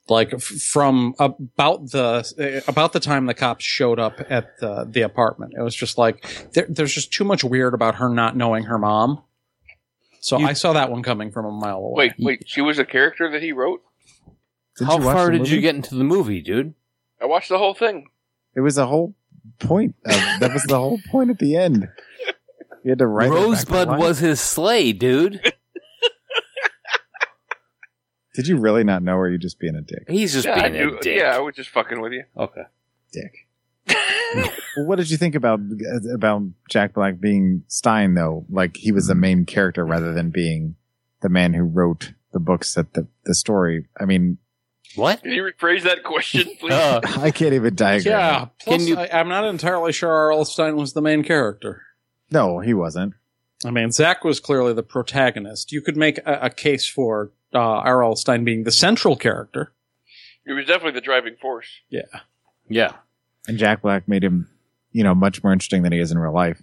[SPEAKER 5] Like f- from about the uh, about the time the cops showed up at the the apartment, it was just like there, there's just too much weird about her not knowing her mom. So
[SPEAKER 2] You-
[SPEAKER 5] I saw that one coming from a mile away.
[SPEAKER 3] Wait, wait. She was a character that he wrote.
[SPEAKER 4] Did
[SPEAKER 2] How
[SPEAKER 4] you watch
[SPEAKER 2] far
[SPEAKER 4] the
[SPEAKER 2] did
[SPEAKER 4] movie?
[SPEAKER 2] you get into the movie, dude?
[SPEAKER 3] I watched the whole thing.
[SPEAKER 4] It was the whole point. Of, that was the whole point at the end. You had to write. it back
[SPEAKER 2] Rosebud
[SPEAKER 4] online.
[SPEAKER 2] was his sleigh, dude.
[SPEAKER 4] Did you really not know, or are you just being a dick?
[SPEAKER 2] He's just
[SPEAKER 3] yeah, I
[SPEAKER 2] being a
[SPEAKER 3] knew-
[SPEAKER 2] dick.
[SPEAKER 3] yeah, I was just fucking with you.
[SPEAKER 2] Okay.
[SPEAKER 4] Dick. Well, what did you think about about Jack Black being Stein though? Like he
[SPEAKER 2] Mm-hmm.
[SPEAKER 4] was the main character rather than being the man who wrote the books that the the story. I mean,
[SPEAKER 2] What?
[SPEAKER 3] Can you rephrase that question, please?
[SPEAKER 2] Uh,
[SPEAKER 4] I can't even diagram.
[SPEAKER 5] yeah,
[SPEAKER 4] it.
[SPEAKER 5] plus
[SPEAKER 2] Can you-
[SPEAKER 5] I, I'm not entirely sure R.L. Stein was the main character.
[SPEAKER 4] No, he wasn't.
[SPEAKER 5] I mean, Zach was clearly the protagonist. You could make a, a case for uh, R.L. Stein being the central character.
[SPEAKER 3] It was definitely the driving force.
[SPEAKER 5] Yeah.
[SPEAKER 2] yeah.
[SPEAKER 4] And Jack Black made him, you know, much more interesting than he is in real life,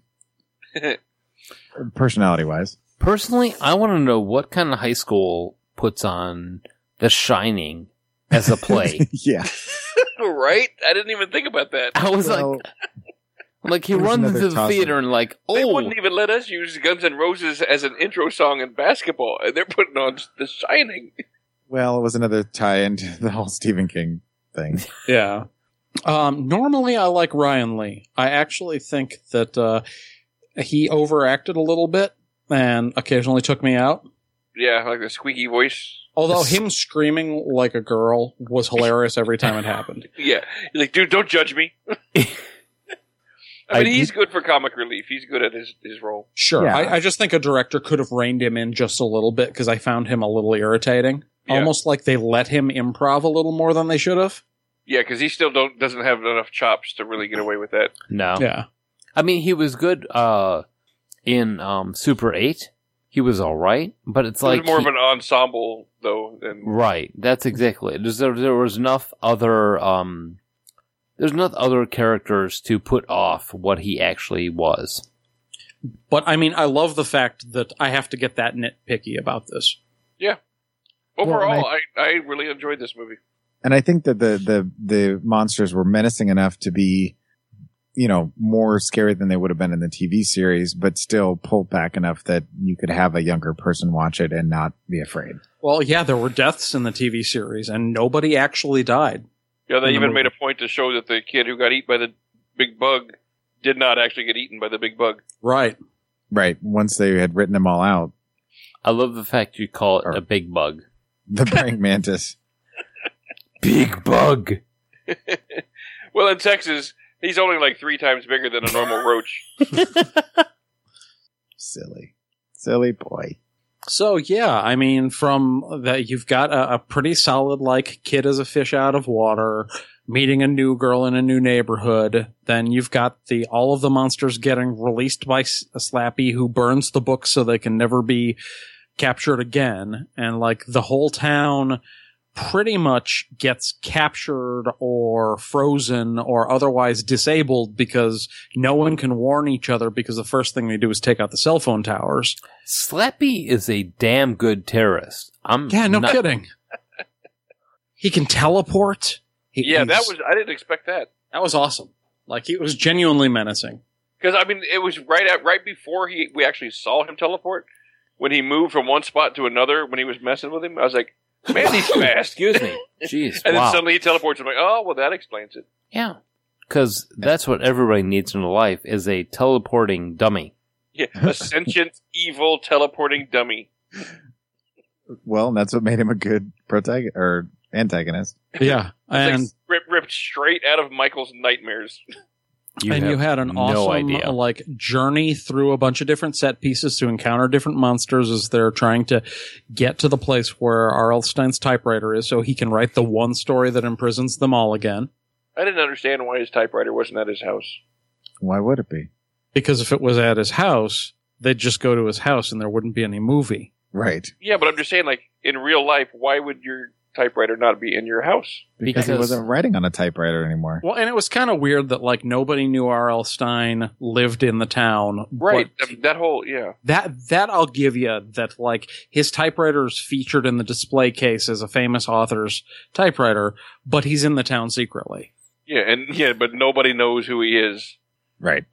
[SPEAKER 4] personality wise.
[SPEAKER 2] Personally, I want to know what kind of high school puts on The Shining as a play.
[SPEAKER 4] yeah.
[SPEAKER 3] right? I didn't even think about that.
[SPEAKER 2] I was
[SPEAKER 4] Well,
[SPEAKER 2] like, like he
[SPEAKER 4] here's
[SPEAKER 2] runs
[SPEAKER 4] another
[SPEAKER 2] into the
[SPEAKER 4] toss-up.
[SPEAKER 2] theater and like,
[SPEAKER 3] They
[SPEAKER 2] oh,
[SPEAKER 3] wouldn't even let us use Guns N' Roses as an intro song in basketball, and they're putting on The Shining.
[SPEAKER 4] Well, it was another tie into the whole Stephen King thing.
[SPEAKER 5] Yeah. Um, normally, I like Ryan Lee. I actually think that uh, he overacted a little bit and occasionally took me out.
[SPEAKER 3] Yeah, like the squeaky voice.
[SPEAKER 5] Although
[SPEAKER 4] Yes.
[SPEAKER 5] him screaming like a girl was hilarious every time it happened.
[SPEAKER 3] Yeah, he's like, dude, don't judge me. I mean,
[SPEAKER 2] I-
[SPEAKER 3] he's good for comic relief. He's good at his, his role.
[SPEAKER 5] Sure.
[SPEAKER 4] Yeah.
[SPEAKER 5] I, I just think a director could have reined him in just a little bit because I found him a little irritating.
[SPEAKER 3] Yeah.
[SPEAKER 5] Almost like they let him improv a little more than they should have.
[SPEAKER 3] Yeah, because he still don't doesn't e- have enough chops to really get away with that.
[SPEAKER 2] no.
[SPEAKER 5] Yeah.
[SPEAKER 2] I mean, he was good. Uh, in um, Super 8. He was all right, but it's
[SPEAKER 3] Like
[SPEAKER 2] like
[SPEAKER 3] was more
[SPEAKER 2] he-
[SPEAKER 3] of an ensemble though than
[SPEAKER 2] Right. That's exactly it. There's, there, there was enough other um there's enough other characters to put off what he actually was.
[SPEAKER 5] But I mean, I love the fact that I have to get that nitpicky about this.
[SPEAKER 3] overall.
[SPEAKER 4] Well,
[SPEAKER 3] I, I really enjoyed this movie.
[SPEAKER 4] and I think that the the the monsters were menacing enough to be, you know, more scary than they would have been in the TV series, but still pulled back enough that you could have a younger person watch it and not be afraid.
[SPEAKER 5] Well, yeah, there were deaths in the TV series, and nobody actually died.
[SPEAKER 3] Yeah, they
[SPEAKER 5] In the
[SPEAKER 3] even
[SPEAKER 5] movie.
[SPEAKER 3] made a point to show that the kid who got eaten by the big bug did not actually get eaten by the big bug.
[SPEAKER 5] Right.
[SPEAKER 4] Right. Once they had written them all out,
[SPEAKER 2] I love the fact you call it a big bug.
[SPEAKER 4] the praying mantis.
[SPEAKER 2] Big bug.
[SPEAKER 3] Well, in Texas, he's only like three times bigger than a normal roach.
[SPEAKER 4] Silly. Silly boy.
[SPEAKER 5] So yeah, I mean, from that you've got a, a pretty solid like kid as a fish out of water, meeting a new girl in a new neighborhood. Then you've got the all of the monsters getting released by S- uh, Slappy, who burns the book so they can never be captured again, and like the whole town pretty much gets captured or frozen or otherwise disabled because no one can warn each other because the first thing they do is take out the cell phone towers.
[SPEAKER 2] Slappy is a damn good terrorist. I'm
[SPEAKER 5] Yeah, no
[SPEAKER 2] not-
[SPEAKER 5] kidding. Hmm. he can teleport. He-
[SPEAKER 3] yeah, that
[SPEAKER 5] he's-
[SPEAKER 3] was I didn't expect that.
[SPEAKER 5] that was awesome. Like it was genuinely menacing.
[SPEAKER 3] Because I mean, it was right at right before he we actually saw him teleport when he moved from one spot to another when he was messing with him. I was like, man, he's fast.
[SPEAKER 2] Excuse me. Jeez.
[SPEAKER 3] And
[SPEAKER 2] wow.
[SPEAKER 3] then suddenly he teleports. I'm like, oh well, that explains it.
[SPEAKER 2] yeah. Cuz that's what everybody needs in life is a teleporting dummy.
[SPEAKER 3] Yeah, a sentient evil teleporting dummy.
[SPEAKER 4] Well, and that's what made him a good protagonist or antagonist.
[SPEAKER 5] Yeah,
[SPEAKER 3] It's
[SPEAKER 5] and
[SPEAKER 3] like rip, ripped straight out of Michael's nightmares.
[SPEAKER 5] and you
[SPEAKER 2] have
[SPEAKER 5] had an
[SPEAKER 2] no
[SPEAKER 5] awesome
[SPEAKER 2] idea.
[SPEAKER 5] like journey through a bunch of different set pieces to encounter different monsters as they're trying to get to the place where Arlstein's typewriter is, so he can write the one story that imprisons them all again.
[SPEAKER 3] I didn't understand why his typewriter wasn't at his house.
[SPEAKER 4] Why would it be?
[SPEAKER 5] Because if it was at his house, they'd just go to his house and there wouldn't be any movie.
[SPEAKER 4] Right.
[SPEAKER 3] Yeah, but I'm just saying, like in real life, why would your typewriter not be in your house?
[SPEAKER 4] Because he
[SPEAKER 2] Because-
[SPEAKER 4] wasn't writing on a typewriter anymore.
[SPEAKER 5] Well, and it was kind of weird that like nobody knew R.L. Stein lived in the town.
[SPEAKER 3] Right.
[SPEAKER 5] but
[SPEAKER 3] I mean, that whole yeah.
[SPEAKER 5] That that I'll give you that like his typewriter is featured in the display case as a famous author's typewriter, but he's in the town secretly.
[SPEAKER 3] Yeah, and yeah, but nobody knows who he is.
[SPEAKER 4] Right.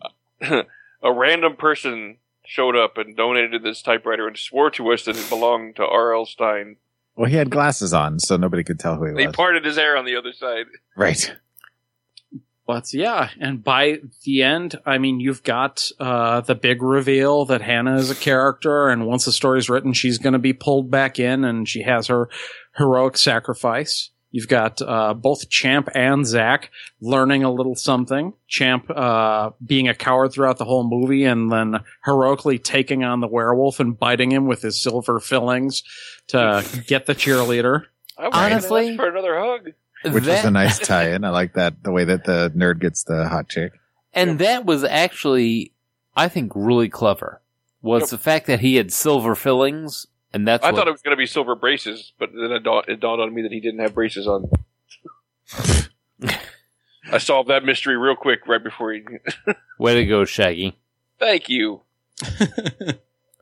[SPEAKER 3] A random person showed up and donated this typewriter and swore to us that it belonged to R.L. Stein.
[SPEAKER 4] Well, he had glasses on, so nobody could tell who he
[SPEAKER 3] They
[SPEAKER 4] was.
[SPEAKER 3] parted his hair on the other side.
[SPEAKER 4] right.
[SPEAKER 5] But yeah, and by the end, I mean you've got uh, the big reveal that Hannah is a character, and once the story's written, she's going to be pulled back in, and she has her heroic sacrifice. You've got uh, both Champ and Zach learning a little something. Champ uh, being a coward throughout the whole movie, and then heroically taking on the werewolf and biting him with his silver fillings to get the cheerleader.
[SPEAKER 3] I was gonna
[SPEAKER 2] Honestly?
[SPEAKER 3] ask for another hug.
[SPEAKER 4] Which was
[SPEAKER 2] That-
[SPEAKER 4] a nice tie in. I like that the way that the nerd gets the hot chick.
[SPEAKER 2] And that was actually, I think, really clever. Was
[SPEAKER 3] Yep.
[SPEAKER 2] the fact that he had silver fillings, and that's
[SPEAKER 3] I
[SPEAKER 2] what,
[SPEAKER 3] thought it was going to be silver braces, but then it dawned, it dawned on me that he didn't have braces on. I solved that mystery real quick right before he.
[SPEAKER 2] way to go, Shaggy.
[SPEAKER 3] Thank you. Where's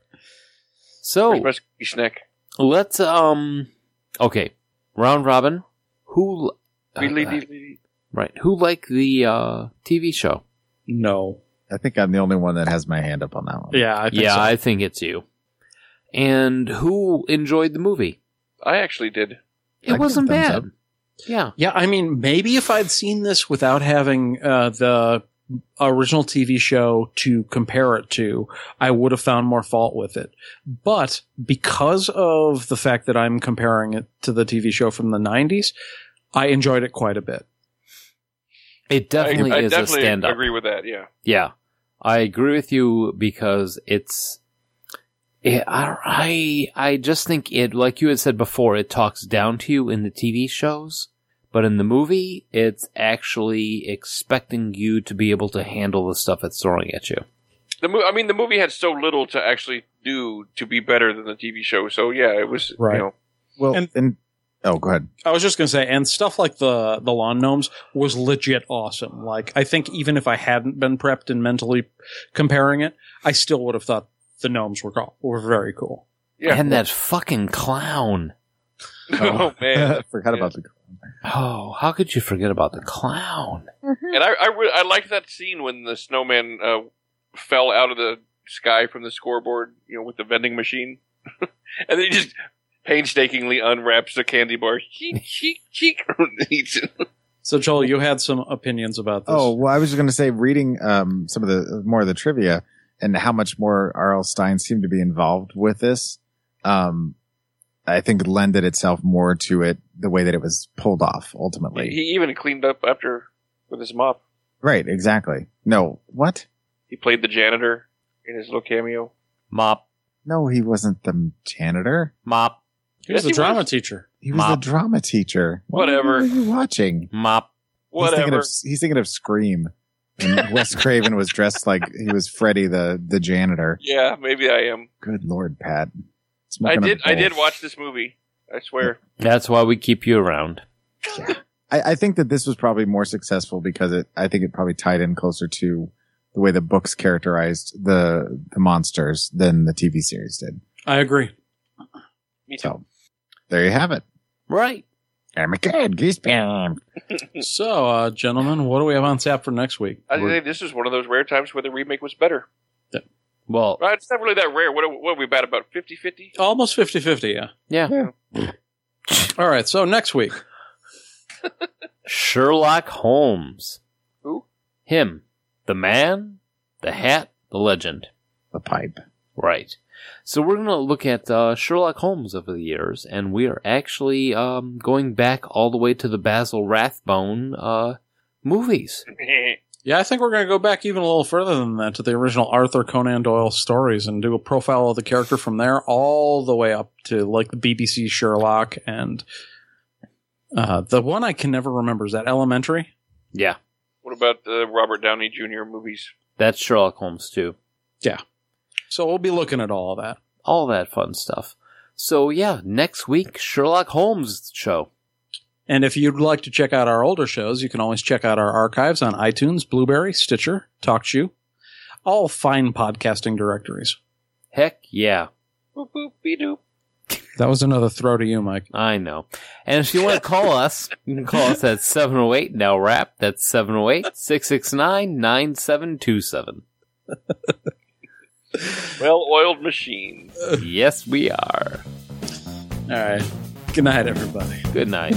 [SPEAKER 2] So
[SPEAKER 3] my cookie snack?
[SPEAKER 2] let's um, okay, round robin. Who uh,
[SPEAKER 3] Lee, lee, lee, lee.
[SPEAKER 2] right? Who like the uh, TV show?
[SPEAKER 5] No,
[SPEAKER 4] I think I'm the only one that has my hand up on that one.
[SPEAKER 5] yeah, I think
[SPEAKER 2] yeah,
[SPEAKER 5] so.
[SPEAKER 2] I think it's you. And who enjoyed the movie?
[SPEAKER 3] I actually did.
[SPEAKER 4] I
[SPEAKER 2] It
[SPEAKER 4] give
[SPEAKER 2] wasn't
[SPEAKER 4] thumbs
[SPEAKER 2] bad.
[SPEAKER 4] up.
[SPEAKER 2] Yeah,
[SPEAKER 5] Yeah, I mean, maybe if I'd seen this without having uh, the original TV show to compare it to, I would have found more fault with it. But because of the fact that I'm comparing it to the TV show from the 90s, I enjoyed it quite a bit.
[SPEAKER 2] it definitely
[SPEAKER 3] I, I
[SPEAKER 2] is
[SPEAKER 3] definitely
[SPEAKER 2] a stand-up.
[SPEAKER 3] agree with that. Yeah.
[SPEAKER 2] Yeah, I agree with you because it's. It, I, I I just think it, like you had said before, it talks down to you in the TV shows, but in the movie, it's actually expecting you to be able to handle the stuff it's throwing at you.
[SPEAKER 3] The mo- I mean, the movie had so little to actually do to be better than the TV show. So yeah, it was
[SPEAKER 5] Right.
[SPEAKER 3] you know
[SPEAKER 4] Well,
[SPEAKER 5] And-
[SPEAKER 4] and, oh, go ahead.
[SPEAKER 5] I was just gonna say, and stuff like the the lawn gnomes was legit awesome. Like I think even if I hadn't been prepped and mentally comparing it, I still would have thought the gnomes were cool, were very cool.
[SPEAKER 3] yeah.
[SPEAKER 2] And that fucking clown.
[SPEAKER 3] oh man.
[SPEAKER 4] forgot
[SPEAKER 3] Yeah.
[SPEAKER 4] about the.
[SPEAKER 2] Oh, how could you forget about the clown?
[SPEAKER 3] And I I, re- I liked that scene when the snowman uh, fell out of the sky from the scoreboard, you know, with the vending machine, and then he just painstakingly unwraps the candy bar, cheek cheek cheek, and eats it.
[SPEAKER 5] So Joel, you had some opinions about this.
[SPEAKER 4] Oh well, I was just going to say reading um, some of the more of the trivia and how much more R.L. Stein seemed to be involved with this. Um, I think lended itself more to it the way that it was pulled off ultimately.
[SPEAKER 3] He even cleaned up after with his mop.
[SPEAKER 4] right? Exactly. No, what?
[SPEAKER 3] He played the janitor in his little cameo.
[SPEAKER 2] Mop,
[SPEAKER 4] No, he wasn't the janitor.
[SPEAKER 2] mop,
[SPEAKER 5] he was
[SPEAKER 3] Yes,
[SPEAKER 5] a drama
[SPEAKER 3] was.
[SPEAKER 5] teacher.
[SPEAKER 4] He was
[SPEAKER 2] Mop.
[SPEAKER 4] the drama teacher. What
[SPEAKER 3] Whatever.
[SPEAKER 4] were you watching?
[SPEAKER 2] mop.
[SPEAKER 4] He's thinking
[SPEAKER 3] Whatever.
[SPEAKER 4] of, he's thinking of Scream. And Wes Craven was dressed like he was Freddy the the janitor.
[SPEAKER 3] Yeah, maybe I am.
[SPEAKER 4] Good lord, Pat.
[SPEAKER 3] I
[SPEAKER 4] Smoking a
[SPEAKER 3] did. I
[SPEAKER 4] bowl.
[SPEAKER 3] did watch this movie. I swear.
[SPEAKER 2] That's why we keep you around.
[SPEAKER 4] I, I think that this was probably more successful because it. I think it probably tied in closer to the way the books characterized the the monsters than the TV series did.
[SPEAKER 5] I agree.
[SPEAKER 3] Me too.
[SPEAKER 4] So there you have it.
[SPEAKER 2] Right.
[SPEAKER 4] I'm a kid. Goosebumps.
[SPEAKER 5] So, uh, gentlemen, what do we have on tap for next week?
[SPEAKER 3] I think this is one of those rare times where the remake was better.
[SPEAKER 2] Well,
[SPEAKER 3] Right? It's not really that rare. What are, what are we about? About 50 50?
[SPEAKER 5] Almost 50 50, yeah.
[SPEAKER 2] yeah.
[SPEAKER 5] All right, so next week.
[SPEAKER 2] Sherlock Holmes.
[SPEAKER 3] Who?
[SPEAKER 2] Him. The man, the hat, the legend.
[SPEAKER 4] The pipe.
[SPEAKER 2] Right. So we're going to look at uh, Sherlock Holmes over the years, and we are actually um, going back all the way to the Basil Rathbone uh, movies.
[SPEAKER 5] Yeah, I think we're going to go back even a little further than that to the original Arthur Conan Doyle stories and do a profile of the character from there all the way up to like the BBC Sherlock and uh, the one I can never remember is that Elementary.
[SPEAKER 2] Yeah.
[SPEAKER 3] what about the Robert Downey Jr. movies?
[SPEAKER 2] That's Sherlock Holmes, too.
[SPEAKER 5] So we'll be looking at all of that.
[SPEAKER 2] All that fun stuff. So, yeah, next week, Sherlock Holmes show.
[SPEAKER 5] And if you'd like to check out our older shows, you can always check out our archives on iTunes, Blueberry, Stitcher, TalkShoe, all fine podcasting directories.
[SPEAKER 2] Heck yeah.
[SPEAKER 3] Boop, boop, be doop.
[SPEAKER 5] That was another throw to you, Mike.
[SPEAKER 2] I know. And if you want to call us, you can call us at 708 Now Rap. That's 708 669 9727.
[SPEAKER 3] Well oiled machine.
[SPEAKER 2] Yes, we are.
[SPEAKER 5] All right. Good night, everybody.
[SPEAKER 2] Good night.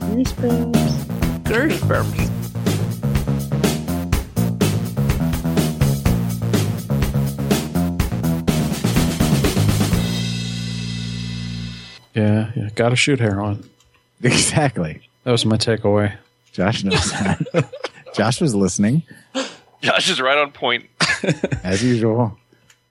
[SPEAKER 6] Goosebumps.
[SPEAKER 5] Yeah, yeah. Gotta shoot heroin.
[SPEAKER 4] Exactly.
[SPEAKER 5] That was my takeaway.
[SPEAKER 4] Josh knows that. Josh was listening
[SPEAKER 3] Josh is right on point.
[SPEAKER 4] as usual.